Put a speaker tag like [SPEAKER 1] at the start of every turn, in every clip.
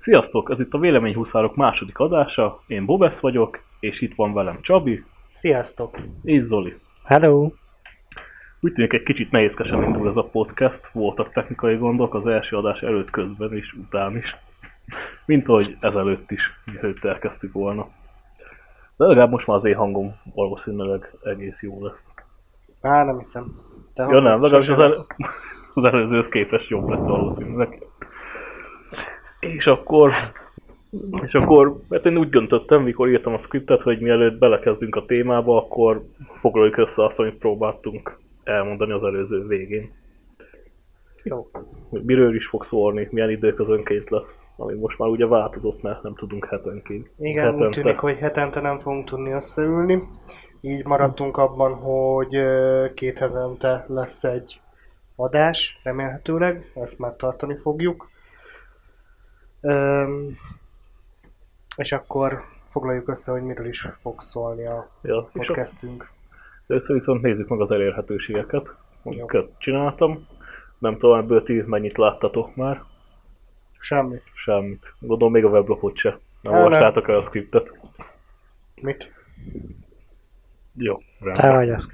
[SPEAKER 1] Sziasztok, ez itt a Véleményhúszárok második adása, én Bobesz vagyok, és itt van velem Csabi
[SPEAKER 2] Sziasztok!
[SPEAKER 1] és Zoli.
[SPEAKER 2] Hello!
[SPEAKER 1] Úgy tűnik egy kicsit nehézkesen indul ez a podcast, voltak technikai gondok az első adás előtt közben és után is. Mint ahogy ezelőtt is, mielőtt elkezdtük volna. De legalább most már az én hangom valószínűleg egész jó lesz.
[SPEAKER 2] Á, nem hiszem. Te
[SPEAKER 1] Ja nem, legalábbis az, el... az előzőhöz képest jobb lett valószínűleg. És akkor... És akkor, mert én úgy döntöttem, mikor írtam a scriptet, hogy mielőtt belekezdünk a témába, akkor foglaljuk össze azt, amit próbáltunk elmondani az előző végén.
[SPEAKER 2] Jó.
[SPEAKER 1] Hogy miről is fog szólni, milyen időközönként lesz. Ami most már ugye változott, mert nem tudunk hetenként.
[SPEAKER 2] Igen, úgy tűnik, hogy hetente nem fogunk tudni összeülni. Így maradtunk abban, hogy ö, két hetente lesz egy adás, remélhetőleg, ezt már tartani fogjuk. Öm, és akkor foglaljuk össze, hogy miről is fog szólni a
[SPEAKER 1] Ja, és a
[SPEAKER 2] podcastünk.
[SPEAKER 1] Először viszont nézzük meg az elérhetőségeket, amiket
[SPEAKER 2] Jó.
[SPEAKER 1] csináltam. Nem tudom, ebből ti mennyit láttatok már,
[SPEAKER 2] Semmi.
[SPEAKER 1] semmit. Gondolom még a weblapot se. Nem
[SPEAKER 2] Á, nem.
[SPEAKER 1] olvastátok el a scriptet.
[SPEAKER 2] Mit?
[SPEAKER 1] Jó, rendben.
[SPEAKER 3] Te vagy az.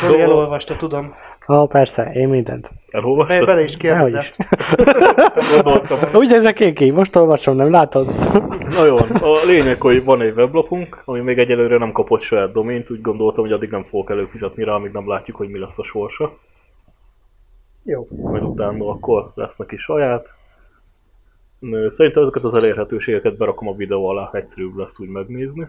[SPEAKER 2] Zoli elolvasta, tudom.
[SPEAKER 3] Ó, persze, én mindent.
[SPEAKER 2] Be-
[SPEAKER 1] Elolvastad?
[SPEAKER 2] Bele is
[SPEAKER 3] Dehogy
[SPEAKER 2] kérdezett.
[SPEAKER 3] is. Úgy ezek én ki, most olvasom, nem látod?
[SPEAKER 1] Na jó, a lényeg, hogy van egy weblapunk, ami még egyelőre nem kapott saját domént, úgy gondoltam, hogy addig nem fogok előfizetni rá, amíg nem látjuk, hogy mi lesz a sorsa.
[SPEAKER 2] Jó.
[SPEAKER 1] majd utána akkor lesz neki saját. Ö, Szerintem ezeket az elérhetőségeket berakom a videó alá, egyszerűbb lesz úgy megnézni,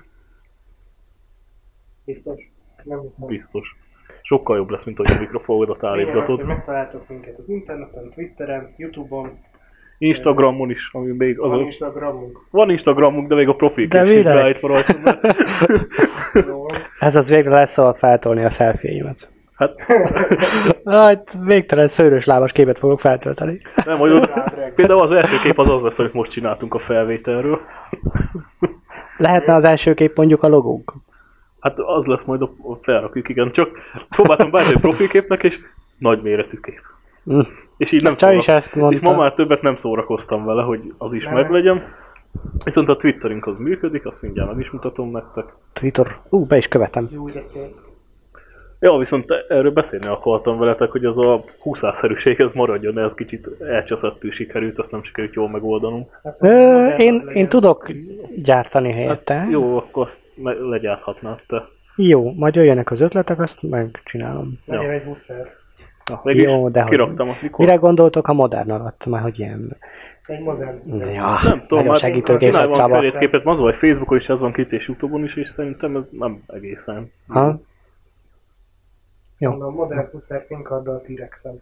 [SPEAKER 2] Biztos? Nem hiszem.
[SPEAKER 1] biztos. Sokkal jobb lesz, mint hogy a mikrofonodat
[SPEAKER 2] Igen, azt, hogy
[SPEAKER 1] állítgatod.
[SPEAKER 2] megtaláltok minket az interneten, Twitteren, Youtube-on,
[SPEAKER 1] Instagramon is, ami még
[SPEAKER 2] az
[SPEAKER 1] az,
[SPEAKER 2] Instagramunk.
[SPEAKER 1] van Instagramunk, de még a profil
[SPEAKER 3] De
[SPEAKER 1] kép sincs
[SPEAKER 3] minek?
[SPEAKER 1] ráírtva rajta, mert-
[SPEAKER 2] Jó.
[SPEAKER 3] Ez az végre lesz szabad feltolni a szelfieimet.
[SPEAKER 1] Hát
[SPEAKER 3] Hát, végtelen szőrös lábas képet fogok feltölteni.
[SPEAKER 1] nem, hogy például az első kép az az lesz, amit most csináltunk a felvételről.
[SPEAKER 3] Lehetne az első kép mondjuk a logónk?
[SPEAKER 1] Hát az lesz majd a a felrakjuk, igen. Csak próbáltam bármi profilképnek, és nagy méretű kép.
[SPEAKER 3] Mm.
[SPEAKER 1] És így nem
[SPEAKER 3] Csaj is
[SPEAKER 1] szóra-
[SPEAKER 3] ezt mondta.
[SPEAKER 1] És ma már többet nem szórakoztam vele, hogy az is
[SPEAKER 2] Nem.
[SPEAKER 1] meglegyen. Viszont a Twitterünk az működik, azt mindjárt meg is mutatom nektek.
[SPEAKER 3] Twitter. Ú, be is követem.
[SPEAKER 2] Jó, de szép.
[SPEAKER 1] Ja, viszont erről beszélni akartam veletek, hogy ez a húszászerűség ez maradjon, ez kicsit elcseszettű sikerült, azt nem sikerült jól megoldanom.
[SPEAKER 2] Hát,
[SPEAKER 3] Ö,
[SPEAKER 2] modern
[SPEAKER 3] én,
[SPEAKER 2] legyen.
[SPEAKER 3] én tudok gyártani helyette.
[SPEAKER 1] Hát Jó, akkor azt le- legyárthatnád te.
[SPEAKER 3] Jó, majd jöjjenek az ötletek, azt megcsinálom.
[SPEAKER 2] Legyen egy huszer.
[SPEAKER 1] Na, mégis
[SPEAKER 3] Jó, dehogy.
[SPEAKER 1] kiraktam azt, mikor...
[SPEAKER 3] Mire gondoltok a modern alatt? Már hogy ilyen...
[SPEAKER 2] Egy modern.
[SPEAKER 3] Ja,
[SPEAKER 1] Nem tudom,
[SPEAKER 3] nagyon
[SPEAKER 1] már
[SPEAKER 3] segítőkész
[SPEAKER 1] csinálj
[SPEAKER 3] a
[SPEAKER 1] valami
[SPEAKER 3] csavar.
[SPEAKER 1] felétképet, ma az, hogy Facebookon is ez van kint és Youtube-on is, és szerintem ez nem egészen.
[SPEAKER 3] Ha? Jó.
[SPEAKER 2] A modern huszer fénykarddal T-rexem.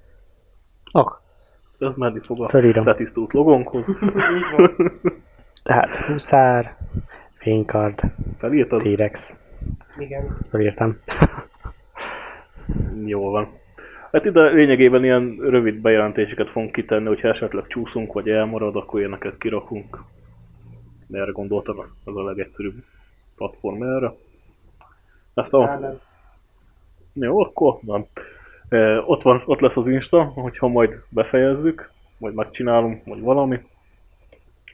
[SPEAKER 3] Ok,
[SPEAKER 1] Ez menni fog a
[SPEAKER 3] Fölírom.
[SPEAKER 1] letisztult logónkhoz.
[SPEAKER 2] Így van.
[SPEAKER 3] tehát huszár, fénykard,
[SPEAKER 1] Felírtad?
[SPEAKER 3] T-rex.
[SPEAKER 2] Igen.
[SPEAKER 3] Fölírtam.
[SPEAKER 1] Jó van. Hát ide lényegében ilyen rövid bejelentéseket fogunk kitenni, hogyha esetleg csúszunk vagy elmarad, akkor ilyeneket kirakunk. De erre gondoltam, ez a legegyszerűbb platform erre. Ezt a...
[SPEAKER 2] Á, nem.
[SPEAKER 1] Jó, akkor van. E, ott, van, ott lesz az Insta, hogyha majd befejezzük, majd megcsinálunk, vagy valami.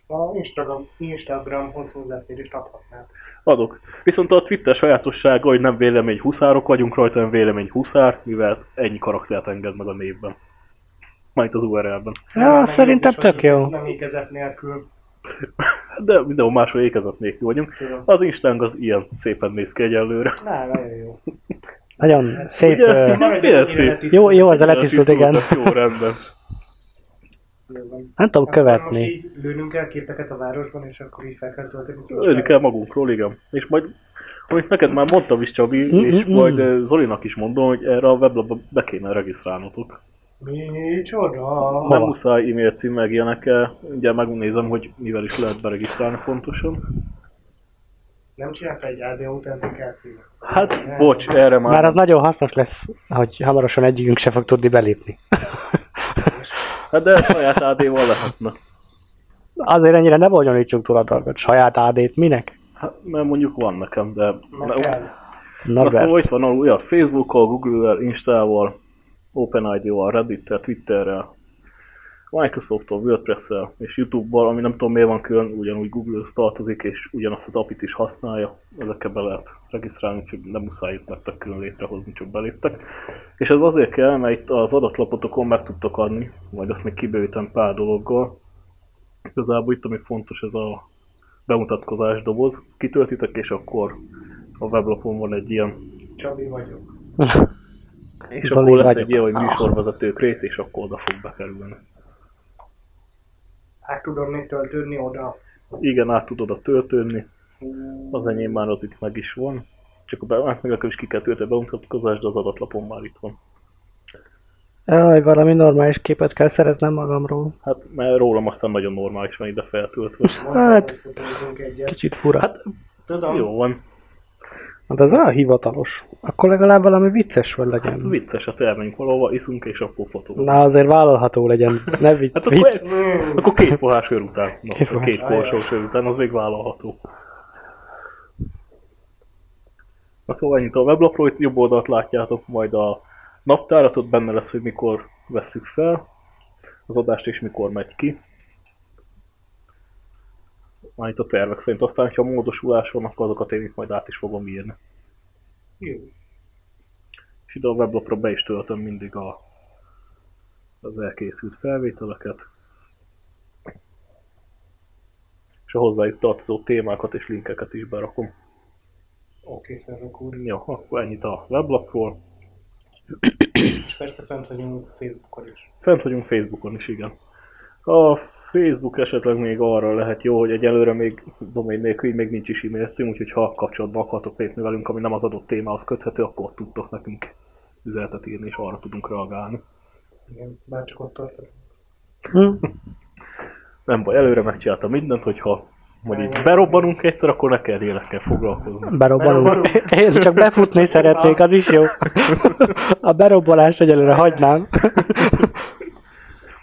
[SPEAKER 2] A Instagram, Instagramhoz hozzáférést adhatnád.
[SPEAKER 1] Adok. Viszont a Twitter sajátossága, hogy nem vélemény huszárok vagyunk rajta, hanem vélemény huszár, mivel ennyi karaktert enged meg a névben. Majd az URL-ben.
[SPEAKER 3] Ja,
[SPEAKER 2] Nem,
[SPEAKER 3] szerintem
[SPEAKER 2] nem,
[SPEAKER 3] tök jó.
[SPEAKER 2] Nem égezett nélkül.
[SPEAKER 1] De mindenhol máshol ékezet nélkül vagyunk.
[SPEAKER 2] Tudom.
[SPEAKER 1] Az Instánk az ilyen szépen néz ki egyelőre.
[SPEAKER 2] Na, nagyon jó.
[SPEAKER 3] Nagyon szép.
[SPEAKER 1] Ugye?
[SPEAKER 3] ö,
[SPEAKER 1] Milyen
[SPEAKER 2] Maradjunk
[SPEAKER 1] szép.
[SPEAKER 2] ennyire letisztult.
[SPEAKER 3] Jó, jó az a letisztult, igen.
[SPEAKER 1] Tisztultak, Jó rendben.
[SPEAKER 2] Jó van.
[SPEAKER 3] Nem tudom
[SPEAKER 2] Akkor Most
[SPEAKER 3] követni.
[SPEAKER 2] így lőnünk el képeket a városban, és akkor így fel kell tölteni.
[SPEAKER 1] Ölni kell magunkról, igen. És majd, amit neked már mondtam is Csabi, és
[SPEAKER 3] Mm-mm-mm.
[SPEAKER 1] majd ö, Zolinak is mondom, hogy erre a weblapba be kéne regisztrálnotok.
[SPEAKER 2] Micsoda?
[SPEAKER 1] Nem muszáj e-mail cím meg ilyenekkel, ugye megnézem, hogy mivel is lehet beregisztrálni pontosan.
[SPEAKER 2] Nem csinálta egy AD autentikációt.
[SPEAKER 1] Hát, bocs, erre már...
[SPEAKER 3] Már az nagyon hasznos lesz, hogy hamarosan egyikünk se fog tudni belépni.
[SPEAKER 1] Hát de saját AD-val lehetne.
[SPEAKER 3] Azért ennyire ne bonyolítsunk túl a dolgot. Saját AD-t minek?
[SPEAKER 1] Hát, mert mondjuk van nekem, de...
[SPEAKER 2] Na, kell.
[SPEAKER 1] Aztán
[SPEAKER 3] Norbert.
[SPEAKER 1] itt van alul, ja, Facebookkal, Google-el, Instával, OpenID-val, Reddit-tel, Twitterrel, Microsoft-tól Wordpress-el és YouTube-val, ami nem tudom miért van külön, ugyanúgy Google-höz tartozik, és ugyanazt az apit is használja, ezekkel be lehet regisztrálni, úgyhogy nem muszáj itt nektek külön létrehozni, csak beléptek. És ez azért kell, mert itt az adatlapotokon meg tudtok adni, majd azt még kibővítem pár dologgal. Igazából itt, ami fontos, ez a bemutatkozás doboz. Kitöltitek, és akkor a weblapon van egy ilyen
[SPEAKER 2] Csabi vagyok.
[SPEAKER 1] és
[SPEAKER 3] Zoli
[SPEAKER 1] akkor lesz
[SPEAKER 3] vagyok.
[SPEAKER 1] egy ilyen, hogy
[SPEAKER 3] Ah.
[SPEAKER 1] műsorvezetők rész, és akkor oda fog bekerülni.
[SPEAKER 2] Hát tudom mit töltődni oda.
[SPEAKER 1] Igen, át tudod a töltődni,
[SPEAKER 2] Hú,
[SPEAKER 1] az enyém már az itt meg is van. Csak a be, hát meg akkor is ki kell tölteni a bemutatkozást, de az adatlapon már itt van.
[SPEAKER 3] Jaj, valami normális képet kell szereznem magamról.
[SPEAKER 1] Hát mert rólam aztán nagyon normális van ide feltöltve.
[SPEAKER 2] most
[SPEAKER 3] Hát-
[SPEAKER 2] elfutózunk egyet.
[SPEAKER 3] Kicsit fura. Hát,
[SPEAKER 1] Hát
[SPEAKER 2] Tudom.
[SPEAKER 1] jó van,
[SPEAKER 3] hát ez olyan hivatalos. Akkor legalább valami vicces vagy legyen.
[SPEAKER 1] vicces, hát elmegyünk valahova, iszunk és akkor fotózunk.
[SPEAKER 3] Na azért vállalható legyen. Ne vicc.
[SPEAKER 1] Hát
[SPEAKER 3] vicc.
[SPEAKER 1] akkor,
[SPEAKER 2] Mm.
[SPEAKER 1] akkor két pohás sör után. Na,
[SPEAKER 3] Két
[SPEAKER 1] két,
[SPEAKER 3] pohás.
[SPEAKER 1] két pohás sör után, az még vállalható. Na szóval ennyit a weblapról, itt jobb oldalt látjátok majd a naptárat, ott benne lesz, hogy mikor vesszük fel az adást és mikor megy ki. Már itt a tervek szerint, aztán, ha módosulás van, akkor azokat én itt majd át is fogom írni.
[SPEAKER 2] Jó.
[SPEAKER 1] És ide a weblapra be is töltöm mindig a, az elkészült felvételeket. És a hozzájuk tartozó témákat és linkeket is berakom.
[SPEAKER 2] Oké, szervek úr.
[SPEAKER 1] Jó, akkor ennyit a weblapról.
[SPEAKER 2] És persze fent vagyunk Facebookon is.
[SPEAKER 1] Fent vagyunk Facebookon is, igen. A Facebook esetleg még arra lehet jó, hogy egyelőre még domain nélkül így még nincs is e-mail cím, úgyhogy ha kapcsolatba akartok lépni velünk, ami nem az adott témához köthető, akkor ott tudtok nekünk üzenetet írni, és arra tudunk reagálni.
[SPEAKER 2] Igen, bárcsak ott tartok.
[SPEAKER 3] Hm?
[SPEAKER 1] nem baj, előre megcsináltam mindent, hogyha hogy így berobbanunk egyszer, akkor ne kell élekkel foglalkozni.
[SPEAKER 3] Berobbanunk.
[SPEAKER 2] Berobbanunk.
[SPEAKER 3] Én csak befutni szeretnék, az is jó. A berobbalást egyelőre hagynám.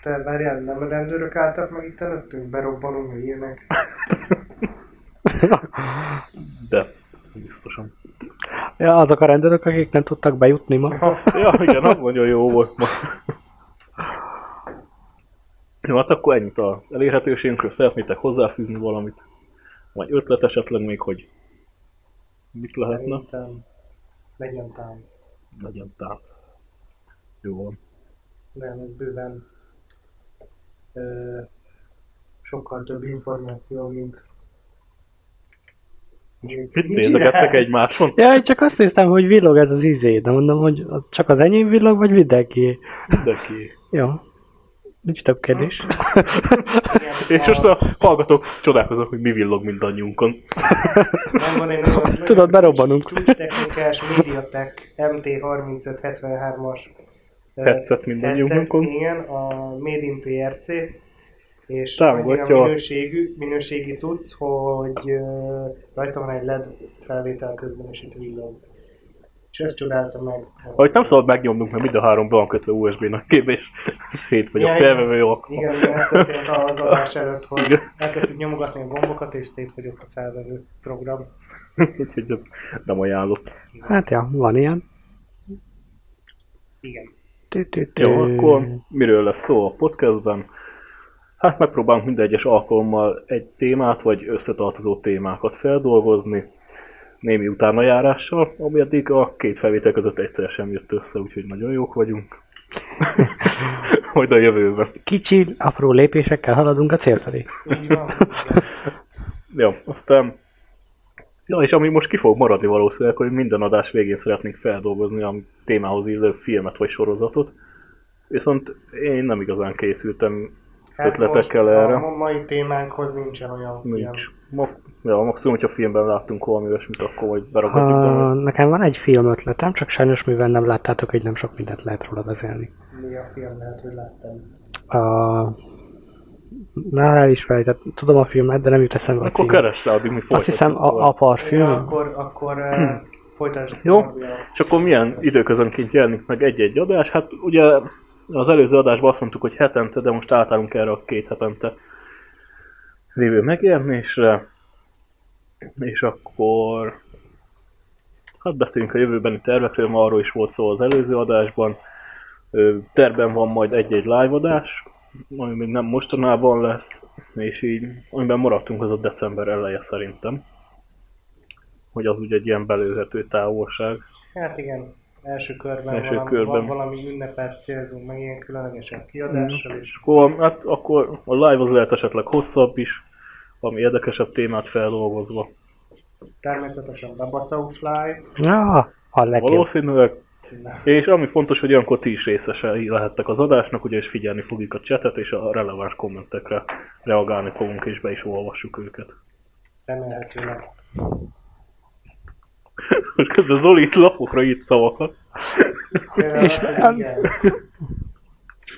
[SPEAKER 2] Te várjál, nem a rendőrök álltak meg itt előttünk? Berobbanunk, hogy ilyenek.
[SPEAKER 1] De biztosan.
[SPEAKER 3] Ja, azok a rendőrök, akik nem tudtak bejutni ma.
[SPEAKER 1] Ja, igen, az nagyon jó volt ma. Jó, hát akkor ennyit a elérhetőségünkről. Szeretnétek hozzáfűzni valamit? Vagy ötlet esetleg még, hogy mit lehetne?
[SPEAKER 2] Szerintem legyen tám.
[SPEAKER 1] Legyen tám. Jó van.
[SPEAKER 2] Nem, ez bőven ö, sokkal több információ, mint mint-
[SPEAKER 1] Mit
[SPEAKER 2] mit
[SPEAKER 1] nézegettek
[SPEAKER 2] csinálsz?
[SPEAKER 1] egymáson?
[SPEAKER 3] Ja, én csak azt néztem, hogy villog ez az izé, de mondom, hogy az csak az enyém villog, vagy mindenki.
[SPEAKER 1] Mindenki.
[SPEAKER 3] Jó. Nincs több kérdés.
[SPEAKER 2] Igen,
[SPEAKER 1] És
[SPEAKER 2] a-
[SPEAKER 1] most a hallgatók csodálkoznak, hogy mi villog mindannyiunkon.
[SPEAKER 2] Nem van egy nagyon
[SPEAKER 3] Tudod, berobbanunk.
[SPEAKER 2] Csúcstechnikás Mediatek MT3573-as ö,
[SPEAKER 1] Headset mindannyiunkon.
[SPEAKER 2] headset, Igen, a Made in PRC. És
[SPEAKER 1] Támogatja.
[SPEAKER 2] annyira minőségű, minőségi tudsz, hogy ö, rajta van egy LED felvétel közben, és itt villog. És ezt csodálta meg.
[SPEAKER 1] Hogy nem szabad megnyomnunk, mert mind a három be van kötve USB-nak kép, és szét vagy
[SPEAKER 2] Ja,
[SPEAKER 1] a felvevő akkor.
[SPEAKER 2] Igen, igen, ez történt az adás előtt, hogy
[SPEAKER 1] Igen.
[SPEAKER 2] elkezdtük nyomogatni a gombokat, és szétfogyott a felvevő program.
[SPEAKER 1] Úgyhogy ez nem ajánlott.
[SPEAKER 3] Hát ja, van ilyen.
[SPEAKER 2] Igen.
[SPEAKER 3] Tü-tü-tü.
[SPEAKER 1] Jó, akkor miről lesz szó a podcastben? Hát megpróbálunk minden egyes alkalommal egy témát, vagy összetartozó témákat feldolgozni, némi utánajárással, ami eddig a két felvétel között egyszer sem jött össze, úgyhogy nagyon jók vagyunk. Majd a jövőben.
[SPEAKER 3] Kicsi, apró lépésekkel haladunk a cél felé.
[SPEAKER 2] Így van.
[SPEAKER 1] Ja, aztán... Ja, és ami most ki fog maradni valószínűleg, hogy minden adás végén szeretnénk feldolgozni a témához illő filmet vagy sorozatot. Viszont én nem igazán készültem ötletekkel
[SPEAKER 2] Hát most
[SPEAKER 1] erre.
[SPEAKER 2] A mai témánkhoz nincsen olyan
[SPEAKER 1] Nincs.
[SPEAKER 2] film.
[SPEAKER 1] Ma, ja, maximum, hogyha filmben láttunk valami olyasmit, akkor majd beragadjuk
[SPEAKER 3] Ha,
[SPEAKER 1] bele.
[SPEAKER 3] nekem van egy film ötletem, csak sajnos mivel nem láttátok, hogy nem sok mindent lehet róla beszélni.
[SPEAKER 2] Mi a film lehet, hogy láttam.
[SPEAKER 3] A... Na, el is felejtett. Tudom a filmet, de nem jut eszembe a
[SPEAKER 1] Akkor
[SPEAKER 3] cím.
[SPEAKER 1] keresd rá, addig mi
[SPEAKER 3] Azt
[SPEAKER 1] folytatjuk.
[SPEAKER 3] hiszem
[SPEAKER 1] tovább.
[SPEAKER 3] a, a
[SPEAKER 2] Ja,
[SPEAKER 3] parfüm.
[SPEAKER 2] akkor, akkor eh, folytasd.
[SPEAKER 1] Jó.
[SPEAKER 2] Gabriel.
[SPEAKER 1] És akkor milyen időközönként jelenik meg egy-egy adás? Hát ugye az előző adásban azt mondtuk, hogy hetente, de most átállunk erre a két hetente lévő megjelenésre. És akkor... Hát beszéljünk a jövőbeni tervekről, ma arról is volt szó az előző adásban. Ö, Terben van majd egy-egy live adás, ami még nem mostanában lesz, és így, amiben maradtunk, az a december eleje szerintem. Hogy az ugye egy ilyen belőhető távolság.
[SPEAKER 2] Hát igen, első körben,
[SPEAKER 1] Első
[SPEAKER 2] első valami,
[SPEAKER 1] körben.
[SPEAKER 2] körben. valami ünnepet célzunk, meg ilyen különlegesen kiadással, és
[SPEAKER 1] És akkor, hát akkor a live az lehet esetleg hosszabb is, ami érdekesebb témát feldolgozva.
[SPEAKER 2] természetesen Babasauslaj.
[SPEAKER 3] Ja, a legjobb.
[SPEAKER 1] Valószínűleg. És ami fontos, hogy ilyenkor ti is részesei lehettek az adásnak, ugye és figyelni fogjuk a chatet, és a releváns kommentekre reagálni fogunk, és be is olvassuk őket.
[SPEAKER 2] Remélhetőleg.
[SPEAKER 1] Most közben Zoli itt lapokra írt szavakat,
[SPEAKER 2] Például az, hát, hogy igen.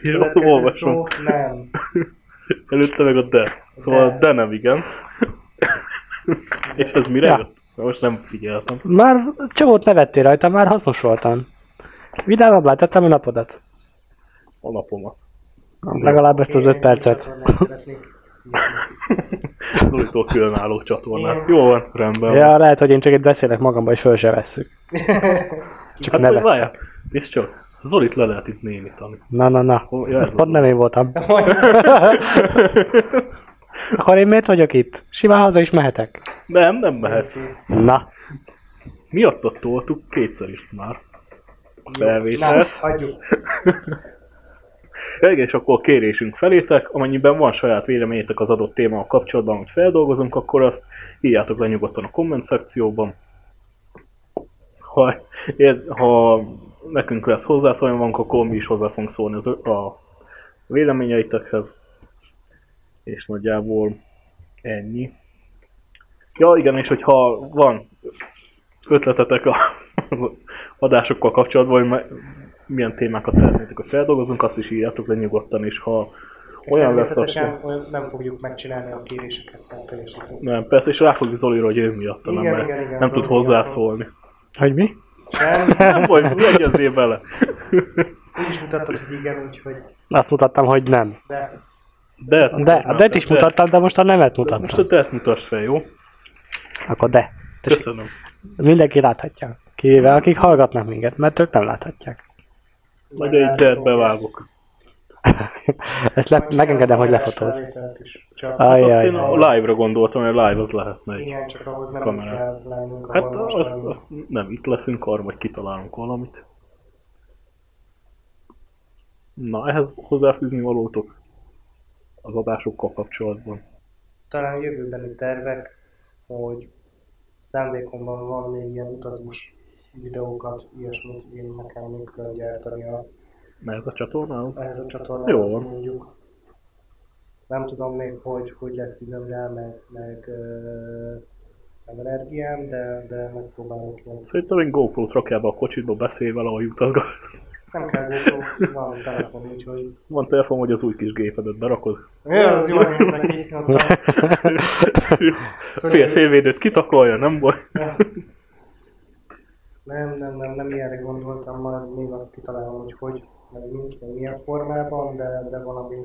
[SPEAKER 1] és ott
[SPEAKER 2] Következő
[SPEAKER 1] olvasom.
[SPEAKER 2] szó, Nem.
[SPEAKER 1] Előtte meg a de. Szóval de,
[SPEAKER 2] De.
[SPEAKER 1] de nem igen. és ez mire
[SPEAKER 3] Ja.
[SPEAKER 1] jött? Na, Most nem figyeltem.
[SPEAKER 3] Már csomót nevettél rajta, már hasznos voltam. Vidámabbá tettem a napodat.
[SPEAKER 1] A napomat.
[SPEAKER 3] Legalább ezt az
[SPEAKER 2] Én
[SPEAKER 3] öt percet.
[SPEAKER 2] csatornát szeretnék.
[SPEAKER 1] Zolitól különálló csatornát.
[SPEAKER 2] Igen.
[SPEAKER 1] Jó van, rendben van.
[SPEAKER 3] Ja, lehet, hogy én csak itt beszélek magamba, és föl se vesszük. Csak
[SPEAKER 1] Hát hogy
[SPEAKER 3] nevet.
[SPEAKER 1] várjál, és csak. Zolit le lehet itt némítani.
[SPEAKER 3] Na, na, na.
[SPEAKER 1] Ó, ja, ez
[SPEAKER 3] Pont nem én voltam.
[SPEAKER 2] Majd-
[SPEAKER 3] Akkor én miért vagyok itt? Simán haza is mehetek.
[SPEAKER 1] Nem, nem mehetsz.
[SPEAKER 3] Na,
[SPEAKER 1] Miattad toltuk kétszer is már.
[SPEAKER 2] Nem,
[SPEAKER 1] Felvételt.
[SPEAKER 2] hagyjuk.
[SPEAKER 1] Ja, Igen, és akkor a kérésünk felétek, amennyiben van saját véleményetek az adott témával kapcsolatban, amit feldolgozunk, akkor azt írjátok le nyugodtan a komment szekcióban. Ha, ér- ha nekünk lesz hozzászólunk, akkor mi is hozzá fogunk szólni az, ö- a véleményeitekhez. És nagyjából ennyi. Ja igen, és hogyha van ötletetek a az adásokkal kapcsolatban, hogy me- milyen témákat szeretnétek, hogy feldolgozunk, azt is írjátok le nyugodtan, és ha olyan lesz, akkor...
[SPEAKER 2] Természetesen olyan- nem fogjuk megcsinálni a kéréseket. nem kéréseket.
[SPEAKER 1] Nem, persze, és ráfogjuk Zolira, hogy ő miatt, nem,
[SPEAKER 2] Igen,
[SPEAKER 1] mert
[SPEAKER 2] igen, igen,
[SPEAKER 1] nem tud
[SPEAKER 2] Zoli
[SPEAKER 1] hozzászólni.
[SPEAKER 3] hogy mi?
[SPEAKER 2] Sem,
[SPEAKER 1] Nem baj, jegyezzél bele.
[SPEAKER 2] úgy is mutattad, hogy igen, úgyhogy,
[SPEAKER 3] Azt mutattam, hogy nem.
[SPEAKER 2] de
[SPEAKER 1] De,
[SPEAKER 3] De, a det is mutattam, de most a nemet
[SPEAKER 1] Most a
[SPEAKER 3] mutattam.
[SPEAKER 1] det mutass fel, jó?
[SPEAKER 3] Akkor de. Tessék,
[SPEAKER 1] Köszönöm.
[SPEAKER 3] mindenki láthatja. Kivéve akik hallgatnak minket, mert ők nem láthatják.
[SPEAKER 1] Majd egy det bevágok.
[SPEAKER 3] Ezt le, megengedem, hogy lefotóz.
[SPEAKER 2] Felvételt is. Csak,
[SPEAKER 1] Azt
[SPEAKER 3] Ajjaj.
[SPEAKER 1] én a live-ra gondoltam, hogy a live az lehetne egy.
[SPEAKER 2] igen, csak ahhoz nem
[SPEAKER 1] Kamera.
[SPEAKER 2] kell lennünk,
[SPEAKER 1] Hát
[SPEAKER 2] ahol most
[SPEAKER 1] az,
[SPEAKER 2] vagyunk.
[SPEAKER 1] az, nem, itt leszünk, arra majd kitalálunk valamit. Na, ehhez hozzáfűzni valótok az adásokkal kapcsolatban.
[SPEAKER 2] talán jövőbeni tervek, hogy szándékomban van még ilyen utazós videókat, ilyesmit én nekem még kell gyártani a,
[SPEAKER 1] Mert ez a csatornán?
[SPEAKER 2] ehhez a csatornához
[SPEAKER 1] Jó van.
[SPEAKER 2] mondjuk. Nem tudom még, hogy hogy lesz időm rá, meg, meg ö, nem energiám, de, de megpróbálok ilyen.
[SPEAKER 1] Szerintem egy GoPro-t rakjál be a kocsitba, beszélj vele, ahogy utazgat.
[SPEAKER 2] Nem kell GoPro, van telefon, úgyhogy...
[SPEAKER 1] Van telefon, hogy az új kis gépedet berakod.
[SPEAKER 2] Ja, az jó néz neki, azzal-
[SPEAKER 1] Fél szélvédőt kitakolja, nem baj.
[SPEAKER 2] Nem, nem, nem, nem ilyenre gondoltam, majd még azt kitalálom, hogy hogy, meg mint, meg milyen formában, de, de valami,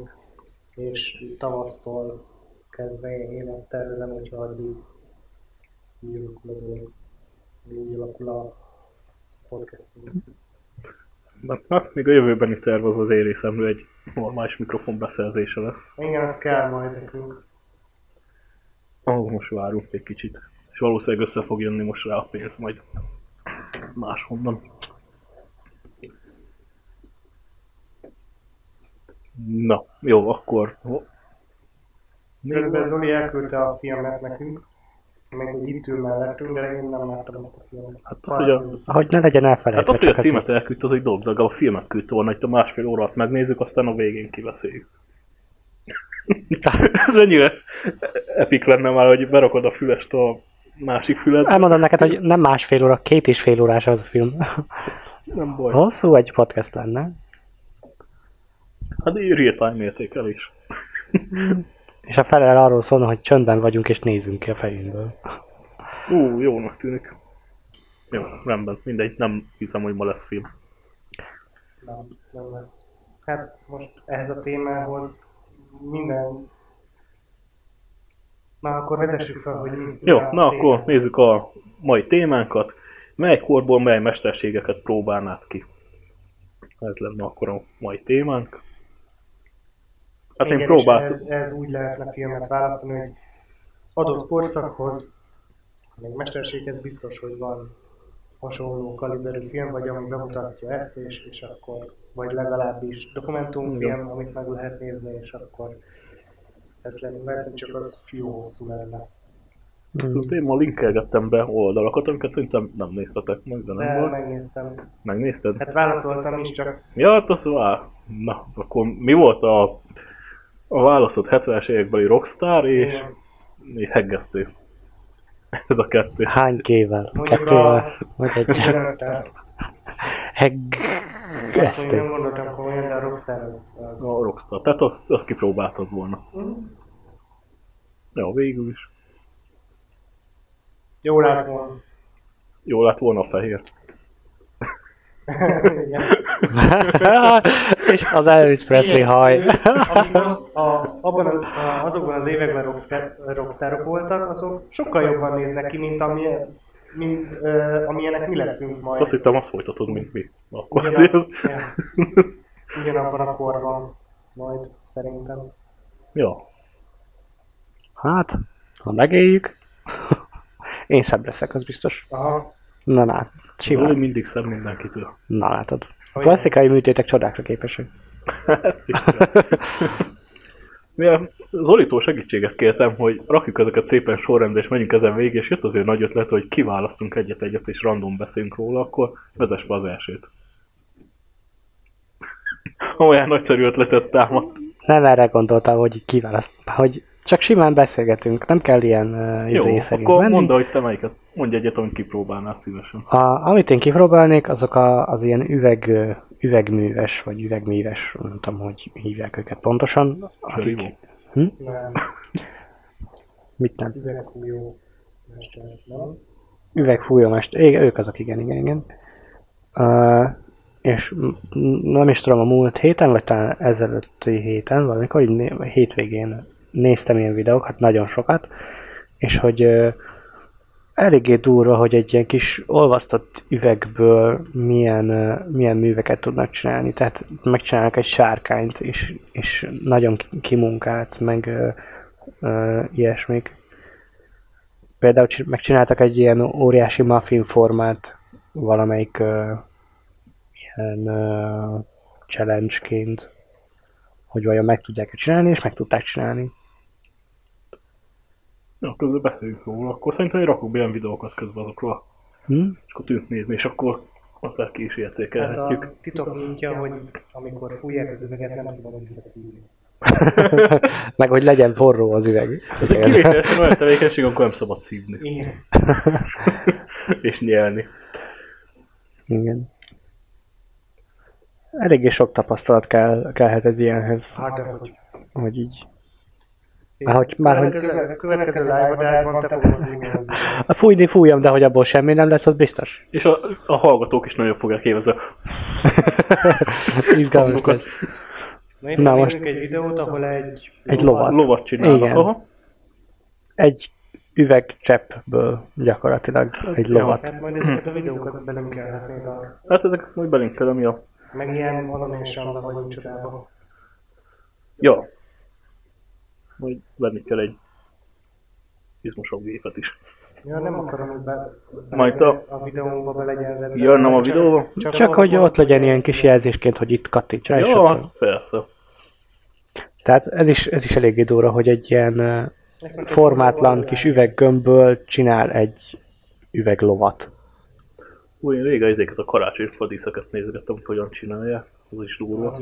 [SPEAKER 2] és tavasztól kezdve én azt tervezem, hogy addig így alakul a dolog, így alakul a podcastunk.
[SPEAKER 1] Na, na, még a jövőbeni terv az az én részemről egy normális mikrofon beszerzése lesz.
[SPEAKER 2] Igen, az kell majd nekünk.
[SPEAKER 1] Ahhoz most várunk egy kicsit. És valószínűleg össze fog jönni most rá a pénz majd máshonnan. Na, jó, akkor...
[SPEAKER 2] Közben Zoli elküldte a filmet nekünk, meg hogy itt ül mellettünk, de én nem láttam azt a filmet.
[SPEAKER 1] Hát az, hogy a,
[SPEAKER 3] Hogy ne legyen
[SPEAKER 1] hát
[SPEAKER 3] elfelejtve.
[SPEAKER 1] az, hogy
[SPEAKER 3] csak
[SPEAKER 1] a
[SPEAKER 3] ez-
[SPEAKER 1] címet elküldte, az egy dolog, de a filmet küldte volna, hogy a másfél órát megnézzük, aztán a végén kiveszéljük. Ez ennyire epik lenne már, hogy berakod a fülest a másik füledbe.
[SPEAKER 3] Elmondom neked, hogy nem másfél óra, két és fél órás az a film.
[SPEAKER 1] Nem baj.
[SPEAKER 3] Hosszú egy podcast lenne.
[SPEAKER 1] Hát így real-time értékelés.
[SPEAKER 3] És a felel arról szólna, hogy csöndben vagyunk és nézünk ki a fejünkből.
[SPEAKER 1] Ú, jónak tűnik. Jó, rendben, mindegy, nem hiszem, hogy ma lesz film.
[SPEAKER 2] Nem, nem lesz. Hát most ehhez a témához minden... Na akkor vezessük fel, hogy mi
[SPEAKER 1] Jó,
[SPEAKER 2] mi a
[SPEAKER 1] na
[SPEAKER 2] téma.
[SPEAKER 1] akkor nézzük a mai témánkat. Mely korból mely mesterségeket próbálnád ki? Ez lenne akkor a mai témánk. Hát én
[SPEAKER 2] Igen, és
[SPEAKER 1] próbáltam.
[SPEAKER 2] Ez, ez úgy lehetne filmet választani, hogy adott korszakhoz, még mesterséghez biztos, hogy van hasonló kaliberű film, vagy ami bemutatja ezt, és, és akkor, vagy legalábbis dokumentumfilm, amit meg lehet nézni, és akkor ez lenne, mert csak az fiú hosszú lenne.
[SPEAKER 3] Mm.
[SPEAKER 1] Én ma linkelgettem be oldalakat, amiket szerintem nem néztetek meg, de nem
[SPEAKER 2] De
[SPEAKER 1] volt.
[SPEAKER 2] megnéztem.
[SPEAKER 1] Megnézted?
[SPEAKER 2] Hát válaszoltam is, csak
[SPEAKER 1] Ja, hát az vár. Na, akkor mi volt a, a válaszod 70-es évekbeli rockstar és,
[SPEAKER 2] Igen.
[SPEAKER 1] és heggesztő? Ez a kettő.
[SPEAKER 3] Hány kével?
[SPEAKER 2] Mondjuk a-
[SPEAKER 3] Kettővel? Vagy egy
[SPEAKER 2] Szeretem.
[SPEAKER 3] heg...
[SPEAKER 2] Azt én nem
[SPEAKER 3] Esztő.
[SPEAKER 2] gondoltam komolyan, de a Rockstar az- az...
[SPEAKER 1] A rockstar. Tehát azt, azt kipróbáltad volna. Ja, végül is.
[SPEAKER 2] Jó látom.
[SPEAKER 1] Jó lett volna a fehér.
[SPEAKER 2] Igen.
[SPEAKER 3] És az Elvis Presley haj.
[SPEAKER 2] Amikor a, abban az, a, azokban az években rockstar, rockstarok voltak, azok sokkal jobban néznek ki, mint, amilyen, mint ö, amilyenek mi leszünk majd.
[SPEAKER 1] Azt hittem, azt folytatod, mint mi. Na, Akkor azért.
[SPEAKER 2] Ugyanab, ja. ugyanabban a korban majd szerintem.
[SPEAKER 1] ja.
[SPEAKER 3] Hát, ha megéljük, én szebb leszek, az biztos.
[SPEAKER 2] Aha.
[SPEAKER 3] Na, na,
[SPEAKER 1] Jó,
[SPEAKER 3] simán.
[SPEAKER 1] mindig szem mindenkitől.
[SPEAKER 3] Na, látod. A
[SPEAKER 2] Olyan.
[SPEAKER 3] klasszikai műtétek csodákra képesek.
[SPEAKER 1] Mivel Zolitól segítséget kértem, hogy rakjuk ezeket szépen sorrendbe, és menjünk ezen végig, és jött az ő nagy ötlet, hogy kiválasztunk egyet-egyet, és random beszélünk róla, akkor vezess be az elsőt. Olyan nagyszerű ötletet támadt.
[SPEAKER 3] Nem erre gondoltam, hogy így kiválaszt, hogy csak simán beszélgetünk, nem kell ilyen uh,
[SPEAKER 1] Jó,
[SPEAKER 3] izé szerint
[SPEAKER 1] akkor
[SPEAKER 3] menni.
[SPEAKER 1] mondd, hogy te melyiket. Mondj egyet, amit kipróbálnál szívesen.
[SPEAKER 3] A, amit én kipróbálnék, azok a, az ilyen üveg, ö, üvegműves, vagy üvegműves, nem tudom, hogy hívják őket pontosan.
[SPEAKER 1] Csorivó.
[SPEAKER 3] Akik,
[SPEAKER 2] Nem.
[SPEAKER 3] mit nem?
[SPEAKER 2] Üvegek jó. Mester, nem?
[SPEAKER 3] Üvegfújómest. Igen, ők azok, igen, igen, igen. Uh, és m- m- nem is tudom, a múlt héten, vagy talán ezelőtti héten, valamikor, így né- hétvégén néztem ilyen videókat, nagyon sokat, és hogy uh, eléggé durva, hogy egy ilyen kis olvasztott üvegből milyen, ö, milyen műveket tudnak csinálni. Tehát megcsinálnak egy sárkányt, és, és nagyon ki- kimunkált, meg ö, ö, ilyesmik. Például csi- megcsináltak egy ilyen óriási muffin formát valamelyik ö, ilyen ö, challenge-ként, hogy vajon meg tudják-e csinálni, és meg tudták csinálni.
[SPEAKER 1] Jó, közben beszéljünk róla, akkor szerintem én rakok be ilyen videókat közben azokról,
[SPEAKER 3] Hm?
[SPEAKER 1] és akkor tűnt nézni, és akkor aztán ki is
[SPEAKER 2] Hát
[SPEAKER 1] értékelhetjük.
[SPEAKER 2] a titok mintja, hogy amikor fújják az üveget, nem szabad visszaszívni.
[SPEAKER 3] Meg hogy legyen forró az üveg.
[SPEAKER 1] Ez egy kivételesen olyan tevékenység, amikor nem szabad szívni
[SPEAKER 2] Igen.
[SPEAKER 1] és nyelni.
[SPEAKER 3] Igen. Eléggé sok tapasztalat kell, kellhet ez ilyenhez,
[SPEAKER 2] Hát, de hogy
[SPEAKER 3] hogy így. Már hogy, már, hogy
[SPEAKER 2] Következő- következő live-adásban te fogod írni.
[SPEAKER 3] a fújni fújjam, de hogy abból semmi nem lesz, az biztos.
[SPEAKER 1] És a, a hallgatók is nagyon fogják érezni.
[SPEAKER 3] Hát Izgalmas
[SPEAKER 1] Hangokat.
[SPEAKER 3] lesz.
[SPEAKER 2] Na,
[SPEAKER 3] Na,
[SPEAKER 2] Na
[SPEAKER 3] most-
[SPEAKER 2] most egy videót, ahol egy...
[SPEAKER 3] Egy lovat.
[SPEAKER 1] Lovat csinálnak.
[SPEAKER 3] Igen.
[SPEAKER 1] Aha.
[SPEAKER 3] Egy üvegcseppből gyakorlatilag egy
[SPEAKER 1] Ja.
[SPEAKER 3] lovat.
[SPEAKER 2] Hát majd ezeket a videókat belem kell látni, de
[SPEAKER 1] Hát ezek majd belinkelem, ja.
[SPEAKER 2] meg ilyen valamelyesen le vagyunk csodában.
[SPEAKER 1] Ja. Majd venni kell egy izmosabb gépet is.
[SPEAKER 2] Ja, nem akarom, hogy be, be
[SPEAKER 1] Majd a-
[SPEAKER 2] a videómba be legyen rendben.
[SPEAKER 1] Ja, nem a videóba?
[SPEAKER 3] Csak, hogy ott legyen ilyen kis jelzésként, hogy itt kattints rá, és
[SPEAKER 1] Ja,
[SPEAKER 3] ott...
[SPEAKER 1] hát persze.
[SPEAKER 3] Tehát ez is, ez is eléggé durva, hogy egy ilyen ö,
[SPEAKER 2] Nekem csak
[SPEAKER 3] formátlan
[SPEAKER 2] videó
[SPEAKER 3] kis
[SPEAKER 2] van.
[SPEAKER 3] üveggömbből csinál egy üveglovat.
[SPEAKER 1] Új, én régen ezeket a karácsonyi fadíszeket nézegettem, hogy hogyan csinálják. Az is durva.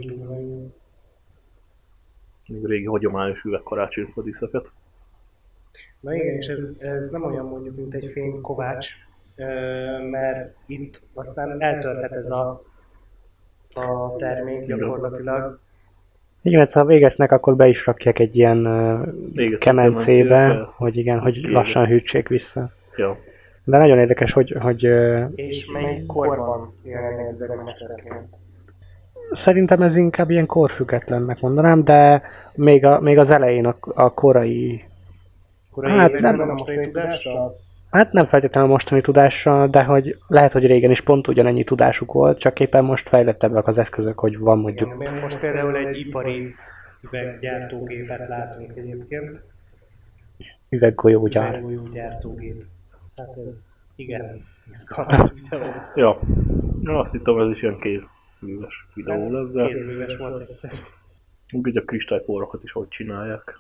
[SPEAKER 1] Még régi hagyományos üveg karácsonyi fadíszeket.
[SPEAKER 2] Na igen, és ez, ez nem olyan mondjuk, mint egy fény kovács, ö, mert itt aztán eltörhet ez a, a termék gyakorlatilag.
[SPEAKER 3] Igen, hát, ha végeznek, akkor be is rakják egy ilyen ö,
[SPEAKER 1] Végezzük
[SPEAKER 3] kemencébe,
[SPEAKER 1] kemencébe.
[SPEAKER 3] hogy igen, hogy
[SPEAKER 1] Igen.
[SPEAKER 3] lassan hűtsék vissza.
[SPEAKER 1] Ja.
[SPEAKER 3] De nagyon érdekes, hogy, hogy ö,
[SPEAKER 2] És melyik korban jelenleg ezek mesterként?
[SPEAKER 3] Szerintem ez inkább ilyen korfüggetlennek mondanám, de még, a, még az elején a, a korai,
[SPEAKER 2] Korai
[SPEAKER 3] Hát
[SPEAKER 2] hát
[SPEAKER 3] nem.
[SPEAKER 2] nem, nem a mostani tudással?
[SPEAKER 3] hát nem feltétlenül a mostani tudással, de hogy lehet, hogy régen is pont ugyanennyi tudásuk volt, csak éppen most fejlettebbek az eszközök, hogy van mondjuk
[SPEAKER 2] Igen, mert most például egy ipari üveggyártógépet látunk egyébként.
[SPEAKER 3] Üveggolyógyár.
[SPEAKER 2] Üveggolyó gyártógép. Hát ez igen, izgalmas videó.
[SPEAKER 1] Ja. Na, azt hittem, ez is ilyen kézműves
[SPEAKER 2] Hát
[SPEAKER 1] videó lesz, de
[SPEAKER 2] Kézműves matek.
[SPEAKER 1] úgy, a kristálypórakat is hogy csinálják.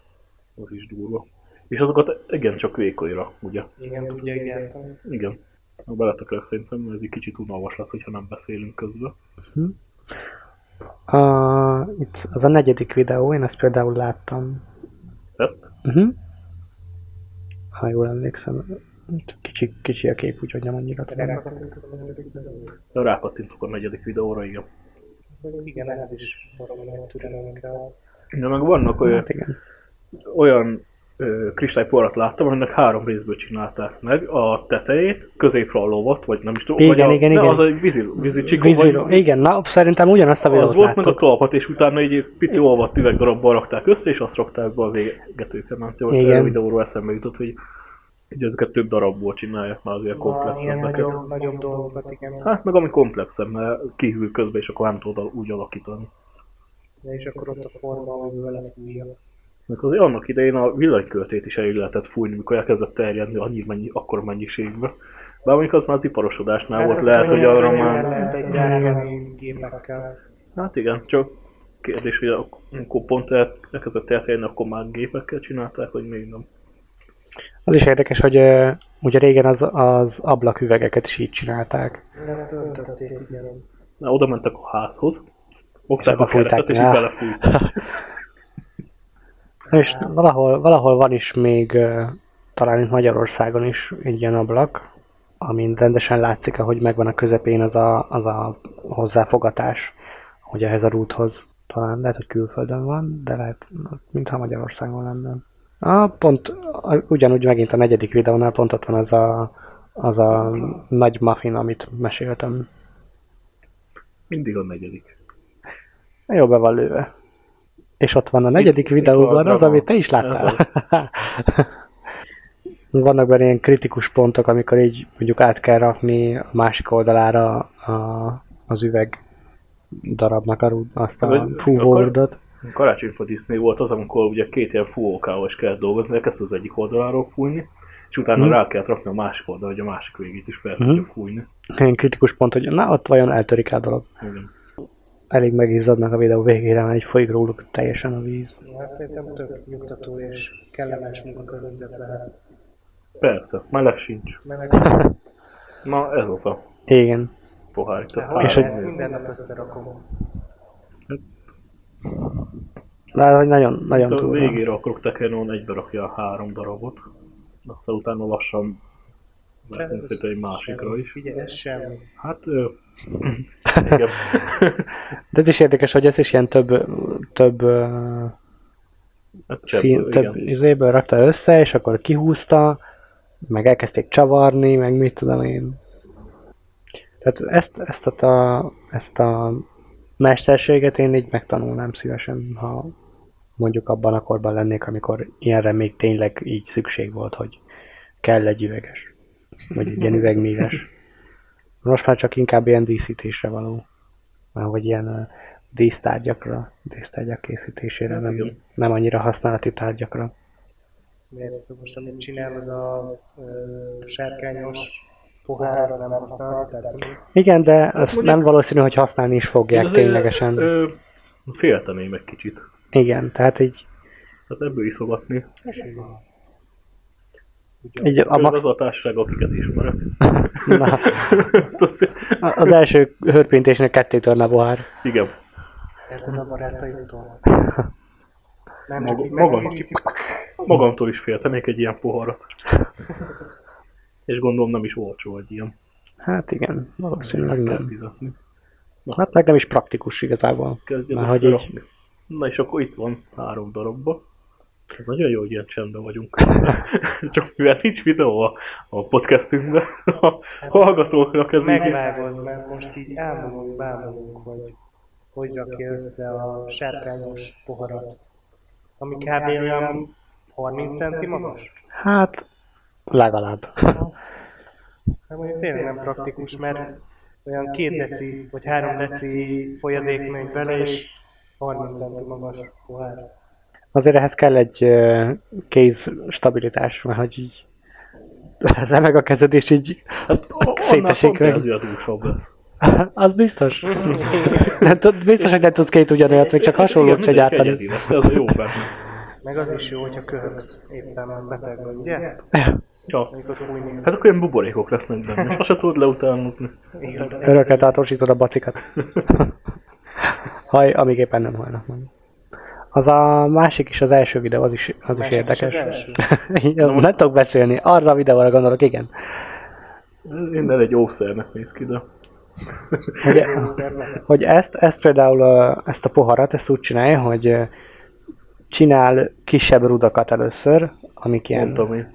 [SPEAKER 1] Az is durva. És azokat igencsak vékonyra, ugye?
[SPEAKER 2] Igen, tudják gyártani.
[SPEAKER 1] Igen. Beletekerek szerintem, mert ez egy kicsit unalmas lesz, hogyha nem beszélünk közben.
[SPEAKER 3] Hm? A, itt az a negyedik videó, én ezt például láttam.
[SPEAKER 1] Tehát,
[SPEAKER 3] Uh-huh. Ha jól emlékszem, itt kicsi, kicsi a kép, úgyhogy nem annyira tudom. Hát
[SPEAKER 2] Rákattunk a negyedik videóra.
[SPEAKER 1] ha rákattintok a negyedik videóra, igen.
[SPEAKER 2] Igen, ehhez is valami nagy türelem kell.
[SPEAKER 1] De meg vannak olyan,
[SPEAKER 3] Hát igen.
[SPEAKER 1] olyan ö, kristályporat láttam, aminek három részből csinálták meg. A tetejét, középre a lovat, vagy nem is tudom.
[SPEAKER 3] Igen,
[SPEAKER 1] vagy a,
[SPEAKER 3] igen,
[SPEAKER 1] de
[SPEAKER 3] igen.
[SPEAKER 1] az egy vízi, vízi csikó,
[SPEAKER 3] Víziló.
[SPEAKER 1] vagy,
[SPEAKER 3] Igen, na, szerintem ugyanazt a
[SPEAKER 1] az
[SPEAKER 3] videót
[SPEAKER 1] volt meg a
[SPEAKER 3] láttuk.
[SPEAKER 1] talpat, és utána egy pici olvat üvegdarabban rakták össze, és azt rakták be a végetőkemencébe.
[SPEAKER 3] Igen.
[SPEAKER 1] A videóról eszembe jutott, hogy hogy ezeket több darabból csinálják már azért
[SPEAKER 2] Van ilyen
[SPEAKER 1] komplexebbeket.
[SPEAKER 2] nagyobb, nagyobb dolgokat, igen.
[SPEAKER 1] Hát meg ami komplexebb, mert kihűl közben, és akkor nem tudod úgy alakítani.
[SPEAKER 2] És akkor ott a forma, ami vele fújja.
[SPEAKER 1] Mert azért annak idején a villanyköltét is elég lehetett fújni, mikor elkezdett terjedni annyi, mennyi, akkor mennyiségbe. Bár mondjuk az már az
[SPEAKER 2] Hát
[SPEAKER 1] iparosodásnál volt, lehet, hogy arra már...
[SPEAKER 2] Lehet egy gyártani gépekkel.
[SPEAKER 1] Hát igen, csak kérdés, hogy akkor pont el- elkezdett elterjedni, akkor már gépekkel csinálták, vagy még nem.
[SPEAKER 3] Az is érdekes, hogy ö, ugye régen az, az ablaküvegeket is így csinálták.
[SPEAKER 2] Nem töltötték, igen.
[SPEAKER 1] Na, oda mentek a házhoz, fogták
[SPEAKER 3] És
[SPEAKER 1] a
[SPEAKER 3] belefújták,
[SPEAKER 1] keretet, és így
[SPEAKER 3] já.
[SPEAKER 1] belefújták.
[SPEAKER 3] És valahol, valahol van is még, ö, talán itt Magyarországon is egy ilyen ablak, amin rendesen látszik, ahogy megvan a közepén az a, az a hozzáfogatás, hogy ehhez a rúthoz talán lehet, hogy külföldön van, de lehet, mintha Magyarországon lenne. A, pont, a, ugyanúgy megint a negyedik videónál pont ott van az a, az a nagy muffin, amit meséltem.
[SPEAKER 1] Mindig a negyedik.
[SPEAKER 3] Jó be van lőve. És ott van a negyedik
[SPEAKER 1] Itt- itt
[SPEAKER 3] videóban
[SPEAKER 1] van,
[SPEAKER 3] az,
[SPEAKER 1] nem
[SPEAKER 3] amit
[SPEAKER 1] a-
[SPEAKER 3] te is láttál.
[SPEAKER 1] ez
[SPEAKER 3] Vannak benne ilyen kritikus pontok, amikor így mondjuk át kell rakni a másik oldalára a, az üveg darabnak a rúd, azt a
[SPEAKER 1] Vagy-
[SPEAKER 3] fúvó
[SPEAKER 1] akkor-
[SPEAKER 3] rúdot.
[SPEAKER 1] Karácsonyfa Disney volt az, amikor ugye két ilyen fúvókával is kellett dolgozni, elkezdte az egyik oldaláról fújni, és utána
[SPEAKER 3] Mhm.
[SPEAKER 1] rá kellett rakni a másik oldalra, hogy a másik végét is fel
[SPEAKER 3] Mhm.
[SPEAKER 1] tudja fújni.
[SPEAKER 3] Ilyen kritikus pont, hogy na ott vajon eltörik a dolog.
[SPEAKER 1] Igen.
[SPEAKER 3] Elég megizzadnak a videó végére, már egy folyik róluk teljesen a víz.
[SPEAKER 2] Hát szerintem tök nyugtató és kellemes munkakörnyezet lehet. hát
[SPEAKER 1] Persze, meleg sincs.
[SPEAKER 2] Meleg,
[SPEAKER 1] Na ez az a
[SPEAKER 3] Igen.
[SPEAKER 1] pohár. itt a
[SPEAKER 2] de hogy
[SPEAKER 1] pohár.
[SPEAKER 3] És hogy-
[SPEAKER 2] lehet, minden nap összerakom.
[SPEAKER 3] De hogy nagyon, nagyon
[SPEAKER 1] a
[SPEAKER 3] durva.
[SPEAKER 1] végére akarok tekerni, egybe rakja a három darabot, aztán utána lassan lehetünk szépen egy másikra is.
[SPEAKER 2] Figyelj, ez semmi.
[SPEAKER 1] Hát, ö, igen.
[SPEAKER 3] De ez is érdekes, hogy ez is ilyen több, több ö,
[SPEAKER 1] Hát,
[SPEAKER 3] Csebből,
[SPEAKER 1] csebből,
[SPEAKER 3] több
[SPEAKER 1] igen.
[SPEAKER 3] izéből rakta össze, és akkor kihúzta, meg elkezdték csavarni, meg mit tudom én. Tehát ezt, ezt, a, ta- ezt a mesterséget én így megtanulnám szívesen, ha mondjuk abban a korban lennék, amikor ilyenre még tényleg így szükség volt, hogy kell egy üveges, vagy egy ilyen üvegmíves. Most már csak inkább ilyen díszítésre való, vagy ilyen ö, dísztárgyakra, dísztárgyak készítésére,
[SPEAKER 1] Hát
[SPEAKER 3] nem,
[SPEAKER 1] igen.
[SPEAKER 3] nem annyira használati tárgyakra.
[SPEAKER 2] Miért most amit csinál az a ö, sárkányos pohárra nem használ, tehát
[SPEAKER 3] Igen, de azt
[SPEAKER 1] Hát mondjuk-
[SPEAKER 3] nem valószínű, hogy használni is fogják
[SPEAKER 1] Azért,
[SPEAKER 3] ténylegesen.
[SPEAKER 1] Ö, félteném egy kicsit.
[SPEAKER 3] Igen, tehát így,
[SPEAKER 1] Tehát ebből iszogatni.
[SPEAKER 3] így a
[SPEAKER 1] A
[SPEAKER 3] max...
[SPEAKER 1] az a társaság, akiket ismerek.
[SPEAKER 3] Na, az első hörpintésnek ketté törne a bohár.
[SPEAKER 1] Igen.
[SPEAKER 2] érted a barátaiktól. Nem
[SPEAKER 1] Maga-
[SPEAKER 2] így
[SPEAKER 1] maga
[SPEAKER 2] meg-
[SPEAKER 1] is. Magamtól is féltenék egy ilyen poharat. És gondolom nem is olcsó egy ilyen.
[SPEAKER 3] Hát igen, valószínűleg
[SPEAKER 1] Kell
[SPEAKER 3] nem.
[SPEAKER 1] fizetni.
[SPEAKER 3] Hát meg nem is praktikus igazából.
[SPEAKER 1] Kezdjed
[SPEAKER 3] Már hogy
[SPEAKER 1] összerakni.
[SPEAKER 3] így
[SPEAKER 1] Na és akkor itt van három darabba. Ez nagyon jó, hogy ilyen csendben vagyunk. Csak mivel nincs videó a, a podcastünkben, a hallgatóknak ez így...
[SPEAKER 2] Megvágod, mert most így álmodunk, bámulunk, hogy hogy rakja össze a sárkányos poharat. Ami kb. olyan 30 centi magas.
[SPEAKER 3] Hát, legalább.
[SPEAKER 2] Hát mondjuk tényleg nem praktikus, mert olyan két deci vagy három deci folyadék megy bele, és 30 centi magas pohár.
[SPEAKER 3] Azért ehhez kell egy ö, kéz stabilitás, mert hogy így az meg a kezed, és így
[SPEAKER 1] Hát o- onnan
[SPEAKER 3] szétesik
[SPEAKER 1] pont
[SPEAKER 3] meg.
[SPEAKER 1] ez a dúsabb lesz.
[SPEAKER 3] Az biztos. Nem tud, biztos, hogy nem tudsz két ugyanolyat, még csak hasonlót se
[SPEAKER 1] Igen, mindegy,
[SPEAKER 3] gyártani.
[SPEAKER 1] egyedi lesz, ez a jó benne.
[SPEAKER 2] Meg az is jó, hogyha köhögsz éppen mert beteg vagy, ugye?
[SPEAKER 1] Ja.
[SPEAKER 2] Amikor fújni.
[SPEAKER 1] Hát akkor ilyen buborékok lesznek benne. Azt se tudod leutánozni.
[SPEAKER 2] Igen.
[SPEAKER 3] Örökre tartósítod a bacikat. Haj, amíg éppen nem hajnak meg. Az a másik is, az első videó, az is, az is
[SPEAKER 2] Másik is
[SPEAKER 3] érdekes.
[SPEAKER 2] az első?
[SPEAKER 3] Igen, nem tudok beszélni, arra a videóra gondolok, igen.
[SPEAKER 1] Minden egy ószernek néz ki, de...
[SPEAKER 3] Hogy,
[SPEAKER 2] Jó szerve.
[SPEAKER 3] hogy ezt, ezt például ö, ezt a poharat, ezt úgy csinálja, hogy ö, csinál kisebb rudakat először, amik ilyen
[SPEAKER 1] Mondtam én.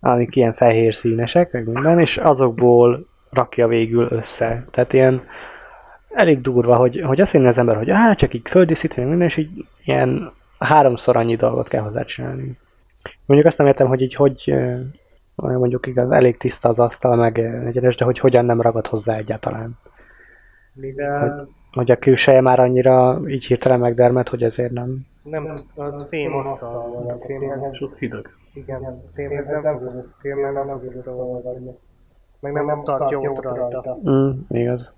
[SPEAKER 3] amik ilyen fehér színesek, meg minden, és azokból rakja végül össze. Tehát ilyen elég durva, hogy, hogy azt hinni az ember, hogy hát csak így földíszíteni minden, és így ilyen háromszor annyi dolgot kell hozzá csinálni. Mondjuk azt nem értem, hogy így hogy eh, mondjuk igaz, elég tiszta az asztal, meg eh, egyenes, de hogy hogyan nem ragad hozzá egyáltalán.
[SPEAKER 2] Mivel
[SPEAKER 3] Hogy a külseje már annyira így hirtelen megdermed, hogy ezért nem.
[SPEAKER 2] nem, az fém asztal van a
[SPEAKER 1] És
[SPEAKER 2] fémhez.
[SPEAKER 1] ott hideg.
[SPEAKER 2] Igen, fémhez nem fogsz, fémhez nem fogsz olvadni. Meg nem, nem tart jót rajta.
[SPEAKER 3] Mm, igaz.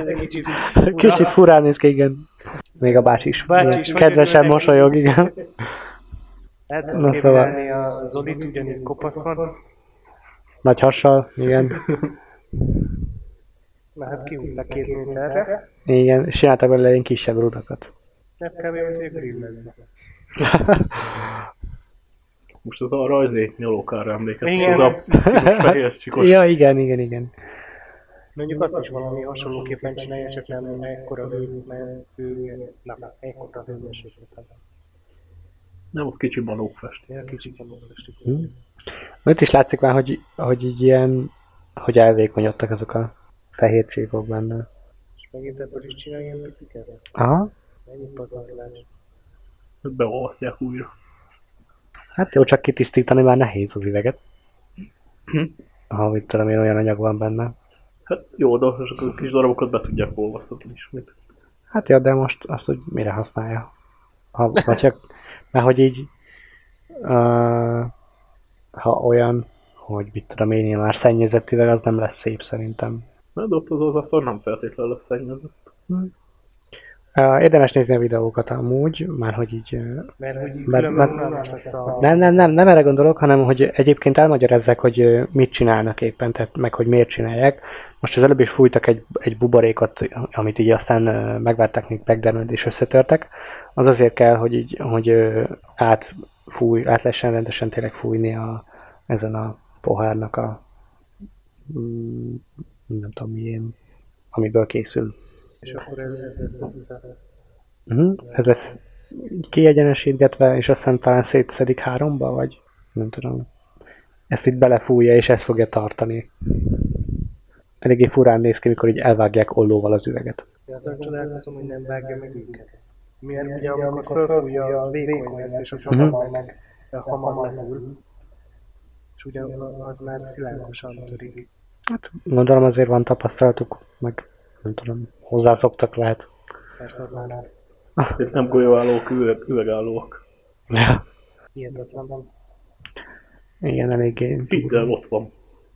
[SPEAKER 2] Ez egy kicsit
[SPEAKER 3] Kicsit furán néz ki, igen. Még a bácsi is.
[SPEAKER 2] Bácsi is
[SPEAKER 3] kedvesen
[SPEAKER 2] hogy örülnek.
[SPEAKER 3] mosolyog, igen.
[SPEAKER 2] El
[SPEAKER 3] Na,
[SPEAKER 2] tudom képzelni a Zolit ugyanígy kopaszon,
[SPEAKER 3] Nagy hassal, igen.
[SPEAKER 2] mert hát kiúzta két méterre,
[SPEAKER 3] Igen, és csináltak belőle ilyen kisebb rudakat.
[SPEAKER 2] nem kell még egy grillezbe.
[SPEAKER 1] Most az a rajzét nyalókára emlékeztem.
[SPEAKER 2] Igen.
[SPEAKER 1] Igen. Az a piros fehér csikos.
[SPEAKER 3] ja, igen, igen, igen.
[SPEAKER 2] Mondjuk azt is valami hasonlóképpen csinálja, csak nem ekkora hő, mert ő, na, ekkora hőmérséklet.
[SPEAKER 1] Nem, az kicsi manók fest.
[SPEAKER 2] Ilyen kicsit van most.
[SPEAKER 3] Hm. Itt is látszik már, hogy, hogy így ilyen, hogy elvékonyodtak azok a fehér csíkok benne.
[SPEAKER 2] És megint ebből is csinálj ilyen piciket?
[SPEAKER 3] Aha.
[SPEAKER 2] Mennyi pazarlás?
[SPEAKER 1] Beolvasztják újra.
[SPEAKER 3] Hát jó, csak kitisztítani már nehéz az üveget.
[SPEAKER 1] Hm.
[SPEAKER 3] Ha mit tudom én, olyan anyag van benne.
[SPEAKER 1] Hát jó, de azok a kis darabokat be tudják olvasztatni ismét.
[SPEAKER 3] Hát ja, de most azt, hogy mire használja. Ha, vagy csak, mert hogy így, uh, ha olyan, hogy mit tudom én, ilyen már szennyezett üveg, az nem lesz szép szerintem.
[SPEAKER 1] Na, de ott az az asztal nem feltétlenül lesz szennyezett.
[SPEAKER 3] Ö, Érdemes nézni a videókat amúgy, már hogy így... ö,
[SPEAKER 2] Mert hogy így
[SPEAKER 3] Mert-
[SPEAKER 2] különben
[SPEAKER 3] mert-
[SPEAKER 2] unalmas lesz a...
[SPEAKER 3] Nem, nem, nem, nem erre gondolok, hanem hogy egyébként elmagyarázzák, hogy ö, mit csinálnak éppen, tehát meg hogy miért csinálják. Most az előbb is fújtak egy, egy buborékot, amit így aztán ö, megvárták, még megdermed és összetörtek. Az azért kell, hogy így, hogy ö, átfúj, át lehessen rendesen tényleg fújni a, ezen a pohárnak a mm, nem tudom milyen, amiből készül.
[SPEAKER 2] És akkor ez ez lesz össze.
[SPEAKER 3] Uh-huh. Ez lesz kiegyenesítgetve, és aztán talán szétszedik háromba, vagy nem tudom. Ezt itt belefújja, és ezt fogja tartani. Eléggé furán néz ki, mikor így elvágják ollóval az üveget.
[SPEAKER 2] De azon csodálkozom, hogy nem vágja meg őket. Miért ugye amikor fölfújja, az vékony lesz, és az
[SPEAKER 3] Mhm.
[SPEAKER 2] hamar meg, hamar lehull. És ugyanaz már világosan törik.
[SPEAKER 3] Hát gondolom azért van tapasztalatuk, meg nem tudom, hozzászoktak lehet.
[SPEAKER 2] Persze az már
[SPEAKER 1] Itt nem golyóállók, üveg, üvegállók.
[SPEAKER 2] hihetetlen van.
[SPEAKER 3] Igen, eléggé.
[SPEAKER 1] Minden ott van.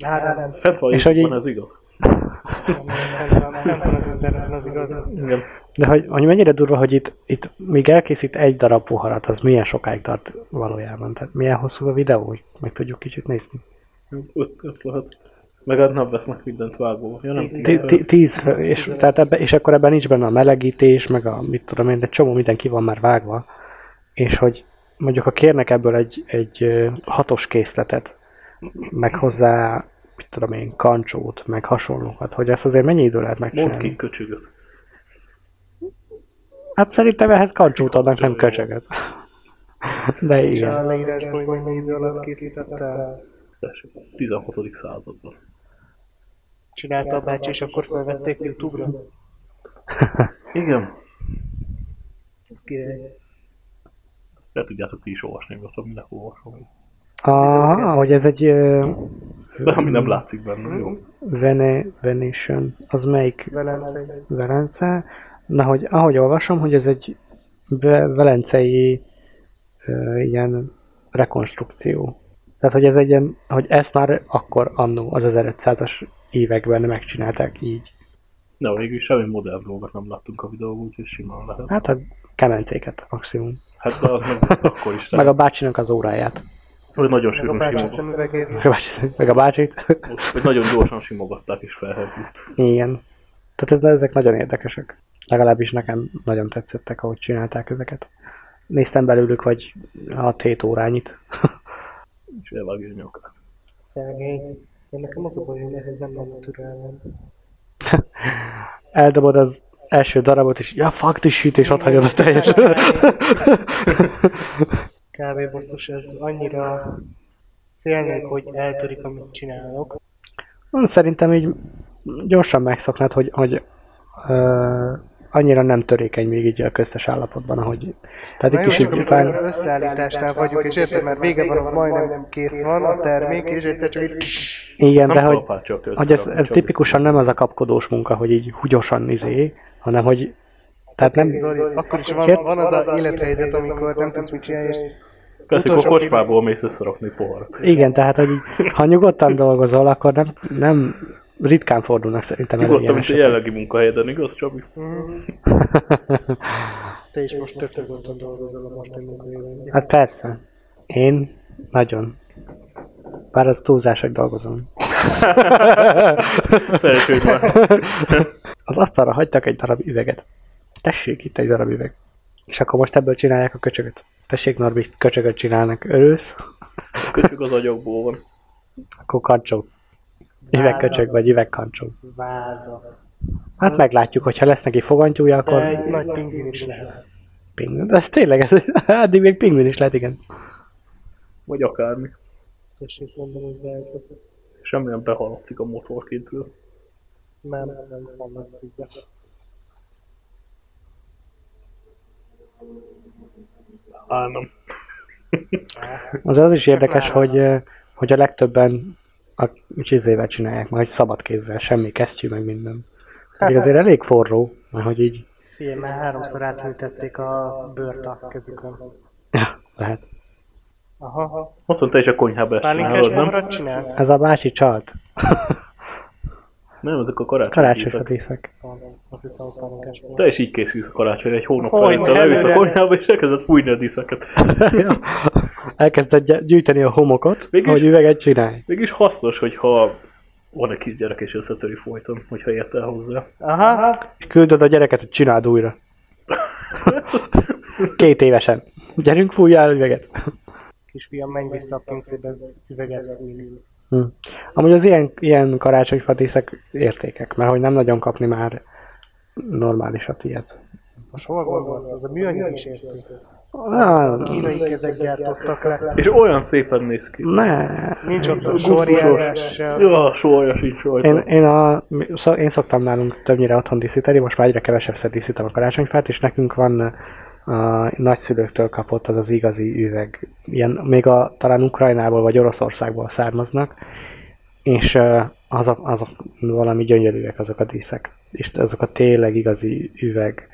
[SPEAKER 2] Hát nem,
[SPEAKER 1] Fent van,
[SPEAKER 3] És
[SPEAKER 1] és
[SPEAKER 3] hogy így-
[SPEAKER 1] van, ez igaz.
[SPEAKER 2] nem, nem, nem, nem, nem, az igaz.
[SPEAKER 1] Igen.
[SPEAKER 3] De hogy, hogy mennyire durva, hogy itt, itt még elkészít egy darab poharat, az milyen sokáig tart valójában? Tehát milyen hosszú a videó, hogy meg tudjuk kicsit nézni?
[SPEAKER 1] Öt, öt lehet. Meg hát nem vesznek mindent vágóba. Ja, nem
[SPEAKER 3] Ti- ti- Tíz, fő, és, tehát ebbe, és akkor ebben nincs benne a melegítés, meg a mit tudom én, de csomó minden ki van már vágva, és hogy mondjuk ha kérnek ebből egy, egy ö, hatos készletet, meg hozzá, mit tudom én, kancsót, meg hasonlókat, hogy ezt azért mennyi idő lehet
[SPEAKER 1] Mondd
[SPEAKER 3] megcsinálni?
[SPEAKER 1] ki köcsögöt.
[SPEAKER 3] Hát szerintem ehhez kancsót adnak, nem köcsögöt. De
[SPEAKER 2] És
[SPEAKER 3] igen.
[SPEAKER 2] a leírásból, hogy mennyi idő alatt készítette,
[SPEAKER 1] Tessék, 16. században.
[SPEAKER 2] csinálta a bácsi, és akkor felvették Youtube-ra.
[SPEAKER 1] Igen.
[SPEAKER 2] Ez király.
[SPEAKER 1] Le tudjátok ti is olvasni, mert aminek olvasom.
[SPEAKER 3] Aha, hogy ez egy ö,
[SPEAKER 1] De ami nem látszik benne, jó.
[SPEAKER 3] Vene, Venetian, az melyik
[SPEAKER 2] Velem szerint.
[SPEAKER 3] Velence, Na, hogy ahogy olvasom, hogy ez egy ve- velencei ö, ilyen rekonstrukció. Tehát, hogy ez egy ilyen, hogy ezt már akkor annó az 1500-as években megcsinálták így.
[SPEAKER 1] De végül semmi modellvlogot nem láttunk a videóban, úgyhogy simán lehet.
[SPEAKER 3] Hát a kemencéket maximum.
[SPEAKER 1] Hát de az meg akkor is
[SPEAKER 3] Meg
[SPEAKER 1] lehet.
[SPEAKER 3] a bácsinak az óráját.
[SPEAKER 1] Hogy nagyon
[SPEAKER 2] Meg a
[SPEAKER 1] sűrűn
[SPEAKER 2] bácsi
[SPEAKER 1] simogatták.
[SPEAKER 2] szemüvegét.
[SPEAKER 3] Meg a, bácsi, meg a bácsit.
[SPEAKER 1] Hogy nagyon gyorsan simogatták és felhevült.
[SPEAKER 3] Igen. Tehát ez, ezek nagyon érdekesek. Legalábbis nekem nagyon tetszettek, ahogy csinálták ezeket. Néztem belőlük vagy 6-7 órányit.
[SPEAKER 1] És elvágja a nyakát.
[SPEAKER 2] Szegény. Én nekem az a bajom, hogy ez nem lenne türelmem.
[SPEAKER 3] Eldobod az első darabot, és ja, fuck this shit, és ott hagyod a teljes.
[SPEAKER 2] Kb. basszus, ez annyira félnék, hogy eltörik, amit csinálok.
[SPEAKER 3] Hm, Szerintem így gyorsan megszoknád, hogy, hogy ö, annyira nem törékeny még így a köztes állapotban, ahogy... Tehát
[SPEAKER 2] Na
[SPEAKER 3] egy
[SPEAKER 2] jó,
[SPEAKER 3] kicsit
[SPEAKER 2] csak
[SPEAKER 3] után...
[SPEAKER 2] amikor összeállításnál vagyunk, és érted, mert vége van, az majdnem kész van a termék, és egyszer csak így...
[SPEAKER 3] Igen, de
[SPEAKER 1] Nem
[SPEAKER 3] hogy...
[SPEAKER 1] kalapácsolja a
[SPEAKER 3] Hogy ez,
[SPEAKER 1] közterem,
[SPEAKER 3] ez
[SPEAKER 1] Csabi.
[SPEAKER 3] tipikusan nem az a kapkodós munka, hogy így hugyosan izé, hanem hogy... Tehát Hát nem...
[SPEAKER 2] Zoli, akkor is van, van az a élethelyzet, amikor nem tudsz mit csinálni, és
[SPEAKER 1] Persze, akkor
[SPEAKER 2] utolsó
[SPEAKER 1] kocsmából mész összerakni poharat.
[SPEAKER 3] Igen, tehát hogy így, ha nyugodtan dolgozol, akkor nem, nem ritkán fordulnak szerintem elő
[SPEAKER 1] Nyugodtan,
[SPEAKER 3] ilyen
[SPEAKER 1] mint a
[SPEAKER 3] esetek.
[SPEAKER 1] jellegi munkahelyeden, igaz Csabi?
[SPEAKER 3] Mhm.
[SPEAKER 2] te is most tök nyugodtan dolgozol a mostani munkahelyben.
[SPEAKER 3] Hát persze. Én nagyon. Bár az túlzás, hogy dolgozom.
[SPEAKER 1] Szerencsé, hogy már.
[SPEAKER 3] Az asztalra hagytak egy darab üveget. Tessék, itt egy darab üveg. És akkor most ebből csinálják a köcsögöt. Tessék, Norbi, köcsögöt csinálnak. Örülsz?
[SPEAKER 1] Köcsög az agyakból van.
[SPEAKER 3] Akkor kancsó. Üvegköcsög vagy üvegkancsó.
[SPEAKER 2] Váza.
[SPEAKER 3] Hát meglátjuk, hogyha lesz neki fogantyúja,
[SPEAKER 2] De
[SPEAKER 3] akkor
[SPEAKER 2] egy nagy pingvin is lehet.
[SPEAKER 3] pingvin. De ez tényleg, ez, addig még pingvin is lehet, igen.
[SPEAKER 1] Vagy akármi.
[SPEAKER 2] Tessék, mondom, hogy beállított.
[SPEAKER 1] Semmi nem behaladszik a motorkéntől.
[SPEAKER 2] Nem, nem, nem, nem, nem tudja.
[SPEAKER 1] Á, nem.
[SPEAKER 3] Az az is érdekes, hogy, eh, hogy a legtöbben a csizével csinálják, majd szabad kézzel, semmi kesztyű, meg minden. Pedig azért elég forró, mert hogy így
[SPEAKER 2] Figyelj, már háromszor áthűtették a bőrt a kezükön.
[SPEAKER 3] lehet.
[SPEAKER 2] Aha.
[SPEAKER 1] Azt mondta, és a konyhába ezt
[SPEAKER 2] Pálinkás
[SPEAKER 1] csinálod, nem?
[SPEAKER 2] mamarat csinál?
[SPEAKER 3] Ez a másik csalt.
[SPEAKER 1] Nem, ezek a karácsonyi
[SPEAKER 3] Karácsonyfa
[SPEAKER 1] képek.
[SPEAKER 3] készek.
[SPEAKER 2] Azt hittem, hogy pálinkás mamarat.
[SPEAKER 1] Te is így készülsz a karácsonyra, egy hónappal
[SPEAKER 2] Hogy
[SPEAKER 1] itt leülsz a
[SPEAKER 2] előre.
[SPEAKER 1] konyhába, és elkezded fújni a diszeket.
[SPEAKER 3] Elkezdett gy- gyűjteni a homokot,
[SPEAKER 1] Mégis-
[SPEAKER 3] hogy üveget csinálj.
[SPEAKER 1] Mégis hasznos, hogyha van egy kisgyerek és összetöri folyton, hogyha ért el hozzá.
[SPEAKER 2] Aha.
[SPEAKER 3] És küldöd a gyereket, hogy csináld újra. Két évesen. Gyerünk, fújjál üveget.
[SPEAKER 2] Kisfiam, menj vissza a pincébe üveget fújni.
[SPEAKER 3] Hm. Amúgy az ilyen, ilyen karácsonyfadészek értékek, mert hogy nem nagyon kapni már normálisat ilyet.
[SPEAKER 2] Most hol gondolsz? Az a műanyag is érték.
[SPEAKER 3] Ah,
[SPEAKER 2] Kínai kezek gyártottak le.
[SPEAKER 1] És olyan szépen néz ki.
[SPEAKER 3] ne.
[SPEAKER 2] Nincs ott a
[SPEAKER 1] Gusztusos.
[SPEAKER 2] sorjárás sem.
[SPEAKER 1] Ja, sója sincs rajta.
[SPEAKER 3] Én, én, a, mi- szó- én szoktam nálunk többnyire otthon díszíteni, most már egyre kevesebbszer díszítem a karácsonyfát, és nekünk van a nagyszülőktől kapott az az igazi üveg. Ilyen, még a, talán Ukrajnából vagy Oroszországból származnak, és ö, azok, azok valami gyönyörűek azok a díszek. És azok a tényleg igazi üveg.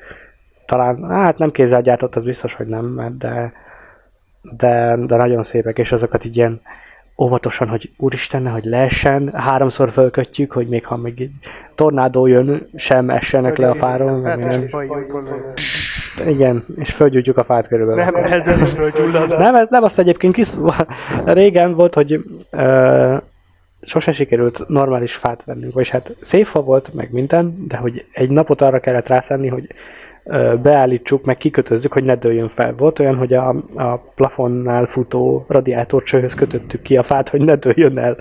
[SPEAKER 3] Talán, hát nem kézzel gyártott, az biztos, hogy nem, mert de, de, de nagyon szépek, és azokat így ilyen óvatosan, hogy úristen, hogy leessen, háromszor fölkötjük, hogy még ha még egy tornádó jön, sem essenek le a
[SPEAKER 2] Hát,
[SPEAKER 3] fáról, meg minden. Igen, és fölgyújtjuk a fát körülbelül.
[SPEAKER 2] Nem, ez nem is gyullad.
[SPEAKER 3] Nem, ez nem azt egyébként kis... Régen volt, hogy ö, sose sikerült normális fát vennünk, vagyis hát szép fa volt, meg minden, de hogy egy napot arra kellett rászánni, hogy ö, beállítsuk, meg kikötözzük, hogy ne dőljön fel. Volt olyan, hogy a, a plafonnál futó radiátorcsőhöz kötöttük ki a fát, hogy ne dőljön el.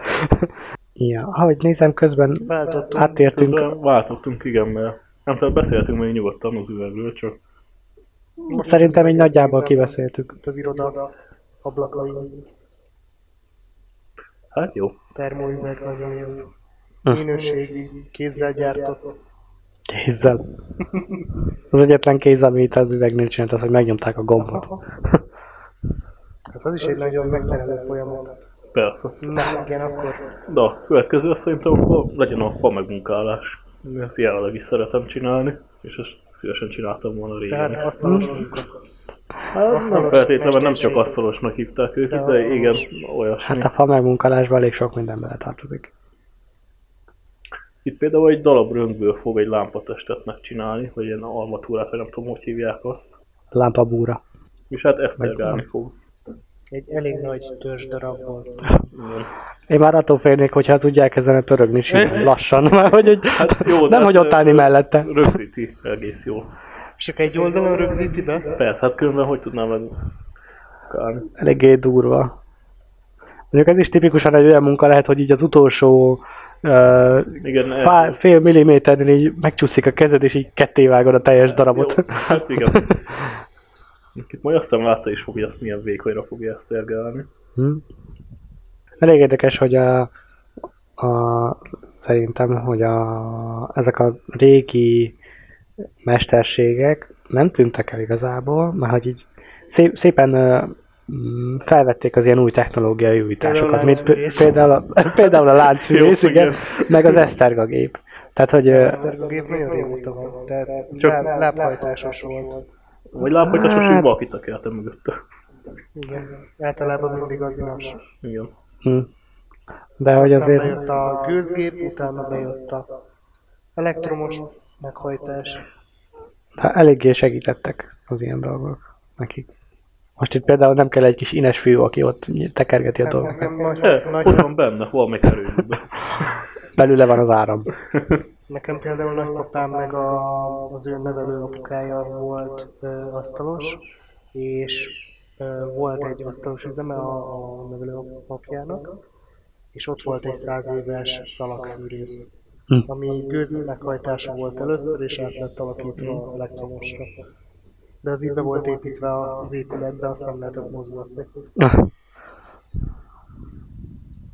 [SPEAKER 3] ja, ahogy nézem, közben
[SPEAKER 2] Váltottunk.
[SPEAKER 3] áttértünk.
[SPEAKER 1] Közben váltottunk, igen, mert nem tudom, beszéltünk még nyugodtan az üvegről, csak
[SPEAKER 3] Szerintem egy nagyjából kibeszéltük.
[SPEAKER 2] Az iroda ablakai
[SPEAKER 1] hát jó.
[SPEAKER 2] termóüveg nagyon jó.
[SPEAKER 3] Hm.
[SPEAKER 2] Minőségi, kézzel gyártott.
[SPEAKER 3] Kézzel. Az egyetlen kéz, amit az üvegnél csinált, az, hogy megnyomták a gombot.
[SPEAKER 2] Hát az is egy nagyon megterelő folyamat.
[SPEAKER 1] Persze.
[SPEAKER 2] Na, igen, akkor
[SPEAKER 1] De a következő azt szerintem akkor legyen a fa megmunkálás. Ezt jelenleg is szeretem csinálni, és ezt szívesen csináltam volna régen.
[SPEAKER 2] Tehát asztalos munka.
[SPEAKER 1] Hát, nem
[SPEAKER 2] asztalos
[SPEAKER 1] feltétlenül, nem csak
[SPEAKER 2] mesterséges.
[SPEAKER 1] asztalosnak hívták őket,
[SPEAKER 2] De
[SPEAKER 1] de igen,
[SPEAKER 2] asztalos.
[SPEAKER 1] olyasmi.
[SPEAKER 3] Hát a fa megmunkalásban elég sok minden beletartozik.
[SPEAKER 1] Itt például egy darab röngből fog egy lámpatestet megcsinálni, vagy ilyen armatúrát, vagy nem tudom, hogy hívják azt.
[SPEAKER 3] Lámpabúra.
[SPEAKER 1] És hát ezt tergálni fog.
[SPEAKER 2] Egy elég nagy törzs darab volt.
[SPEAKER 1] Igen.
[SPEAKER 3] Én már attól félnék, hogyha tudják ezen pörögni simán, lassan, mert hogy, hogy
[SPEAKER 1] Hát jó, de
[SPEAKER 3] nem hogy
[SPEAKER 1] hát,
[SPEAKER 3] ott állni
[SPEAKER 1] ö,
[SPEAKER 3] mellette.
[SPEAKER 1] Rögzíti egész jól.
[SPEAKER 2] És csak egy oldalon rögzíti be?
[SPEAKER 1] Persze, hát különben hogy tudnám meg kárni.
[SPEAKER 3] Eléggé durva. Mondjuk ez is tipikusan egy olyan munka lehet, hogy így az utolsó ö,
[SPEAKER 1] Igen, ez-
[SPEAKER 3] fá, fél milliméternél így megcsúszik a kezed, és így ketté vágod a teljes darabot.
[SPEAKER 1] Jó, hát igen. Itt majd azt hiszem Láca is fogja azt milyen vékonyra fogja ezt tergálni.
[SPEAKER 3] Hm. Elég érdekes, hogy a, a, szerintem, hogy a, ezek a régi mesterségek nem tűntek el igazából, mert hogy így szép, szépen ö, m, felvették az ilyen új technológiai újításokat,
[SPEAKER 2] Például
[SPEAKER 3] mint p-
[SPEAKER 2] láncművész.
[SPEAKER 3] például a, például a láncművész,
[SPEAKER 1] Jó, igen.
[SPEAKER 3] igen, meg az esztergagép. Tehát, hogy ö,
[SPEAKER 2] A gép nagyon régóta van, tehát
[SPEAKER 1] Csak-
[SPEAKER 2] csak lábhajtásos volt.
[SPEAKER 1] Vagy lábhajtás, most
[SPEAKER 3] Hát-
[SPEAKER 1] így valakit a kertem mögötte.
[SPEAKER 2] Igen, általában mindig az más.
[SPEAKER 1] Igen.
[SPEAKER 3] hm. de hogy
[SPEAKER 2] Aztán
[SPEAKER 3] azért
[SPEAKER 2] bejött a gőzgép, utána bejött a elektromos meghajtás.
[SPEAKER 3] hát eléggé segítettek az ilyen dolgok nekik. Most itt például nem kell egy kis ines fiú, aki ott tekergeti a dolgokat.
[SPEAKER 2] Nekem nagy,
[SPEAKER 1] E, ott
[SPEAKER 2] nagy,
[SPEAKER 1] van benne, valamelyik erőműben.
[SPEAKER 3] Belőle van az áram.
[SPEAKER 2] Nekem például nagypapám meg a, az ő nevelő apukája volt ö, asztalos, és ö, volt egy asztalos üzeme a, a nevelő apjának, és ott volt egy száz éves szalagfűrész,
[SPEAKER 3] Hm.
[SPEAKER 2] ami gőz meghajtása volt először, és át lett alakítva elektromosra. De az így be volt építve az épületbe, azt nem lehetett mozgatni.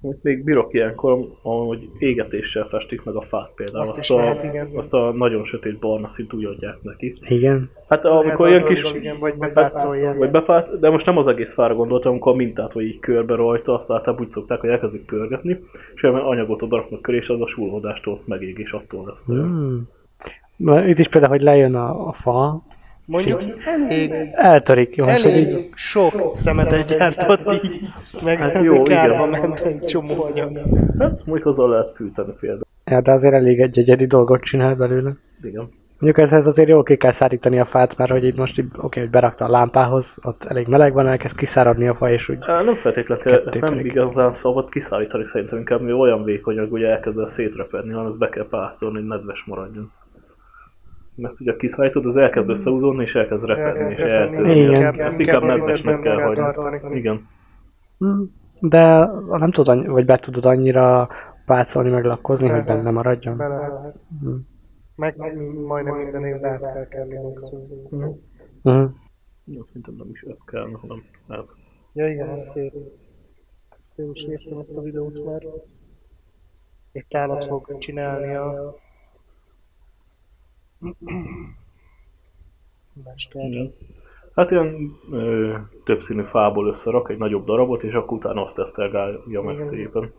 [SPEAKER 1] Amit Még bírok ilyenkor, ahogy égetéssel festik meg a fát például.
[SPEAKER 2] Azt is
[SPEAKER 1] Azt a,
[SPEAKER 2] lehet, igen.
[SPEAKER 1] azt a nagyon sötét barna szint úgy adják neki.
[SPEAKER 3] Igen.
[SPEAKER 1] Hát amikor ilyen kis...
[SPEAKER 2] Igen, vagy
[SPEAKER 1] Vagy
[SPEAKER 2] bepácolják.
[SPEAKER 1] befát, de most nem az egész fára gondoltam, amikor a mintát, vagy így körbe rajta, azt általában úgy szokták, hogy elkezdik pörgetni, és olyan anyagot odaraknak köré, és az a súlódástól megég, és attól lesz. olyan.
[SPEAKER 3] Mm. Na, itt is például, hogy lejön a, a fa,
[SPEAKER 2] Mondjuk elég
[SPEAKER 3] eltörik. Jó, most így,
[SPEAKER 2] Elég sok szemetet gyártott így, meg
[SPEAKER 1] Hát
[SPEAKER 2] hát
[SPEAKER 1] jó,
[SPEAKER 2] jó, kárba
[SPEAKER 1] igen.
[SPEAKER 2] ment egy csomó anyag.
[SPEAKER 1] Hát, mondjuk azzal lehet fűteni például.
[SPEAKER 3] ja, de azért elég egy egyedi dolgot csinál belőle.
[SPEAKER 1] Igen.
[SPEAKER 3] Mondjuk ezhez azért jól ki kell szárítani a fát, mert hogy itt most így, oké, hogy berakta a lámpához, ott elég meleg van, elkezd kiszáradni a fa, és úgy
[SPEAKER 1] Á, Nem feltétlenül, kell- ezt nem
[SPEAKER 3] Ketté
[SPEAKER 1] igazán szabad kiszállítani szerintem, inkább mi olyan vékony, hogy ugye elkezd el szétrepedni, hanem ezt be kell pásztolni, hogy nedves maradjon. Mert ugye kiszállítod, az elkezd összehúzódni, és Hmm. elkezd repedni, és eltörni.
[SPEAKER 3] Igen.
[SPEAKER 1] Ezt- Ezt inkább nedvesnek kell hagyni.
[SPEAKER 2] hagyni.
[SPEAKER 1] Igen.
[SPEAKER 3] Mm, De nem tudod, annyi- vagy be tudod annyira pácolni, meg lakkozni, hogy benne maradjon. Mm.
[SPEAKER 2] hát Meg majdnem minden évben át kell kelni maximum.
[SPEAKER 3] Mm.
[SPEAKER 1] Jó, Szerintem nem is ez kell, hanem ez.
[SPEAKER 2] Ja igen, ez szép. Ezt én is néztem ezt a videót már. Egy tálat fog csinálni a... Mester.
[SPEAKER 1] Igen. Hát ilyen ö, többszínű fából összerak egy nagyobb darabot, és akkor utána azt tesztelgálja meg
[SPEAKER 2] Igen.
[SPEAKER 1] szépen.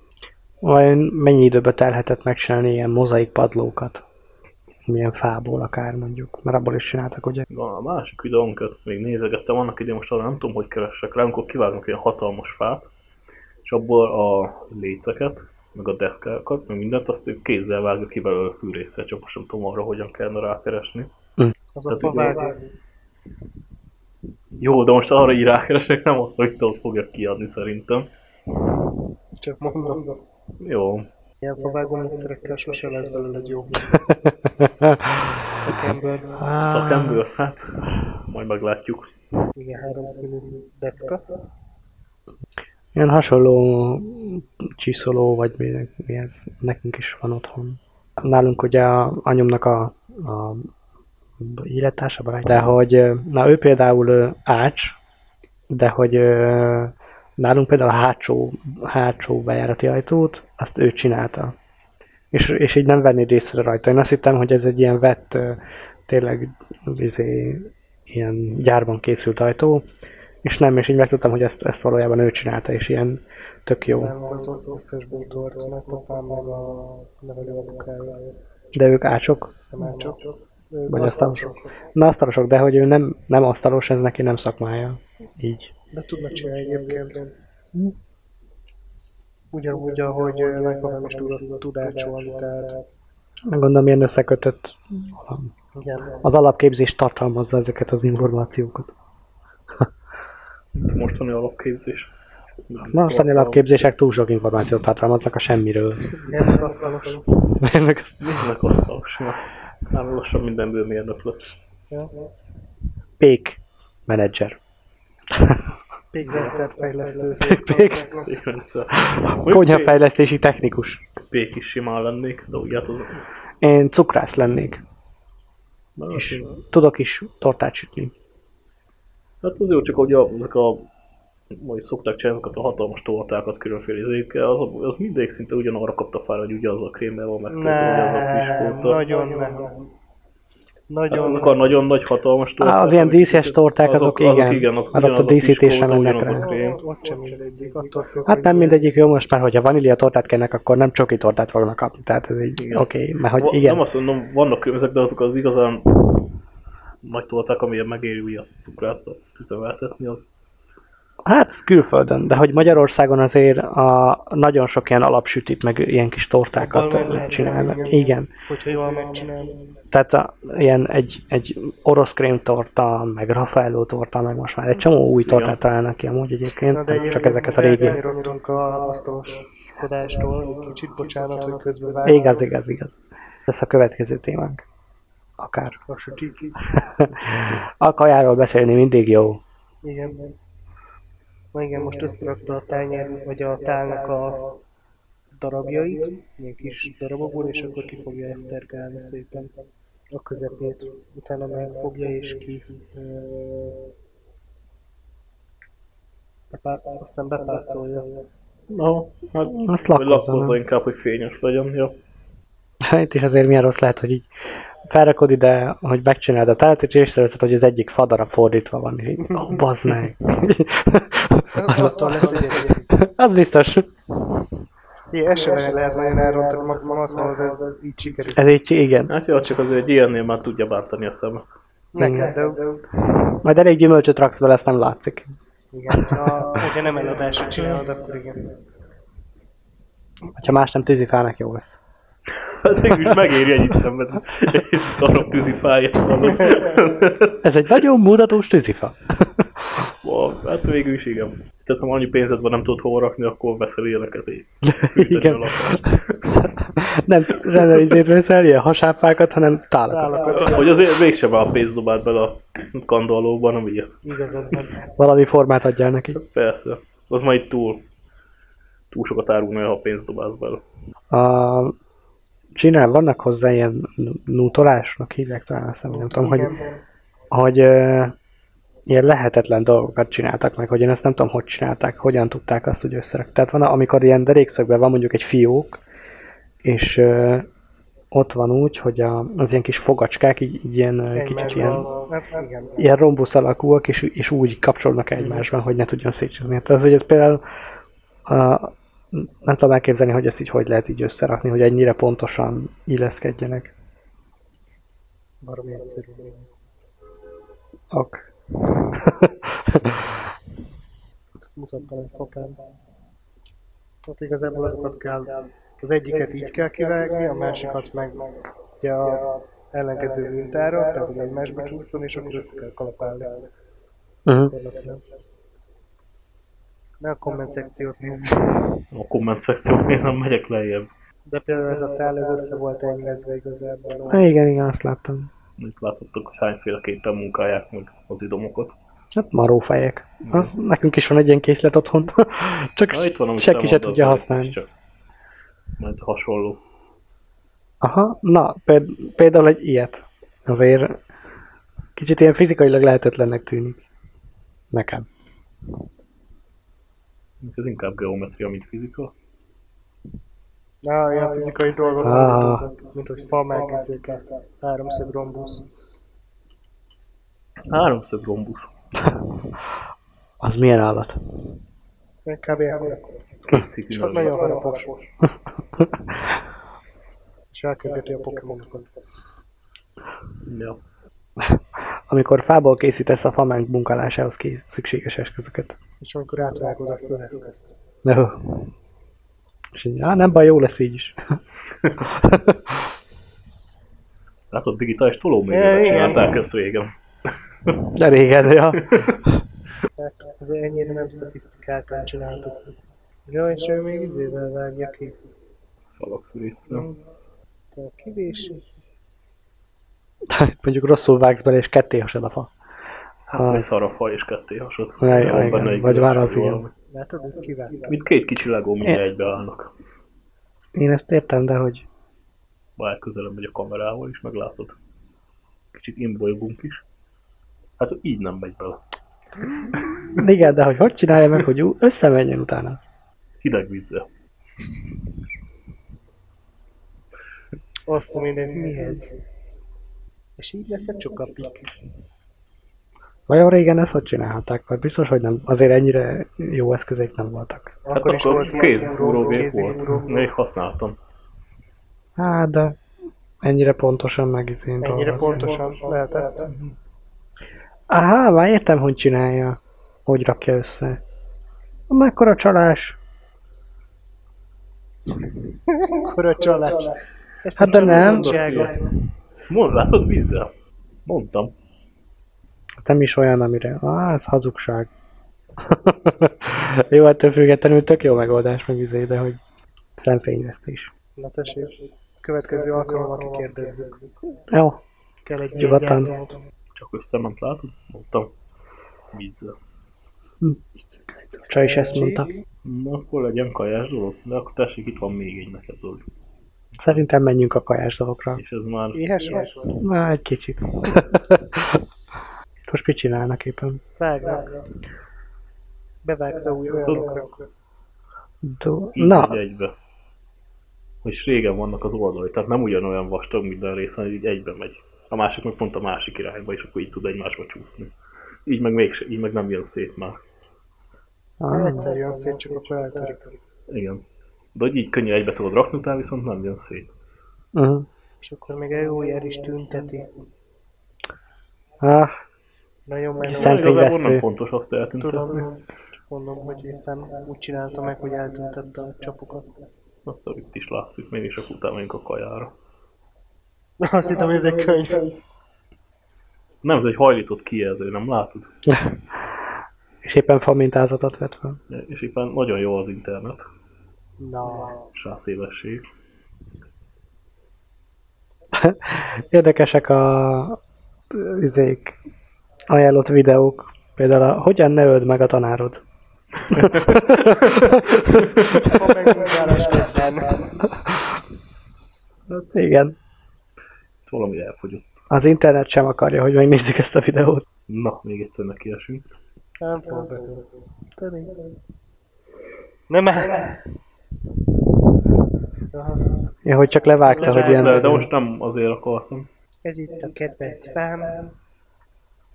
[SPEAKER 3] Vajon mennyi időbe telhetett megcsinálni ilyen mozaik padlókat? Milyen fából akár mondjuk, mert abból is csináltak, ugye?
[SPEAKER 1] Van a másik videónkat, még nézegettem, annak idén most arra nem tudom, hogy keressek rá, amikor kivágnak ilyen hatalmas fát, és abból a léceket, meg a deszkákat, meg mindent, azt ő kézzel vágja ki belőle a fűrészre, csak most nem tudom arra, hogyan kellene rákeresni.
[SPEAKER 2] Az a
[SPEAKER 1] Tehát ugye-
[SPEAKER 2] favágás.
[SPEAKER 1] Jó, de most arra így rákeresek, nem azt, hogy tudod fogja kiadni szerintem.
[SPEAKER 2] Csak mondom.
[SPEAKER 1] Jó,
[SPEAKER 2] Ilyen favágó módszerekkel sose lesz belőle egy jó szakember.
[SPEAKER 1] szakemből, hát majd meglátjuk.
[SPEAKER 2] Igen, háromszínű decka.
[SPEAKER 3] Ilyen hasonló csiszoló, vagy mi, mi ez, nekünk is van otthon. Nálunk ugye a anyomnak a, a élettársa barát, de hogy, ö, na ő például ö, ács, de hogy ö, nálunk például a hátsó, hátsó bejárati ajtót, azt ő csinálta. És, és így nem venni részre rajta. Én azt hittem, hogy ez egy ilyen vett, ö, tényleg izé, ilyen gyárban készült ajtó, és nem, és így megtudtam, hogy ezt, ezt valójában ő csinálta, és ilyen tök jó.
[SPEAKER 2] Nem volt ott összes bútor, a nagypapám meg a nevelő apukája.
[SPEAKER 3] De ők ácsok,
[SPEAKER 2] Nem csak.
[SPEAKER 3] Vagy asztalos. Na asztalosok, de hogy ő nem, nem asztalos, ez neki nem szakmája. Így.
[SPEAKER 2] De tudnak csinálni egyébként. Ugyanúgy, ahogy nagypapám is tudott tudácsolni, tehát
[SPEAKER 3] Meg Gondolom ilyen összekötött.
[SPEAKER 2] igen,
[SPEAKER 3] Az alapképzés tartalmazza ezeket az információkat.
[SPEAKER 1] mostani alapképzés.
[SPEAKER 3] Mostani alapképzések túl sok információt tartalmaznak a semmiről.
[SPEAKER 2] igen, az asztalos.
[SPEAKER 3] Meg
[SPEAKER 1] Mindenek asztalos, már. Már lassan mindenből mérnök lesz.
[SPEAKER 2] Ja.
[SPEAKER 3] Pék menedzser.
[SPEAKER 2] Pékrendszerfejlesztő.
[SPEAKER 3] Pék-
[SPEAKER 1] Ékrendszer.
[SPEAKER 3] Konyhafejlesztési technikus.
[SPEAKER 1] Pék is simán lennék, de úgy hát átozom.
[SPEAKER 3] Én cukrász lennék.
[SPEAKER 1] Már
[SPEAKER 3] És
[SPEAKER 1] simán.
[SPEAKER 3] tudok is tortát sütni.
[SPEAKER 1] Hát az jó, csak hogy a- ezek a majd szokták csinálni ezeket a hatalmas toltákat különféle izékkel, az, az mindegyik szinte ugyanarra kapta fel, hogy ugyanaz a krémmel van, meg
[SPEAKER 2] Nem,
[SPEAKER 1] ugyanaz a piskóta.
[SPEAKER 2] nagyon nem.
[SPEAKER 1] Hát
[SPEAKER 2] Nagyon
[SPEAKER 1] azok a nagyon nagy, hatalmas
[SPEAKER 3] Á,
[SPEAKER 1] torták.
[SPEAKER 3] az ilyen
[SPEAKER 1] amik-
[SPEAKER 3] díszes torták, azok, igen.
[SPEAKER 1] azok
[SPEAKER 3] Azok a
[SPEAKER 1] ugyanaz
[SPEAKER 3] díszítésre
[SPEAKER 1] piskóta,
[SPEAKER 3] mennek
[SPEAKER 1] ugyanaz a
[SPEAKER 3] rá.
[SPEAKER 1] krém.
[SPEAKER 2] Ott- Ott sem mindegyik, attól függ,
[SPEAKER 3] Hát
[SPEAKER 2] hogy-
[SPEAKER 3] nem mindegyik jó, most már, hogyha vanília tortát kennek, akkor nem csoki tortát fognak kapni. Tehát ez így,
[SPEAKER 1] Igen.
[SPEAKER 3] oké, mert
[SPEAKER 1] Va-
[SPEAKER 3] hogy igen.
[SPEAKER 1] Nem azt mondom, vannak különbözők, de azok az igazán nagy tolták, amilyen megéri ugye a cukrát a üzemeltetni, az
[SPEAKER 3] Hát ez külföldön, de hogy Magyarországon azért a, nagyon sok ilyen alapsütit, meg ilyen kis tortákat
[SPEAKER 2] Abban lehet
[SPEAKER 3] csinálnak.
[SPEAKER 2] lenni,
[SPEAKER 3] Igen.
[SPEAKER 2] Hogyha jól megcsinálni.
[SPEAKER 3] Tehát a, ilyen egy, egy orosz krémtorta, meg Raffaello torta, meg most már egy csomó új tortát
[SPEAKER 1] Igen.
[SPEAKER 3] találnak ki amúgy egyébként,
[SPEAKER 2] Na, de
[SPEAKER 3] nem csak
[SPEAKER 2] egyébként
[SPEAKER 3] ezeket a régi.
[SPEAKER 2] elkanyarodtunk a asztaloskodástól, egy kicsit bocsánat, hogy közben vágok.
[SPEAKER 3] Igaz, igaz, igaz. Ez a következő témánk. Akár.
[SPEAKER 2] Most a csiki.
[SPEAKER 3] A kajáról beszélni mindig jó.
[SPEAKER 2] Igen. Na igen, most összerakta a tányér, vagy a tálnak a darabjait, ilyen kis darabokból, és akkor ki fogja esztergálni szépen a közepét. Utána megfogja és ki... ö, bepá- Aztán bepácolja.
[SPEAKER 1] Na, hát vagy
[SPEAKER 3] Azt lakkozza,
[SPEAKER 1] lakkozza
[SPEAKER 3] nem?
[SPEAKER 1] inkább, hogy fényes legyen. Ja.
[SPEAKER 3] Itt is azért milyen rossz lehet, hogy így felrakod ide, hogy megcsináld a tálat, és észreveszed, hogy az egyik fadarab fordítva van. Így, oh, bazd meg.
[SPEAKER 2] Attól lesz egy egyedik.
[SPEAKER 3] az biztos.
[SPEAKER 2] Igen, ez sem lehet nagyon elrontani, maximum azt mondod, ez, ez így sikerült.
[SPEAKER 3] Ez így, igen.
[SPEAKER 1] Hát jó, csak azért egy ilyennél már tudja bántani a szemet.
[SPEAKER 2] Neked, de
[SPEAKER 3] Majd elég gyümölcsöt raksz bele, ezt nem látszik.
[SPEAKER 2] igen, ha hogyha nem eladásra csinálod, akkor igen.
[SPEAKER 3] Ha más nem tűzifának jó lesz.
[SPEAKER 1] Hát mégis megéri egyik szemben. Egy darab tűzifáját hallom.
[SPEAKER 3] Ez egy nagyon mutatós tűzifa.
[SPEAKER 1] Ó, Hát végül is igen. Tehát ha annyi pénzed van, nem tudod hova rakni, akkor veszel ilyeneket így. Fűteni a
[SPEAKER 3] Igen.
[SPEAKER 1] lakást.
[SPEAKER 3] Nem, nem izét veszel, ilyen hasábfákat, hanem tálakat.
[SPEAKER 2] Állapot,
[SPEAKER 1] Hogy azért mégsem a pénzt dobált bele a kandallóba, nem ugye?
[SPEAKER 2] igazad van.
[SPEAKER 3] Valami formát adjál neki.
[SPEAKER 1] Persze. Az majd túl. Túl sokat árulna, ha pénzt dobálsz bele.
[SPEAKER 3] A, csinál, vannak hozzá ilyen nu- nútolásnak hívják talán, azt hiszem, nem tudom, hogy, hogy ö, ilyen lehetetlen dolgokat csináltak meg, hogy én ezt nem tudom, hogy csinálták, hogyan tudták azt úgy összerakni. Tehát van, amikor ilyen derékszögben van mondjuk egy fiók, és ö, ott van úgy, hogy a, az ilyen kis fogacskák így, így ilyen ö, kicsit ilyen,
[SPEAKER 2] Hát igen.
[SPEAKER 3] ilyen rombusz alakúak, és, és úgy kapcsolnak egymásban, hogy ne tudjon szétcsúszni. Hát az, hogy ez például a, nem tudom elképzelni, hogy ezt így hogy lehet így összerakni, hogy ennyire pontosan illeszkedjenek.
[SPEAKER 2] Baromi egyszerű.
[SPEAKER 3] Ok.
[SPEAKER 2] Ezt Mutattam egy papán. Hát igazából azokat kell, az egyiket így kell kivágni, a másikat meg ugye a ellenkező mintára, tehát hogy egymásba csúszson, és akkor össze kell kalapálni.
[SPEAKER 3] uh-huh.
[SPEAKER 2] Gyakorlatilag. Ne a komment szekciót nézd.
[SPEAKER 1] A komment szekcióban én nem megyek lejjebb.
[SPEAKER 2] De például ez a tál, ez össze volt engedve igazából.
[SPEAKER 3] Igen, igen, azt láttam.
[SPEAKER 1] Itt láthattuk, hogy hányféleképpen munkálják meg az idomokat.
[SPEAKER 3] Hát marófejek. Az, nekünk is van egy ilyen készlet otthon. Csak
[SPEAKER 1] Mhm. Na, itt van, amit
[SPEAKER 3] senki
[SPEAKER 1] te
[SPEAKER 3] se
[SPEAKER 1] mondtad,
[SPEAKER 3] tudja
[SPEAKER 1] ez
[SPEAKER 3] használni.
[SPEAKER 1] is Csak majd hasonló.
[SPEAKER 3] Aha, na, péld- például egy ilyet. Azért kicsit ilyen fizikailag lehetetlennek tűnik. Nekem.
[SPEAKER 1] Ez inkább geometria, mint fizika.
[SPEAKER 2] Na, ilyen fizikai dolgok,
[SPEAKER 3] Ah.
[SPEAKER 2] mint- mint hogy fa megkészítek, háromszög rombusz.
[SPEAKER 1] Háromszög rombusz.
[SPEAKER 3] Az milyen állat?
[SPEAKER 2] Kb. ekkor.
[SPEAKER 1] Kétszik
[SPEAKER 2] Csak nagyon harapos. És elkezdeti a pokémonokat.
[SPEAKER 1] Ja.
[SPEAKER 3] Amikor fából készítesz a famánk bunkálásához kész, szükséges eszközöket.
[SPEAKER 2] És amikor átvágod a fülest.
[SPEAKER 3] No. És így, "Á, nem baj, jó lesz így is.
[SPEAKER 1] Látod, digitális toló még
[SPEAKER 2] Ja, igen.
[SPEAKER 1] csinálták ezt régen.
[SPEAKER 3] De régen, ja.
[SPEAKER 2] Hát, Ez ennyire nem szofisztikáltan csináltuk. Ja, és ő még izével vágja ki.
[SPEAKER 1] Szalagfűrészre.
[SPEAKER 2] Te a kivési.
[SPEAKER 3] Mondjuk rosszul vágsz bele, és ketté hasad a fa.
[SPEAKER 1] Hát, egy szar a fa és ketté hasod.
[SPEAKER 3] Ja,
[SPEAKER 1] De
[SPEAKER 3] ja,
[SPEAKER 1] van
[SPEAKER 3] igen.
[SPEAKER 1] benne egy
[SPEAKER 3] Vagy
[SPEAKER 1] üres
[SPEAKER 3] válasz,
[SPEAKER 1] hajó
[SPEAKER 3] igen.
[SPEAKER 1] valami.
[SPEAKER 2] Látod, hogy kivágta.
[SPEAKER 1] Mint két kicsi legó mindjárt
[SPEAKER 3] É.
[SPEAKER 1] egybeállnak.
[SPEAKER 3] Én ezt értem, de hogy
[SPEAKER 1] Ha elközelebb megy a kamerával is, meglátod. Kicsit imbolygunk is. Hát így nem megy bele.
[SPEAKER 3] igen, de hogy hogy csinálja meg, hogy ú- összemenjen utána.
[SPEAKER 1] Hideg vízzel.
[SPEAKER 2] Azt a mindent mihez. És így lesz a csokapik.
[SPEAKER 3] Vajon régen ezt hogy csinálhatták? Mert biztos, hogy nem. Azért ennyire jó eszközék nem voltak.
[SPEAKER 1] Hát akkor,
[SPEAKER 2] is volt ilyen
[SPEAKER 1] kézgúrógép
[SPEAKER 2] kézgúró,
[SPEAKER 1] volt.
[SPEAKER 2] kézgúró.
[SPEAKER 1] Még használtam.
[SPEAKER 3] Hát, de ennyire pontosan meg is én
[SPEAKER 2] Ennyire
[SPEAKER 3] dolgozni.
[SPEAKER 2] pontosan lehetett.
[SPEAKER 3] Aha, már értem, hogy csinálja. Hogy rakja össze. Mekkora csalás.
[SPEAKER 2] Akkor a csalás. Ezt
[SPEAKER 3] Hát de
[SPEAKER 2] a
[SPEAKER 3] nem.
[SPEAKER 2] szabadságot.
[SPEAKER 1] Mondd, látod vízzel? Mondtam.
[SPEAKER 3] Nem is olyan, amire... Á, ez hazugság. jó, hát ettől függetlenül tök jó megoldás meg izé, de hogy szemfényvesztés.
[SPEAKER 2] Na tessék, következő alkalommal kikérdezzük.
[SPEAKER 3] Jó,
[SPEAKER 2] Kell egy
[SPEAKER 3] Nyugodtan.
[SPEAKER 2] gyógyágyat.
[SPEAKER 1] Csak összement, látod? Mondtam. Vízzel.
[SPEAKER 3] Csaj is ezt mondta.
[SPEAKER 1] Na, akkor legyen kajás dolog. De akkor tessék, itt van még egy neked dolog.
[SPEAKER 3] Szerintem menjünk a kajás dolgokra.
[SPEAKER 1] És ez már...
[SPEAKER 2] Éhes vagy?
[SPEAKER 3] Na, egy kicsit. Most mit csinálnak éppen?
[SPEAKER 2] Vágnak. Bevágsz a új olyanokra.
[SPEAKER 3] Do-
[SPEAKER 1] így
[SPEAKER 3] Na,
[SPEAKER 1] megy egybe. És régen vannak az oldalai, tehát nem ugyanolyan vastag minden rész, hanem így egybe megy. A másik meg pont a másik irányba, és akkor így tud egymásba csúszni. Így meg, mégse, így meg nem jön szét már.
[SPEAKER 3] Ah,
[SPEAKER 2] Egyszer jön szét, csak akkor eltörik.
[SPEAKER 1] Igen. De hogy így könnyű egybe tudod rakni, utána viszont nem jön szét.
[SPEAKER 3] uh-huh.
[SPEAKER 2] És akkor még egy jó jel is tünteti.
[SPEAKER 3] ah,
[SPEAKER 2] Nagyon
[SPEAKER 1] Na,
[SPEAKER 3] Kis
[SPEAKER 2] menő.
[SPEAKER 1] Szóval
[SPEAKER 3] szent-
[SPEAKER 1] Igazából
[SPEAKER 3] Szentélyvesztő.
[SPEAKER 1] nem pontos azt eltüntetni.
[SPEAKER 2] Tudom, csak mondom, hogy éppen úgy csinálta meg, hogy eltüntette a csapokat.
[SPEAKER 1] Azt a itt is látszik, mégis akkor utána megyünk a kajára.
[SPEAKER 2] Azt hittem, hogy ez egy könyv.
[SPEAKER 1] Nem, ez egy hajlított kijelző, nem látod?
[SPEAKER 3] és éppen fa mintázatot vett fel.
[SPEAKER 1] És éppen nagyon jó az internet,
[SPEAKER 2] Na.
[SPEAKER 1] sáv szélesség.
[SPEAKER 3] Érdekesek a izék, ajánlott videók. Például a Hogyan ne öld meg a tanárod? Hát
[SPEAKER 2] Ha megmondálás közben.
[SPEAKER 3] Hát Igen,
[SPEAKER 1] Valami elfogyott.
[SPEAKER 3] az internet sem akarja, hogy megnézzük ezt a videót.
[SPEAKER 1] Na, még egyszer nekiesünk.
[SPEAKER 2] Nem fog betölteni. Nem el.
[SPEAKER 3] Ja, hogy csak levágta, hogy ilyen...
[SPEAKER 1] De, de most nem azért akartam.
[SPEAKER 2] Ez itt a kedvenc fám.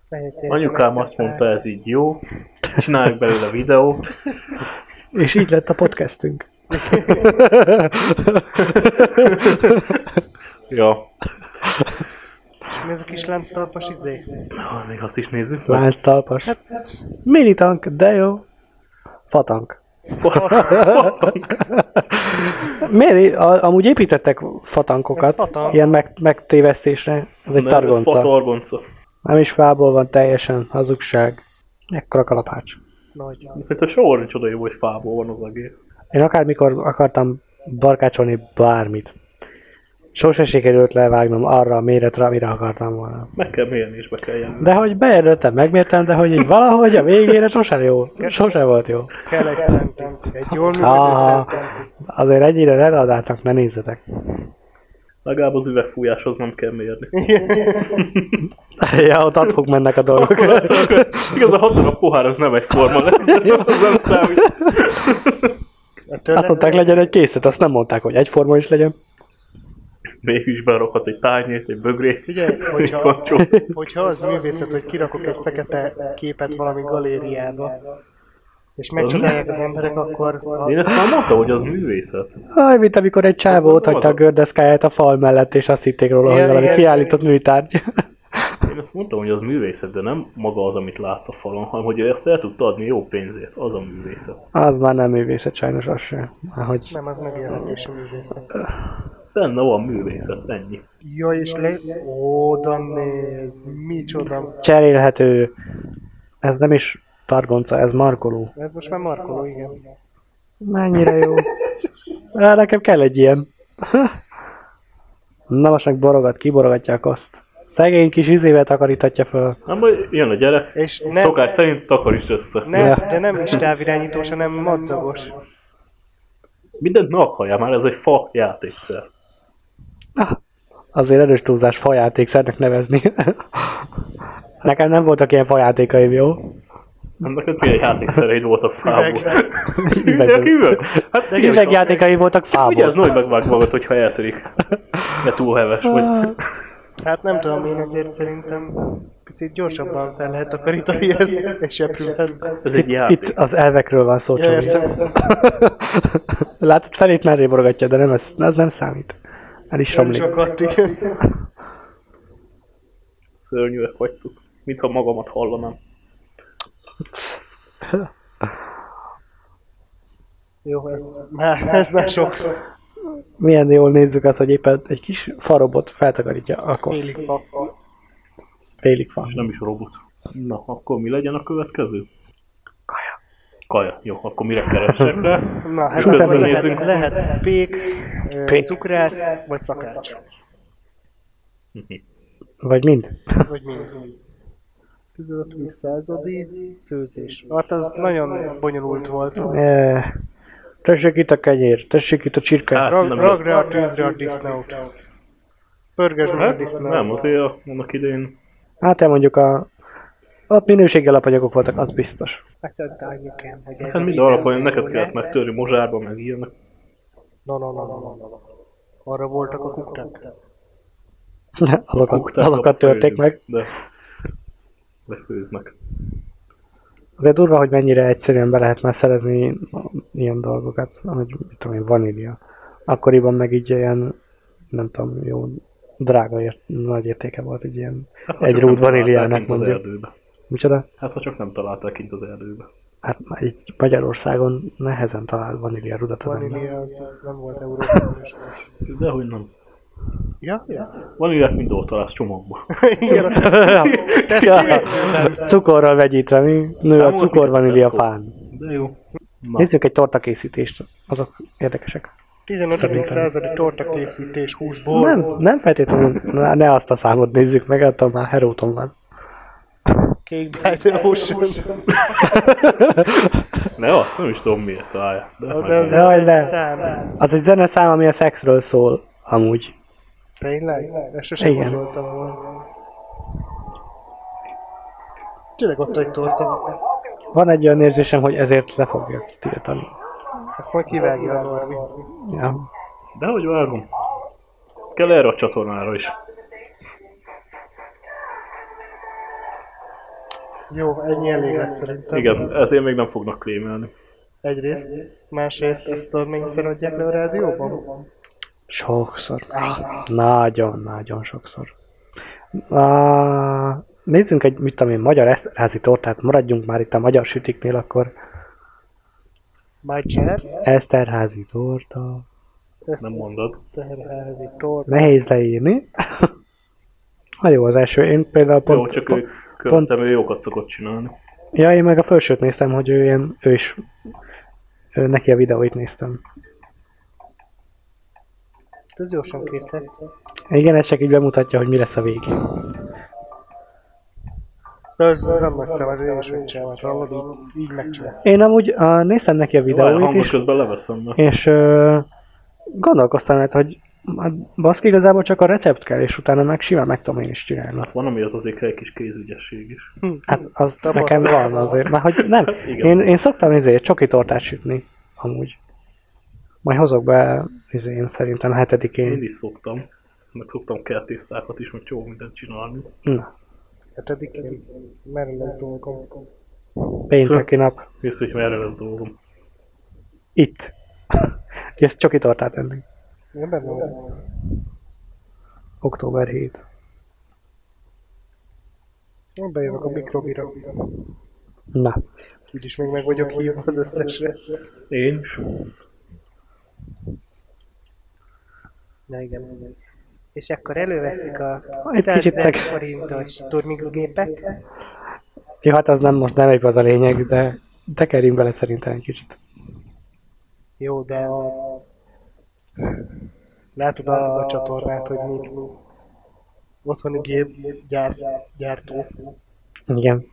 [SPEAKER 2] Mehetsz
[SPEAKER 1] Anyukám azt mondta, ez így jó, csináljuk belőle videót,
[SPEAKER 3] És így lett a podcastünk.
[SPEAKER 1] ja,
[SPEAKER 2] Mi ez a kis lánctalpas izé?
[SPEAKER 1] Na, még azt is nézzük meg.
[SPEAKER 3] Lánc talpas.
[SPEAKER 2] Hát,
[SPEAKER 3] Minitank, de jó. Fatank. Miért? í- A, amúgy építettek
[SPEAKER 2] Ez
[SPEAKER 3] fatankokat,
[SPEAKER 2] fatank.
[SPEAKER 3] ilyen meg, megtévesztésre. Ez egy
[SPEAKER 1] Nem, ez fa
[SPEAKER 3] targonca.
[SPEAKER 1] targonca.
[SPEAKER 3] Nem is fából van teljesen, hazugság. Ekkora kalapács.
[SPEAKER 2] Nagy.
[SPEAKER 1] Szerintem soha nincs oda jó, hogy fából van az egész.
[SPEAKER 3] Én akármikor akartam barkácsolni bármit. Sose sikerült levágnom arra a méretre, amire akartam volna.
[SPEAKER 1] Meg kell mérni és be kell járni.
[SPEAKER 3] De hogy bejelöltem, megmértem, de hogy így valahogy a végére sosem jó. Sosem volt jó.
[SPEAKER 2] Kell egy centink. Egy jól működő
[SPEAKER 3] Ah,
[SPEAKER 2] centink.
[SPEAKER 3] azért ennyire leradáltak, ne nézzetek.
[SPEAKER 1] Legalább az üvegfújáshoz nem kell mérni.
[SPEAKER 3] ja, ott adhok mennek a dolgok.
[SPEAKER 1] Igaz, a hat darab pohár az nem egyforma lesz, az nem számít.
[SPEAKER 2] Hát,
[SPEAKER 3] Azt mondták, legyen egy készlet, azt nem mondták, hogy egyforma is legyen.
[SPEAKER 1] Mégis berakhat egy tányért, egy bögrét,
[SPEAKER 2] Figyelj,
[SPEAKER 1] egy
[SPEAKER 2] hogyha,
[SPEAKER 1] kancsó.
[SPEAKER 2] hogyha az művészet, hogy kirakok egy fekete képet valami galériába, és megcsodálják az emberek, akkor... ha-
[SPEAKER 1] Én ezt már mondtam, hogy az művészet.
[SPEAKER 3] Aj, mint amikor egy csávó ott hagyta a gördeszkáját a fal mellett, és azt hitték róla, hogy
[SPEAKER 2] Igen,
[SPEAKER 3] valami
[SPEAKER 2] igen.
[SPEAKER 3] kiállított műtárgy.
[SPEAKER 1] Én azt mondtam, hogy az művészet, de nem maga az, amit látsz a falon, hanem hogy ő ezt el tudta adni jó pénzért, az a művészet.
[SPEAKER 3] Az már nem művészet sajnos, az sem. Már hogy
[SPEAKER 2] Nem, az megjelenési művészet.
[SPEAKER 1] Benne van művészet, ennyi.
[SPEAKER 2] Ja, és le... Ó, Danné, micsoda.
[SPEAKER 3] cserélhető. Ez nem is targonca, ez markoló.
[SPEAKER 2] Ez most már markoló, igen.
[SPEAKER 3] Mennyire jó. Á, nekem kell egy ilyen. Na most meg borogat, kiborogatják azt. Szegény kis izével takarítatja föl.
[SPEAKER 1] Hát majd jön a gyerek,
[SPEAKER 2] És nem,
[SPEAKER 1] szokás szerint takaríts össze.
[SPEAKER 2] nem,
[SPEAKER 3] Ja.
[SPEAKER 2] de nem is távirányítós, hanem madzagos.
[SPEAKER 1] Mindent meg akarjál már, ez egy fa játékszer.
[SPEAKER 3] Azért erős túlzás fajátékszernek nevezni. Nekem nem voltak ilyen fajátékaim, jó?
[SPEAKER 1] Nem neked mi egy játékszereid volt a fából?
[SPEAKER 2] Üveg.
[SPEAKER 1] Üveg, üveg. Hát igen,
[SPEAKER 3] Üvegjátékaim voltak
[SPEAKER 1] Vigyázz,
[SPEAKER 3] fából.
[SPEAKER 1] nagy megvág magad, hogyha eltörik. Ne túl heves vagy.
[SPEAKER 2] Hát nem tudom, én azért szerintem picit gyorsabban fel lehet takarítani ezt, és repülhet.
[SPEAKER 1] Ez egy
[SPEAKER 3] Itt
[SPEAKER 1] játék.
[SPEAKER 3] az elvekről van szó,
[SPEAKER 2] Ja,
[SPEAKER 3] Csobi.
[SPEAKER 2] értem.
[SPEAKER 3] Látod, felét merré borogatja, de nem ez, ez nem számít. El is
[SPEAKER 2] Nem
[SPEAKER 3] romlik.
[SPEAKER 2] sokat, igen.
[SPEAKER 1] Szörnyűek vagytok. Mintha magamat hallanám.
[SPEAKER 2] Jó, ez már, ez már sok.
[SPEAKER 3] Milyen jól nézzük azt, hogy éppen egy kis farobot feltakarítja, akkor
[SPEAKER 2] Félig pappa.
[SPEAKER 3] félig
[SPEAKER 1] És
[SPEAKER 3] van.
[SPEAKER 1] nem is robot. Na, akkor mi legyen a következő?
[SPEAKER 3] Kaja.
[SPEAKER 1] Kaja. Jó, akkor mire keresek rá?
[SPEAKER 2] Na, hát
[SPEAKER 1] Közben
[SPEAKER 2] akkor lehet,
[SPEAKER 1] nézzünk.
[SPEAKER 2] lehet pék, ö,
[SPEAKER 3] Pék.
[SPEAKER 2] cukrász, vagy szakács.
[SPEAKER 3] Vagy mind.
[SPEAKER 2] Vagy mind. 15 századi főzés. Hát az nagyon bonyolult volt.
[SPEAKER 3] Eh, Tessék itt a kenyér, tessék itt a
[SPEAKER 1] Hát,
[SPEAKER 3] csirke.
[SPEAKER 2] Rag,
[SPEAKER 1] nem
[SPEAKER 2] ragra a tűzre a disznót. Pörgesd meg a
[SPEAKER 1] Hát,
[SPEAKER 2] disznót.
[SPEAKER 1] nem, azért a- annak idején
[SPEAKER 3] Hát elmondjuk a... Ott minőségi alapanyagok voltak, az biztos.
[SPEAKER 1] Hát mind alapon neked kellett megtörni mozsárba, meg ilyenek.
[SPEAKER 2] Na, na, na, na, na, na. Arra voltak a kukták.
[SPEAKER 3] azokat,
[SPEAKER 1] Kuktákat
[SPEAKER 3] azokat törték
[SPEAKER 1] főzünk,
[SPEAKER 3] meg.
[SPEAKER 1] De lefőznek.
[SPEAKER 3] Azért durva, hogy mennyire egyszerűen be lehet már szerezni ilyen dolgokat, hogy mit tudom én, vanília. Akkoriban meg így ilyen, nem tudom, jó, drága, ért, nagy értéke volt egy ilyen.
[SPEAKER 1] Hát, ha
[SPEAKER 3] Egy
[SPEAKER 1] csak
[SPEAKER 3] rúd
[SPEAKER 1] nem találták
[SPEAKER 3] vaníliának
[SPEAKER 1] kint az
[SPEAKER 3] mondjuk.
[SPEAKER 1] erdőbe.
[SPEAKER 3] Micsoda?
[SPEAKER 1] Hát ha csak nem találták kint az erdőbe.
[SPEAKER 3] Hát már így Magyarországon nehezen talál vanília rudat az ember.
[SPEAKER 2] Vanília az nem volt európai.
[SPEAKER 1] Dehogy nem.
[SPEAKER 2] Ja? Ja.
[SPEAKER 1] Van ilyet, mint oltalás csomagban.
[SPEAKER 2] Igen,
[SPEAKER 3] Ja, cukorral vegyítve, mi? Nő a
[SPEAKER 1] Számolni
[SPEAKER 3] cukor vanília
[SPEAKER 1] kell.
[SPEAKER 3] fán.
[SPEAKER 1] De jó. Na,
[SPEAKER 3] Nézzük egy tortakészítést, azok érdekesek.
[SPEAKER 2] 15. századi tortakészítés húsból.
[SPEAKER 3] Nem, nem feltétlenül, na, ne azt a számot nézzük meg, attól már heróton van.
[SPEAKER 2] Kék Bright Ocean.
[SPEAKER 1] ne azt nem is tudom miért találják. De
[SPEAKER 2] Az
[SPEAKER 1] megvan.
[SPEAKER 2] az
[SPEAKER 3] Jaj, ne.
[SPEAKER 2] szám.
[SPEAKER 3] Az egy zeneszám, ami a szexről szól, amúgy.
[SPEAKER 2] Tényleg? Ezt sosem
[SPEAKER 3] Igen.
[SPEAKER 2] gondoltam volna. Tényleg ott egy torta.
[SPEAKER 3] Van egy olyan érzésem, hogy ezért le fogják tiltani.
[SPEAKER 2] Ezt majd kivágja a Norbi.
[SPEAKER 3] Ja.
[SPEAKER 1] De hogy vágom? Kell erre a csatornára is.
[SPEAKER 2] Jó, ennyi elég lesz szerintem.
[SPEAKER 1] Igen, ezért még nem fognak klémelni.
[SPEAKER 2] Egyrészt, másrészt ezt tudod, mennyiszer adják le a rádióban?
[SPEAKER 3] Sokszor. Nagyon-nagyon sokszor. Á, nézzünk egy, mit tudom én, magyar eszterházi tortát, maradjunk már itt a magyar sütiknél, akkor
[SPEAKER 2] Magyar,
[SPEAKER 3] eszterházi torta.
[SPEAKER 1] Nem mondod.
[SPEAKER 2] Eszterházi torta.
[SPEAKER 3] Nehéz leírni. Na jó, az első, én például pont...
[SPEAKER 1] Jó, csak ő
[SPEAKER 3] pont,
[SPEAKER 1] körülöttem, ő jókat szokott csinálni.
[SPEAKER 3] Ja, én meg a felsőt néztem, hogy ő ilyen, ő is, ő, neki a videóit néztem.
[SPEAKER 2] Hát Ez gyorsan kész lett.
[SPEAKER 3] Igen, ez csak így bemutatja, hogy mi lesz a végén.
[SPEAKER 2] De ez nem nagy szám, ez én is megcsinálom, hát hallod? Így, így megcsinálom.
[SPEAKER 3] Én amúgy a, néztem neki a
[SPEAKER 1] Várj,
[SPEAKER 3] videóit
[SPEAKER 1] hangos
[SPEAKER 3] is,
[SPEAKER 1] közben leveszem, mert
[SPEAKER 3] és ö, gondolkoztam hát, hogy hát baszki igazából csak a recept kell, és utána meg simán meg tudom én is csinálni.
[SPEAKER 1] van ami az azért kell egy kis kézügyesség is.
[SPEAKER 2] Hm.
[SPEAKER 3] Hát az
[SPEAKER 2] Tapasztalat.
[SPEAKER 3] nekem van azért, mert hogy nem.
[SPEAKER 1] Igen.
[SPEAKER 3] Én, én szoktam izé, csoki tortát sütni, amúgy. Majd hozok be, izé, én szerintem
[SPEAKER 1] Én
[SPEAKER 3] hetedikén.
[SPEAKER 1] is szoktam. Meg szoktam kertésztákat is, meg csomó mindent csinálni.
[SPEAKER 3] Na,
[SPEAKER 2] Hetedikén, merre nem dolgom.
[SPEAKER 3] Pénteki nap.
[SPEAKER 1] Biztos, hogy erre lesz dolgom.
[SPEAKER 3] Itt. Ezt csak tortát ennék.
[SPEAKER 2] Én benne vagyok.
[SPEAKER 3] Október 7.
[SPEAKER 2] Én bejövök a mikrobira.
[SPEAKER 3] Na,
[SPEAKER 2] Úgyis még meg vagyok hívva az összesre.
[SPEAKER 1] Én is.
[SPEAKER 2] Na igen, igen. És akkor előveszik a
[SPEAKER 3] Egy kicsit
[SPEAKER 2] 100
[SPEAKER 3] meg-
[SPEAKER 2] forintos turmigógépet.
[SPEAKER 3] jó, hát az nem most nem egy az a lényeg, de tekerjünk bele szerintem egy kicsit.
[SPEAKER 2] Jó, de a... Látod a, a csatornát, hogy még otthoni gép gyár, gyártó.
[SPEAKER 3] Igen.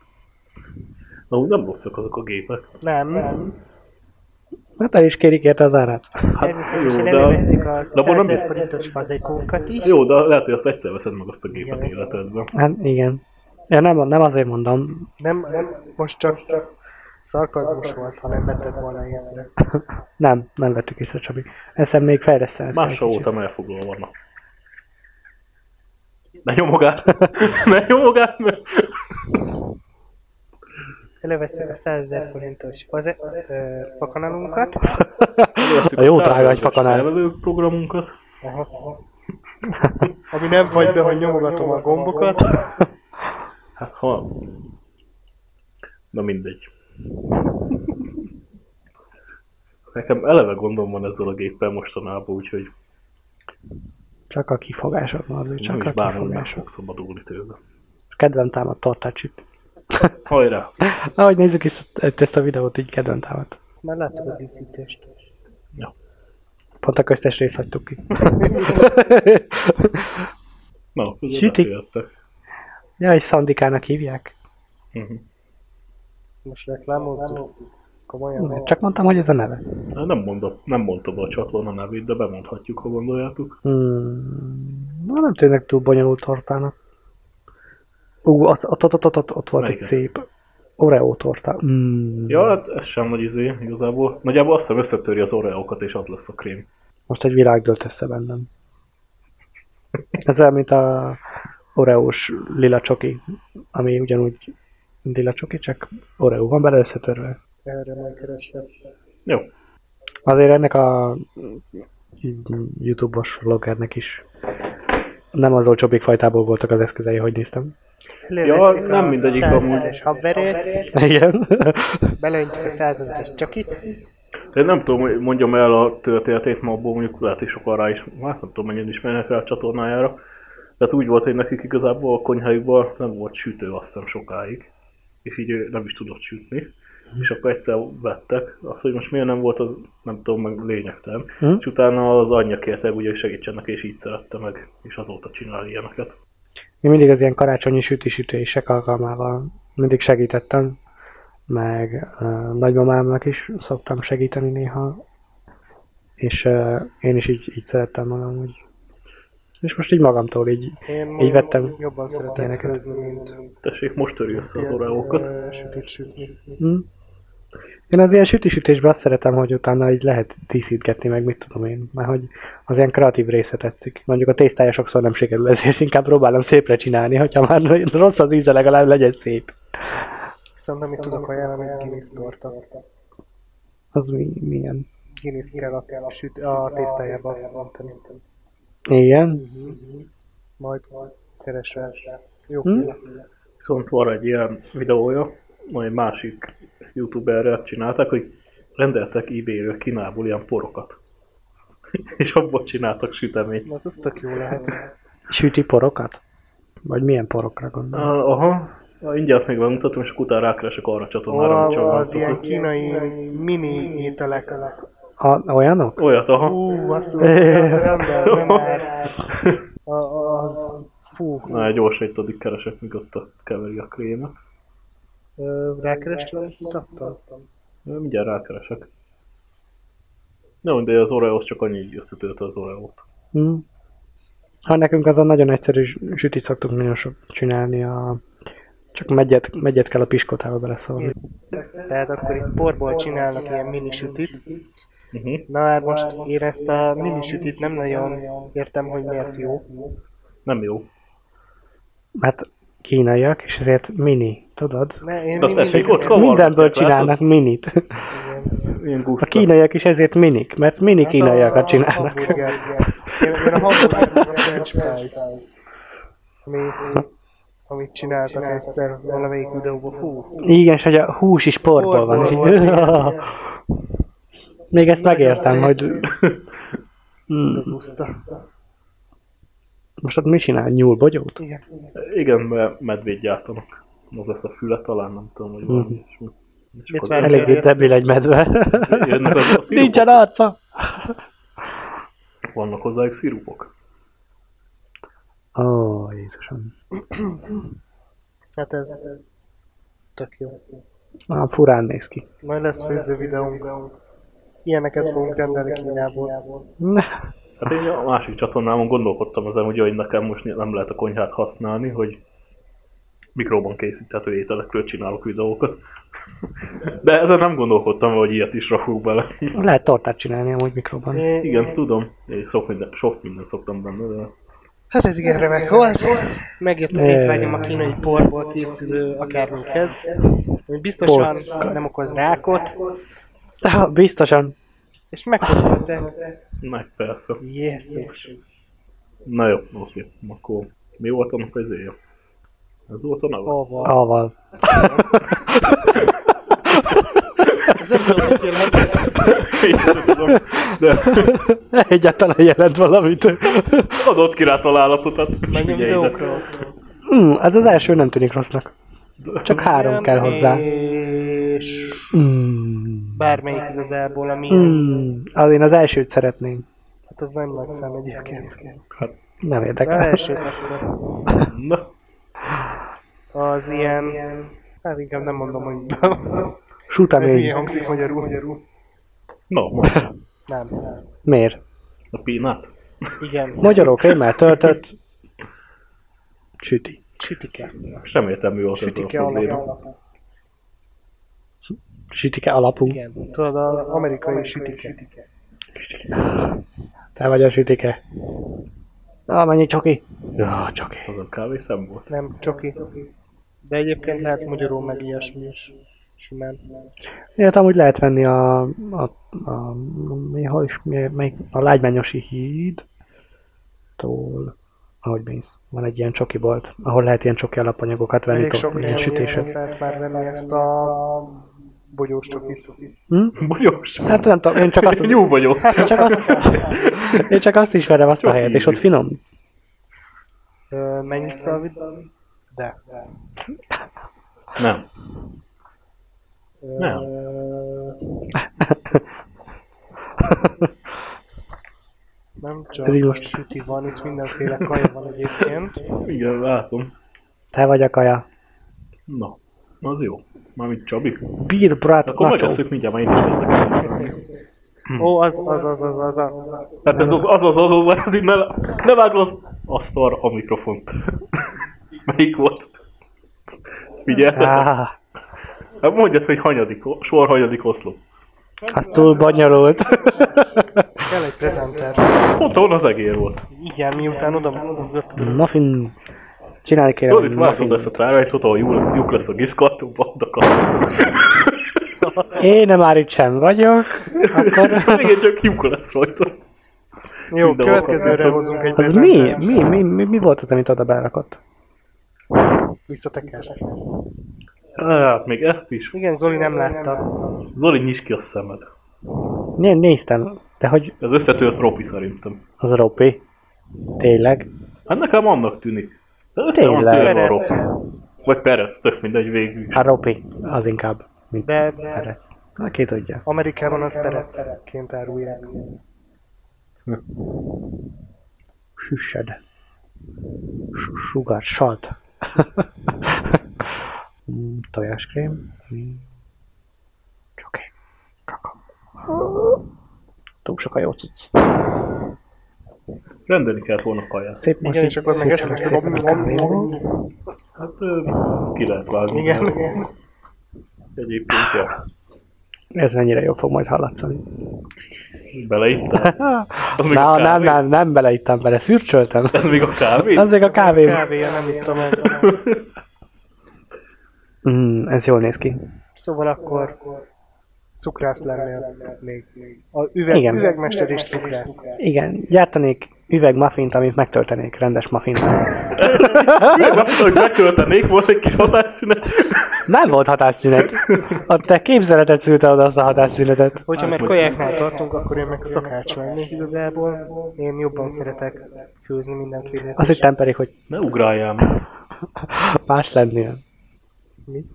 [SPEAKER 1] Na, úgy nem rosszak azok a gépek.
[SPEAKER 2] Nem, nem.
[SPEAKER 3] Hát el is kérik érte az árát.
[SPEAKER 1] Hát jó,
[SPEAKER 2] Természetesen
[SPEAKER 1] de...
[SPEAKER 2] előveszik a
[SPEAKER 1] de abból nem
[SPEAKER 2] 100
[SPEAKER 1] is-
[SPEAKER 2] forintos fazekókat is.
[SPEAKER 1] Jó, de lehet, hogy azt egyszer veszed meg azt a gépet életedben.
[SPEAKER 3] Hát igen. Ja, nem, nem azért mondom.
[SPEAKER 2] Nem, nem, most csak, csak szarkazmus volt, ha nem vetted volna ilyenre.
[SPEAKER 3] Nem, nem vettük észre, Csabi. Eszem még fejlesztem. ezt egy
[SPEAKER 1] Másra
[SPEAKER 3] kicsit.
[SPEAKER 1] voltam elfoglalva. na. Ne nyomogát! ne nyomogát! Mert...
[SPEAKER 2] Előveszik a 100 ezer forintos faze, ö, fakanalunkat.
[SPEAKER 3] A jó drága egy fakanál.
[SPEAKER 1] Elvelő programunkat.
[SPEAKER 2] Aha. Ami nem vagy be, hogy nyomogatom a gombokat.
[SPEAKER 1] Hát ha... Na mindegy. Nekem eleve gondom van ezzel a géppel mostanában, úgyhogy
[SPEAKER 3] Csak a kifogások, Marzi,
[SPEAKER 1] Csak
[SPEAKER 3] csak
[SPEAKER 1] nem
[SPEAKER 3] a
[SPEAKER 1] is bánom, meg
[SPEAKER 3] kifogások.
[SPEAKER 1] fog szabadulni tőle.
[SPEAKER 3] Kedvem támad tortácsit.
[SPEAKER 1] Hajrá!
[SPEAKER 3] Ahogy nézzük is ezt a videót, így kedvem támad.
[SPEAKER 2] Már láttuk a díszítést.
[SPEAKER 3] Pont a köztes részt hagytuk ki.
[SPEAKER 1] Na,
[SPEAKER 3] Sütik.
[SPEAKER 1] Sütik.
[SPEAKER 3] ja, és Szandikának hívják.
[SPEAKER 1] Mhm.
[SPEAKER 2] Most reklámozzuk. Komolyan.
[SPEAKER 3] Nem, Csak mondtam, hogy ez a neve.
[SPEAKER 1] Hát Nem, mondom, nem mondta be a csatorna nevét, de bemondhatjuk, ha gondoljátok.
[SPEAKER 3] Hmm, na, nem tűnnek túl bonyolult tortának. Ú, ott, ott, ott, ott, ott, ott volt egy
[SPEAKER 1] Melyiket?
[SPEAKER 3] szép Oreo torta. Mm.
[SPEAKER 1] Ja, hát ez sem nagy izé, igazából. Nagyjából azt hiszem összetöri az oreókat, és ott lesz a krém.
[SPEAKER 3] Most egy világ dölt össze bennem. Ez olyan, mint a Oreós lila csoki, ami ugyanúgy lila csoki, csak Oreo van bele összetörve.
[SPEAKER 2] Erre majd keresem.
[SPEAKER 1] Jó,
[SPEAKER 3] Azért ennek a YouTube-os vloggernek is nem az olcsóbbik fajtából voltak az eszközei, hogy néztem.
[SPEAKER 1] Ja, nem mindegyik amúgy.
[SPEAKER 2] Habverét,
[SPEAKER 3] Igen.
[SPEAKER 2] belöntjük a 100 ezeres csakit.
[SPEAKER 1] én nem tudom, hogy mondjam el a történetét, ma abból mondjuk lehet, hogy sokan rá is, hát nem tudom, mennyien ismernek rá a csatornájára. Tehát úgy volt, hogy nekik igazából a konyhájukban nem volt sütő azt hiszem sokáig, és így ő nem is tudott sütni. És akkor egyszer vettek, azt, hogy most miért nem volt, az nem tudom, meg lényegtelen.
[SPEAKER 3] Hm?
[SPEAKER 1] És utána az anyja kérte, ugye, hogy segítsen neki, és így szerette meg, és azóta csinál ilyeneket.
[SPEAKER 3] Én mindig az ilyen karácsonyi süti-sütések alkalmával mindig segítettem, meg uh, nagymamámnak is szoktam segíteni néha, és uh, én is így, így szerettem magam, hogy... És most így magamtól így...
[SPEAKER 2] Én
[SPEAKER 3] Így vettem.
[SPEAKER 2] Jobban szeretem
[SPEAKER 3] Ilyeneket.
[SPEAKER 2] főzni, mint
[SPEAKER 1] Tessék, most töri össze az
[SPEAKER 2] ilyen,
[SPEAKER 1] oreókat.
[SPEAKER 2] ö, sütőt sütni.
[SPEAKER 3] Hm? Én az ilyen süti-sütésben azt szeretem, hogy utána így lehet díszítgetni, meg mit tudom én, mert hogy az ilyen kreatív része tetszik. Mondjuk a tésztája sokszor nem sikerül, ezért inkább próbálom szépre csinálni, hogyha már rossz az íze, legalább legyen szép.
[SPEAKER 2] Viszont amit tudok ajánlani, egy Guinness torta.
[SPEAKER 3] Az mi, milyen?
[SPEAKER 2] Guinness kell a, a, süt, a tésztájába mondani.
[SPEAKER 3] Igen?
[SPEAKER 2] Majd keresel. Jó,
[SPEAKER 3] Hm?
[SPEAKER 1] Viszont van egy ilyen videója, majd egy másik youtuberrel csinálták, hogy rendeltek ebay-ről Kínából ilyen porokat. és abból csináltak süteményt.
[SPEAKER 2] Na, az tök jó lehet.
[SPEAKER 3] Süti porokat? Vagy milyen porokra gondolsz?
[SPEAKER 1] Á, Ah, Aha, Na, ingyen azt még megmutatom, és akkor utána rákeresek arra a csatornára, amit csak
[SPEAKER 2] Ó, Szóval az ilyen
[SPEAKER 1] láttatok.
[SPEAKER 2] kínai mini ételek.
[SPEAKER 3] A, olyanok?
[SPEAKER 1] Olyat, aha.
[SPEAKER 2] Ú, azt rendelve már. A- a- Az, fú,
[SPEAKER 1] Na, gyorsan itt addig keresek, míg ott a- keveri a krémet.
[SPEAKER 2] Ö, rákerestem, amit mutattam.
[SPEAKER 1] Na, Mindjárt rákeresek. Nem, de az Oreo csak annyi összetölte az Oreo-t.
[SPEAKER 3] Hm. Ha nekünk azon nagyon egyszerű s- sütit szoktunk nagyon sok csinálni, a... csak megyet, megyet kell a piskotába beleszólni.
[SPEAKER 2] Tehát akkor itt porból csinálnak ilyen mini sütit.
[SPEAKER 1] Uh-huh.
[SPEAKER 2] Na hát most én ezt a mini sütit nem nagyon értem, hogy miért jó.
[SPEAKER 1] Nem jó.
[SPEAKER 3] Mert kínaiak, és ezért mini. tudod?
[SPEAKER 2] Ne, én
[SPEAKER 1] Na,
[SPEAKER 2] mindig-
[SPEAKER 1] tessék, ott van.
[SPEAKER 3] Mindenből
[SPEAKER 1] Látod?
[SPEAKER 3] csinálnak minit.
[SPEAKER 2] Igen.
[SPEAKER 1] Ilyen
[SPEAKER 3] A
[SPEAKER 1] gusta.
[SPEAKER 3] kínaiak is ezért minik, mert mini
[SPEAKER 2] Hát a-
[SPEAKER 3] kínaiakat
[SPEAKER 2] a
[SPEAKER 3] csinálnak.
[SPEAKER 2] hamburgert, igen. Én, én a hamburger french fries, ami, amit csináltak egyszer valamelyik videóban. Hú,
[SPEAKER 3] Igen, és hogy a hús is porból van. és
[SPEAKER 2] Porból
[SPEAKER 3] így-
[SPEAKER 2] volt, igen.
[SPEAKER 3] Még ezt megértem,
[SPEAKER 2] szép.
[SPEAKER 3] hogy... Mm,
[SPEAKER 2] puszta.
[SPEAKER 3] Most ott mi csinál? Nyúl bogyót?
[SPEAKER 2] Igen.
[SPEAKER 1] Igen, mert medvét gyártanak. Az lesz a füle talán, nem tudom, hogy valami
[SPEAKER 3] Mhm.
[SPEAKER 1] ilyesmi. És
[SPEAKER 2] Mit
[SPEAKER 1] akkor
[SPEAKER 2] várj?
[SPEAKER 3] Eléggé debil egy medve.
[SPEAKER 1] Jönnek azok a szirupok.
[SPEAKER 3] Nincsen arca.
[SPEAKER 1] vannak hozzájuk szirupok.
[SPEAKER 3] Ó, oh, Jézusom.
[SPEAKER 2] Hát ez tök jó.
[SPEAKER 3] Már furán néz ki.
[SPEAKER 2] Majd lesz főző videónk. Ilyeneket fogunk rendelni Kínából.
[SPEAKER 1] Hát én a másik csatornámon gondolkodtam ezen, hogy jaj, nekem most nem lehet a konyhát használni, hogy mikróban készíthető ételekről csinálok videókat. De ezen nem gondolkodtam, hogy ilyet is rakok bele.
[SPEAKER 3] Lehet tortát csinálni amúgy mikróban.
[SPEAKER 2] É,
[SPEAKER 1] Igen, tudom. Én sok minden, sok mindent szoktam benne, de...
[SPEAKER 2] Hát ez igen remek volt. Megjött az
[SPEAKER 3] É.
[SPEAKER 2] étvágyam a kínai porból készülő akármihez. Ami biztosan nem okoz rákot.
[SPEAKER 3] Ha, biztosan.
[SPEAKER 2] És megkóstoltam.
[SPEAKER 1] Meg persze.
[SPEAKER 2] Jézus.
[SPEAKER 1] Na jó, oké. Akkor mi volt annak az éje? Ez volt a neve?
[SPEAKER 2] Hova?
[SPEAKER 3] Aval.
[SPEAKER 2] Ez nem tudom, hogy jön, hogy-
[SPEAKER 1] Én nem tudom, de
[SPEAKER 3] Egyáltalán jelent valamit.
[SPEAKER 1] adott ki rá találatot, hát
[SPEAKER 2] Menjünk
[SPEAKER 1] figyelj ide.
[SPEAKER 2] videókról.
[SPEAKER 3] Mm, ez az első nem tűnik rossznak. Csak három kell hozzá.
[SPEAKER 2] És
[SPEAKER 3] Mm.
[SPEAKER 2] bármelyik igazából, ami
[SPEAKER 3] Mm. Az én az elsőt szeretném.
[SPEAKER 2] hát az nem nagy szám egyébként.
[SPEAKER 1] Hát,
[SPEAKER 3] Nem
[SPEAKER 2] De az
[SPEAKER 3] érdekel.
[SPEAKER 2] elsőt akkor
[SPEAKER 1] na,
[SPEAKER 2] az ilyen, hát inkább nem mondom, hogy
[SPEAKER 3] Sütemény.
[SPEAKER 2] ilyen hangzik magyarul. magyarul.
[SPEAKER 1] na, most
[SPEAKER 2] Nem.
[SPEAKER 3] Miért?
[SPEAKER 1] a pénát.
[SPEAKER 2] Igen.
[SPEAKER 3] Magyarok kémmel töltött süti.
[SPEAKER 2] Sütike.
[SPEAKER 1] Sem értem, mi volt ez a
[SPEAKER 2] Sütike
[SPEAKER 1] probléma.
[SPEAKER 2] alapja.
[SPEAKER 3] Sütike alapú.
[SPEAKER 2] Igen. Tudod, az amerikai sütike.
[SPEAKER 3] Te vagy a sütike. Na, mennyi csoki? Ja, csoki.
[SPEAKER 1] Az a kávészem volt.
[SPEAKER 2] Nem csoki. De egyébként lehet magyarul meg ilyesmi is. Simán.
[SPEAKER 3] Ilyet amúgy lehet venni a, a, a, mi, hol is, mi, melyik, a lágymányosi híd tól, ahogy mész. Van egy ilyen csoki bolt, ahol lehet ilyen csoki alapanyagokat venni,
[SPEAKER 2] Elég
[SPEAKER 3] tó,
[SPEAKER 2] sok
[SPEAKER 3] ilyen
[SPEAKER 2] ilyen
[SPEAKER 3] sütéset.
[SPEAKER 2] lehet már venni ezt a bogyós csokit.
[SPEAKER 3] Hm?
[SPEAKER 1] Bogyós.
[SPEAKER 3] Hát nem tudom, én csak azt, Hát,
[SPEAKER 1] Nyúl vagyok.
[SPEAKER 3] én csak azt, én csak azt ismerem azt a
[SPEAKER 1] Csoki
[SPEAKER 3] helyet, és ott
[SPEAKER 1] ízlik.
[SPEAKER 3] finom.
[SPEAKER 2] Ö, Menjünk vissza a videót? De.
[SPEAKER 1] Nem.
[SPEAKER 2] Ö,
[SPEAKER 1] Nem.
[SPEAKER 2] Nem csak
[SPEAKER 3] Ez így most.
[SPEAKER 2] süti van, itt mindenféle kaja van egyébként.
[SPEAKER 1] Igen, látom.
[SPEAKER 3] Te vagy a kaja.
[SPEAKER 1] Na, az jó. Mármint Csabi.
[SPEAKER 3] Beer Brat
[SPEAKER 1] Akkor
[SPEAKER 3] Nacho.
[SPEAKER 1] megesszük mindjárt, már én is nézek.
[SPEAKER 2] Ó, az, az, az, az, az, az.
[SPEAKER 1] Tehát Hát ez az az az az az, az így ne, ne vágd az asztalra a mikrofont. Melyik volt? Figyelj,
[SPEAKER 3] Ah,
[SPEAKER 1] mondjad, Hát hogy hanyadik, o- sor hanyadik oszlop.
[SPEAKER 3] az túl bonyolult.
[SPEAKER 2] Kell egy prezenter.
[SPEAKER 1] Pont ahol az egér volt.
[SPEAKER 2] Igen, miután oda ugrott.
[SPEAKER 3] Muffin. Csinálni kéne
[SPEAKER 1] Tudod,
[SPEAKER 3] egy
[SPEAKER 1] itt vártod ezt
[SPEAKER 3] muffin.
[SPEAKER 1] a tárgyot, ahol lyuk- lyuk lesz a diszkartóba, oda kap.
[SPEAKER 3] Én nem már itt sem vagyok. Akkor...
[SPEAKER 1] Hát Igen, csak lyuk lesz rajta.
[SPEAKER 2] Jó,
[SPEAKER 1] Mindenhol
[SPEAKER 2] következőre
[SPEAKER 1] kaptam.
[SPEAKER 2] hozunk egy
[SPEAKER 3] Az mi? Mi, mi, mi, mi volt az, amit oda berakott?
[SPEAKER 2] Visszatekertek.
[SPEAKER 1] Hát még ezt is.
[SPEAKER 2] Igen, Zoli nem látta.
[SPEAKER 1] Zoli, nyisd ki a szemed.
[SPEAKER 3] Én néztem, de hogy
[SPEAKER 1] Ez összetört ropi szerintem.
[SPEAKER 3] az ropi. Tényleg.
[SPEAKER 1] Hát nekem annak tűnik. De össze van
[SPEAKER 3] Tényleg.
[SPEAKER 1] tőle a ropi. Vagy perec, tök mindegy végül. is.
[SPEAKER 3] A Hát ropi az inkább, mint
[SPEAKER 2] De, de
[SPEAKER 3] erre. Na, ki tudja.
[SPEAKER 2] Amerikában az peretként árulják.
[SPEAKER 3] Süssed. Su- Sugar, salt. Mm, Tojáskrém. Mm. Oké. Kakao. Túl sok a jó cucc.
[SPEAKER 1] Rendelni kellett volna kaját.
[SPEAKER 3] Szép most
[SPEAKER 2] Igen, és
[SPEAKER 3] így.
[SPEAKER 2] akkor meg
[SPEAKER 3] szépen-
[SPEAKER 2] eszünk.
[SPEAKER 3] szépen a kávéval.
[SPEAKER 1] Hát ö, ki lehet vágni.
[SPEAKER 2] Igen.
[SPEAKER 1] Egyébként ja.
[SPEAKER 3] Ez mennyire jól fog majd hallatszani.
[SPEAKER 1] Beleittál? Az még
[SPEAKER 3] Na,
[SPEAKER 1] a
[SPEAKER 3] nem,
[SPEAKER 1] kávé?
[SPEAKER 3] nem, nem beleittem bele, szürcsöltem.
[SPEAKER 1] Ez még a kávé?
[SPEAKER 3] Az még a kávé.
[SPEAKER 2] Kávéja nem ittam el.
[SPEAKER 3] Mm, ez jól néz ki.
[SPEAKER 2] Szóval akkor cukrász lennél még. még. A
[SPEAKER 3] Igen.
[SPEAKER 2] üveg, üvegmester és cukrász.
[SPEAKER 3] Igen, gyártanék üveg muffint, amit megtöltenék, rendes muffint.
[SPEAKER 1] Nem tudom, hogy megköltenék, volt egy kis hatásszünet.
[SPEAKER 3] Nem volt hatásszünet. A te képzeleted szülte oda azt a hatásszünetet.
[SPEAKER 2] Hogyha
[SPEAKER 1] Hát,
[SPEAKER 2] már
[SPEAKER 1] hogy-
[SPEAKER 2] kajáknál tartunk, akkor én meg szakács lennék igazából. Én jobban szeretek főzni mindenféle.
[SPEAKER 3] Azt hittem pedig, hogy
[SPEAKER 1] Ne ugráljál már.
[SPEAKER 3] más lennél.
[SPEAKER 2] Mit?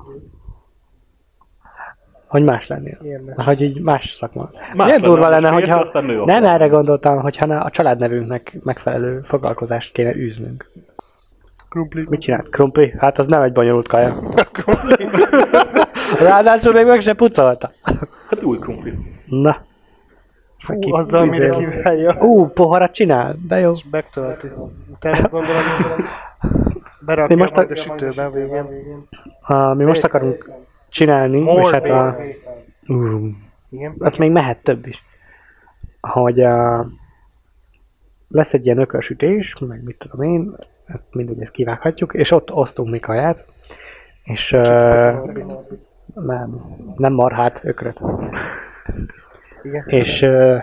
[SPEAKER 3] Hogy más lennél.
[SPEAKER 2] Ilyen
[SPEAKER 3] Hogy így más szakma.
[SPEAKER 1] Más
[SPEAKER 3] Más Milyen
[SPEAKER 1] lenne,
[SPEAKER 3] durva
[SPEAKER 1] most
[SPEAKER 3] lenne,
[SPEAKER 1] miért
[SPEAKER 3] hogyha...
[SPEAKER 1] aztán nő
[SPEAKER 3] Nem
[SPEAKER 1] akar?
[SPEAKER 3] erre gondoltam, hogyha a családnevünknek megfelelő foglalkozást kéne űznünk.
[SPEAKER 2] krumpli.
[SPEAKER 3] Mit csinált? Krumpli? Hát az nem egy bonyolult kaja. Ráadásul még meg se pucolta.
[SPEAKER 1] Hát új krumpli.
[SPEAKER 3] Na.
[SPEAKER 2] Hú, azzal mire kiválja.
[SPEAKER 3] Ú, poharat csinál, de jó.
[SPEAKER 2] És megtölti. Tehát gondolom,
[SPEAKER 3] Mi
[SPEAKER 2] berakja
[SPEAKER 3] most a-
[SPEAKER 2] majd a sütőben végén.
[SPEAKER 3] Uh, mi most akarunk csinálni, és hát a... Uh,
[SPEAKER 2] Igen.
[SPEAKER 3] hát még mehet több is. Hogy uh, lesz egy ilyen ökörsütés, meg mit tudom én, hát mindegy, ezt kivághatjuk, és ott osztunk mi kaját, és uh, nem, nem marhát, ökröt.
[SPEAKER 2] Igen.
[SPEAKER 3] És ö,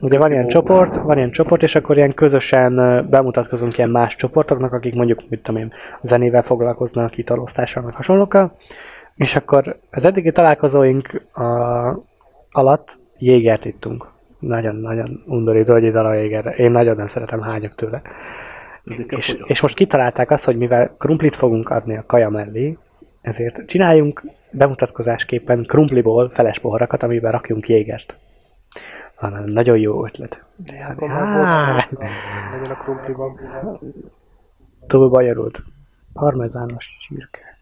[SPEAKER 3] ugye van ilyen csoport, van ilyen csoport, és akkor ilyen közösen ö, bemutatkozunk ilyen más csoportoknak, akik mondjuk, mit tudom én, zenével foglalkoznak, italosztással, meg hasonlókkal. És akkor az eddigi találkozóink a, alatt jégert ittunk. Nagyon-nagyon undorító, hogy idal a jégerre. Én nagyon nem szeretem, hányok tőle. És, és most kitalálták azt, hogy mivel krumplit fogunk adni a kaja mellé, ezért csináljunk bemutatkozásképpen krumpliból feles poharakat, amiben rakjunk jégert. Hanem nagyon jó ötlet.
[SPEAKER 2] Akkor már
[SPEAKER 3] Á,
[SPEAKER 2] volt. Legyen a krumpliban.
[SPEAKER 3] túl bajorult. Parmezános csirke.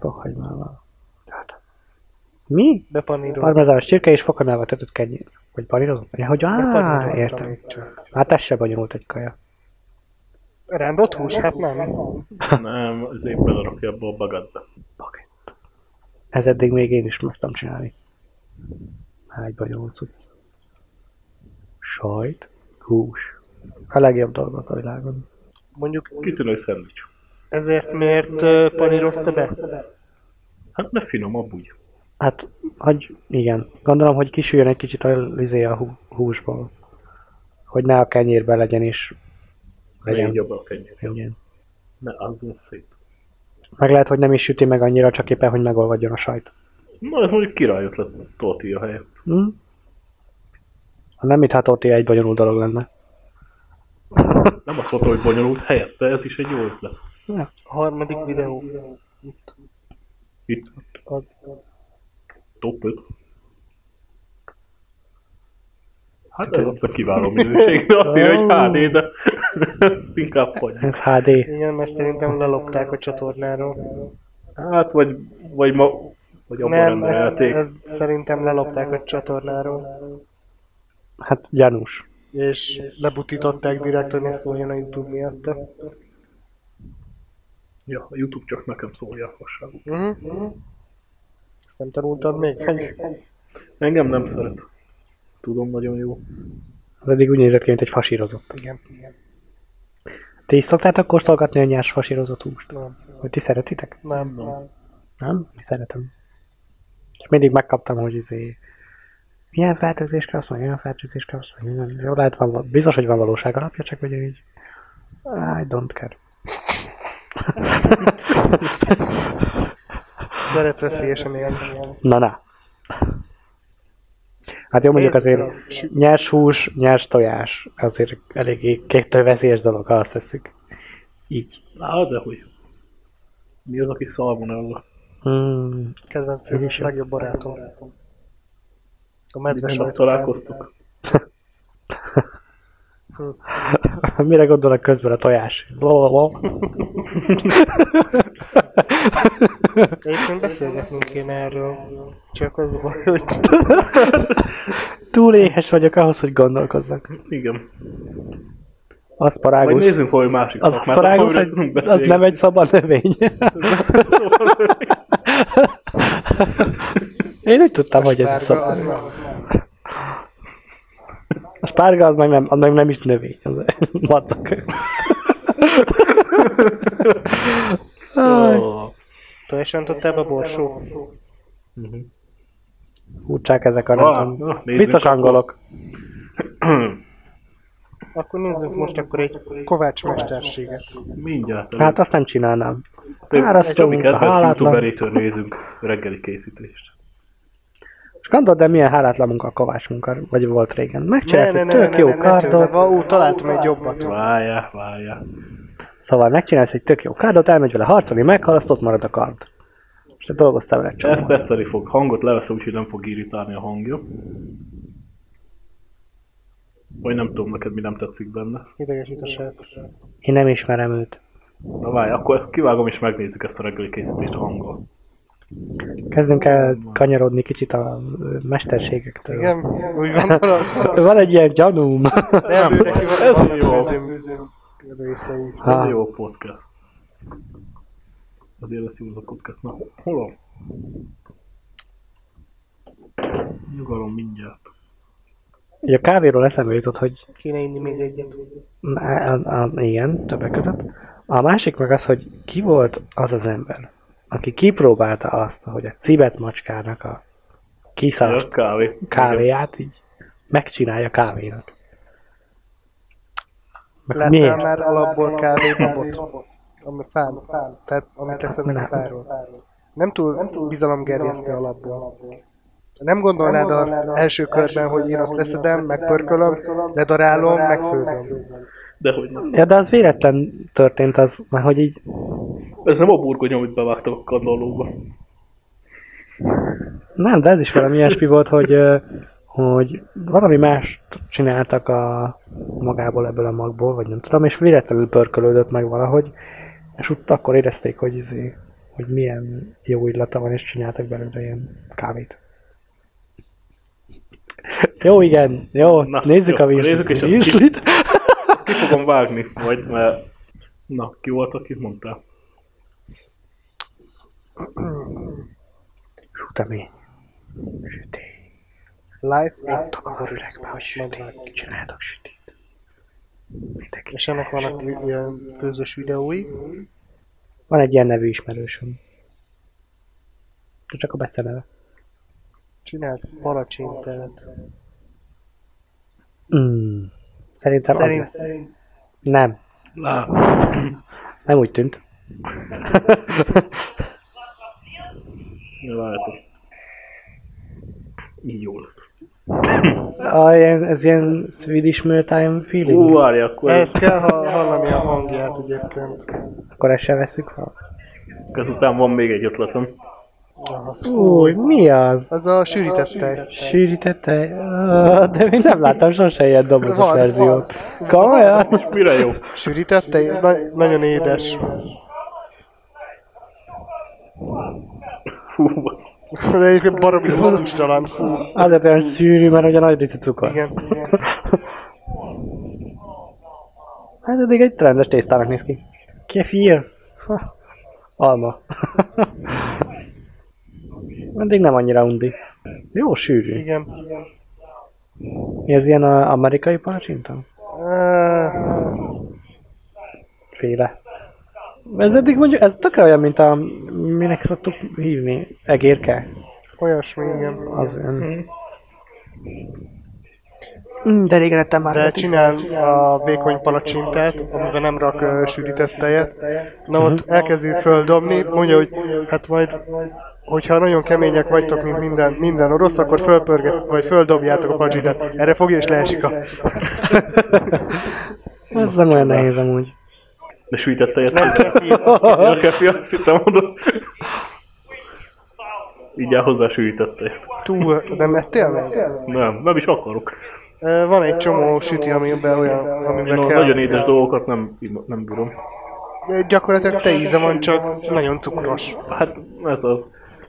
[SPEAKER 3] Fokhagymával. Hát. Mi?
[SPEAKER 2] Bepanírozom.
[SPEAKER 3] Parmezános csirke és fokhagymával töltött kenyér. Vagy panírozott? Ja, hogy á,
[SPEAKER 2] Bepaníroztam
[SPEAKER 3] értem.
[SPEAKER 2] még csak.
[SPEAKER 3] Hát ez se bonyolult egy kaja.
[SPEAKER 2] Rándott hús? Hát nem.
[SPEAKER 1] Nem, az épp belerakja abba a bagatba.
[SPEAKER 3] Ez eddig még én is meg tudtam csinálni. Hágy bonyolult cucc. Sajt, hús. A legjobb dolgok a világon.
[SPEAKER 2] Mondjuk
[SPEAKER 1] Kitűnő szendvics.
[SPEAKER 2] ezért miért ö, panírozta be?
[SPEAKER 1] Hát ne finomabb úgy.
[SPEAKER 3] Hát, hogy igen. Gondolom, hogy kisüljön egy kicsit a lizé a hú- húsból. Hogy ne a kenyérben legyen is.
[SPEAKER 1] Ne
[SPEAKER 3] Legyen.
[SPEAKER 1] így abba a kenyér.
[SPEAKER 3] Igen.
[SPEAKER 1] Ne, azon szép.
[SPEAKER 3] Meg lehet, hogy nem is süti meg annyira, csak éppen, hogy megolvadjon a sajt.
[SPEAKER 1] Na, ez mondjuk király ötlet tortilla helye.
[SPEAKER 3] Hm? Ha nem itható, egy bonyolult dolog lenne.
[SPEAKER 1] Nem azt mondta, hogy bonyolult helyette, ez is egy jó ötlet.
[SPEAKER 2] A harmadik videó.
[SPEAKER 1] Itt
[SPEAKER 2] Az
[SPEAKER 1] top 5. Hát ez ott a kiváló minőség, de azt írja, hogy HD, de ezt inkább hagy.
[SPEAKER 3] Ez HD.
[SPEAKER 2] igen, mert szerintem lelopták a csatornáról.
[SPEAKER 1] Hát, vagy, vagy ma, vagy abban
[SPEAKER 2] Nem, ezt,
[SPEAKER 1] rendelték.
[SPEAKER 2] ezt szerintem lelopták a csatornáról.
[SPEAKER 3] Hát gyanús.
[SPEAKER 2] És lebutították direkt, hogy ne szóljon a Youtube miatt.
[SPEAKER 1] Ja, a Youtube csak nekem szólja a fasságot.
[SPEAKER 2] Uh-huh. Nem tanultad még?
[SPEAKER 1] Engem nem szeret. Tudom, nagyon jó.
[SPEAKER 3] Az eddig úgy nézett ki, mint egy fasírozott.
[SPEAKER 2] Igen, igen.
[SPEAKER 3] Ti is szoktátok kóstolgatni a nyers fasírozott húst?
[SPEAKER 2] Nem,
[SPEAKER 3] Hogy ti szeretitek?
[SPEAKER 2] nem, nem.
[SPEAKER 3] Nem? Mi szeretem. És mindig megkaptam, hogy izé, milyen fertőzést kapsz, meg olyan fertőzést kapsz, meg minden. Jó, lehet, van, val- biztos, hogy van valóság alapja, csak hogy így, I don't care.
[SPEAKER 2] Szeret veszélyesen élni.
[SPEAKER 3] Na, na. Hát jó, mondjuk
[SPEAKER 2] Nézd,
[SPEAKER 3] azért nyers hús, nyers tojás, azért eléggé kéttől veszélyes dolog, ha azt tesszük. Így.
[SPEAKER 1] Á, de hogy. Mi az, aki szalmonella?
[SPEAKER 3] Mm,
[SPEAKER 2] Kedvencem és legjobb barátom. A
[SPEAKER 3] Hát,
[SPEAKER 2] medve
[SPEAKER 1] Minden nap
[SPEAKER 2] sajtot.
[SPEAKER 1] találkoztuk.
[SPEAKER 3] mire gondolok közben a tojás? Blablabla.
[SPEAKER 2] Egyébként beszélgetnünk kéne erről. Csak az a baj, hogy
[SPEAKER 3] Túl éhes vagyok ahhoz, hogy gondolkozzak.
[SPEAKER 1] Igen. Vagy
[SPEAKER 3] Aszparágus.
[SPEAKER 1] nézzünk valami másik
[SPEAKER 3] Az
[SPEAKER 1] szakmát,
[SPEAKER 3] aszparágus,
[SPEAKER 1] amiről
[SPEAKER 3] egy,
[SPEAKER 1] tudunk
[SPEAKER 3] az
[SPEAKER 1] beszélni.
[SPEAKER 3] nem egy szabad növény.
[SPEAKER 1] Szóval,
[SPEAKER 3] Én úgy tudtam, hogy ez egy
[SPEAKER 4] Bárga, az
[SPEAKER 3] szabad.
[SPEAKER 4] nem.
[SPEAKER 3] A spárga az meg nem, az meg nem is növény. Az vacak. Aj.
[SPEAKER 1] Ó,
[SPEAKER 2] Tojás és öntött ebbe borsó.
[SPEAKER 1] Uh-huh.
[SPEAKER 3] Furcsák ezek a
[SPEAKER 1] Ah,
[SPEAKER 3] ah,
[SPEAKER 1] na, nézzük
[SPEAKER 3] Biztos
[SPEAKER 1] akkor.
[SPEAKER 3] angolok.
[SPEAKER 1] Mhm.
[SPEAKER 2] Akkor nézzük most akkor egy kovács mesterséget.
[SPEAKER 1] Mindjárt.
[SPEAKER 3] Hát azt nem csinálnám.
[SPEAKER 1] Te-
[SPEAKER 3] árasztó
[SPEAKER 1] Csabi
[SPEAKER 3] munka,
[SPEAKER 1] kedvenc
[SPEAKER 3] hálátlan.
[SPEAKER 1] youtuberétől nézünk reggeli készítést.
[SPEAKER 3] És gondold, de milyen hálátlan munka a kovács munka, vagy volt régen.
[SPEAKER 2] Ne, ne,
[SPEAKER 3] Megcsinálsz
[SPEAKER 2] ne,
[SPEAKER 3] egy
[SPEAKER 2] ne,
[SPEAKER 3] tök
[SPEAKER 2] ne, ne,
[SPEAKER 3] jó
[SPEAKER 2] ne, tőle.
[SPEAKER 3] kardot,
[SPEAKER 2] Va- Ú, találtam egy jobbat.
[SPEAKER 1] Várjál, várjál.
[SPEAKER 3] szóval megcsinálsz egy tök jó kardot, elmegy vele harcolni, meghalaszt, ott marad a kard. És te dolgoztál vele egy csomót.
[SPEAKER 1] Ezt tetszeni fog. Hangot leveszem, úgyhogy nem fog irritálni a hangja. Vagy nem tudom neked, mi nem tetszik benne.
[SPEAKER 2] Idegesít a srác.
[SPEAKER 3] Én nem ismerem őt.
[SPEAKER 1] Na várj, akkor ezt kivágom és megnézzük ezt a reggeli készítést hanggal.
[SPEAKER 3] Kezdünk el kanyarodni kicsit a ö, mesterségektől.
[SPEAKER 2] Igen, úgy gondolom.
[SPEAKER 3] Van egy ilyen gyanúm.
[SPEAKER 2] Nem,
[SPEAKER 1] ez jó.
[SPEAKER 2] Részei.
[SPEAKER 1] Ez
[SPEAKER 3] Ah.
[SPEAKER 1] egy jó podcast. Azért lesz jó az a podcast. Na, hol van? Nyugalom mindjárt.
[SPEAKER 3] Ugye a kávéról eszembe jutott, hogy
[SPEAKER 2] Kéne inni még egyet.
[SPEAKER 3] a, a, a, igen, többek között. A másik meg az, hogy ki volt az az ember, aki kipróbálta azt, hogy a cibet macskának a
[SPEAKER 1] Ja,
[SPEAKER 3] kiszart
[SPEAKER 1] kávé. Igen.
[SPEAKER 3] kávéját így megcsinálja kávénak. Meg
[SPEAKER 2] Láttál
[SPEAKER 3] miért?
[SPEAKER 2] már alapból kávébabot? Ami fán, fán. Tehát amit eszednek a fáról. Nem túl, nem túl bizalomgerjesztő alapból. Nem gondolnád az első körben, hogy én azt leszedem, megpörkölöm, ledarálom, megfőzöm.
[SPEAKER 1] De hogy nem.
[SPEAKER 3] Ja, de az véletlen történt az, mert hogy így
[SPEAKER 1] Ez nem a burgonya, amit bevágtam a kandallóba.
[SPEAKER 3] Nem, de ez is valami ilyesmi volt, hogy, ö, hogy valami mást csináltak a magából ebből a magból, vagy nem tudom, és véletlenül pörkölődött meg valahogy, és ott akkor érezték, hogy, izé, hogy milyen jó illata van, és csináltak belőle ilyen kávét. Jó, igen, jó,
[SPEAKER 1] Na,
[SPEAKER 3] Na, nézzük
[SPEAKER 1] jó,
[SPEAKER 3] jó, a
[SPEAKER 1] nézzük is a
[SPEAKER 3] virslit.
[SPEAKER 1] Ki fogom vágni majd, mert... Na, ki volt, akit mondtál?
[SPEAKER 3] Sütemény. Sütény.
[SPEAKER 2] Life,
[SPEAKER 3] Tudom, a üregben, hogy sütény. Csináltak sütét. Mindenki
[SPEAKER 2] és ennek vannak ilyen közös videói.
[SPEAKER 3] Van egy ilyen nevű ismerősöm. De csak a beceneve.
[SPEAKER 2] Csinált palacsintelet.
[SPEAKER 3] Mm. Szerintem Szerint...
[SPEAKER 2] Szerint,
[SPEAKER 3] az lesz. Nem,
[SPEAKER 1] Lá.
[SPEAKER 3] nem úgy tűnt.
[SPEAKER 1] Várjátok. Így jó lesz.
[SPEAKER 3] a, ilyen, ez ilyen Swedish Mealtime feeling.
[SPEAKER 1] Ú, várj, akkor
[SPEAKER 2] ez kell ha hallani a hangját egyébként.
[SPEAKER 3] Akkor ezt sem veszük fel.
[SPEAKER 1] ezután van még egy ötletem.
[SPEAKER 3] Új, mi az?
[SPEAKER 2] Az a sűrített tej.
[SPEAKER 3] Sűrített tej? Ö, Ah, De még nem láttam sose ilyen dobozos
[SPEAKER 2] Van,
[SPEAKER 3] verziót. Komolyan?
[SPEAKER 1] És mire jó?
[SPEAKER 2] Sűrített tej? Na- nagyon édes.
[SPEAKER 1] Fú,
[SPEAKER 2] De egyébként baromi gusztustalan. Fú.
[SPEAKER 3] Azért olyan szűrű, mert ugye nagy része cukor.
[SPEAKER 2] Igen.
[SPEAKER 3] Hát eddig egy trendes tésztának néz ki. Kefir. Ha, Alma. Eddig nem annyira undi. Jó sűrű.
[SPEAKER 2] Igen.
[SPEAKER 3] Mi ez ilyen a amerikai palacsinta?
[SPEAKER 2] Ah,
[SPEAKER 3] Féle. Ez eddig mondjuk, ez tökre olyan, mint a... Minek szoktuk hívni? Egérke?
[SPEAKER 2] Olyasmi, igen.
[SPEAKER 3] Az olyan. Mm, De régen ettem már.
[SPEAKER 2] De
[SPEAKER 3] ilyet is.
[SPEAKER 2] csinál a vékony palacsintát, amiben nem rak uh, sűrített tejet. Na ott elkezdi földobni, mondja, hogy hát majd hogyha nagyon kemények vagytok, mint minden, minden orosz, akkor fölpörget, vagy földobjátok a palacsintát. Erre fogja és leesik a...
[SPEAKER 3] Ez nem olyan nehéz amúgy.
[SPEAKER 1] de sűjtett tejet.
[SPEAKER 2] Nem
[SPEAKER 1] Nem
[SPEAKER 2] kefi,
[SPEAKER 1] kell kefi, azt hittem mondod. Így áll hozzá sűjtett tejet.
[SPEAKER 2] túl nem ettél meg?
[SPEAKER 1] Nem, nem is akarok.
[SPEAKER 2] Ö, Van egy csomó süti, amiben olyan,
[SPEAKER 1] Én
[SPEAKER 2] amiben
[SPEAKER 1] a
[SPEAKER 2] kell.
[SPEAKER 1] nagyon édes dolgokat nem, nem bírom.
[SPEAKER 2] Ö, Gyakorlatilag te íze van, csak nagyon cukros.
[SPEAKER 1] Hát ez az.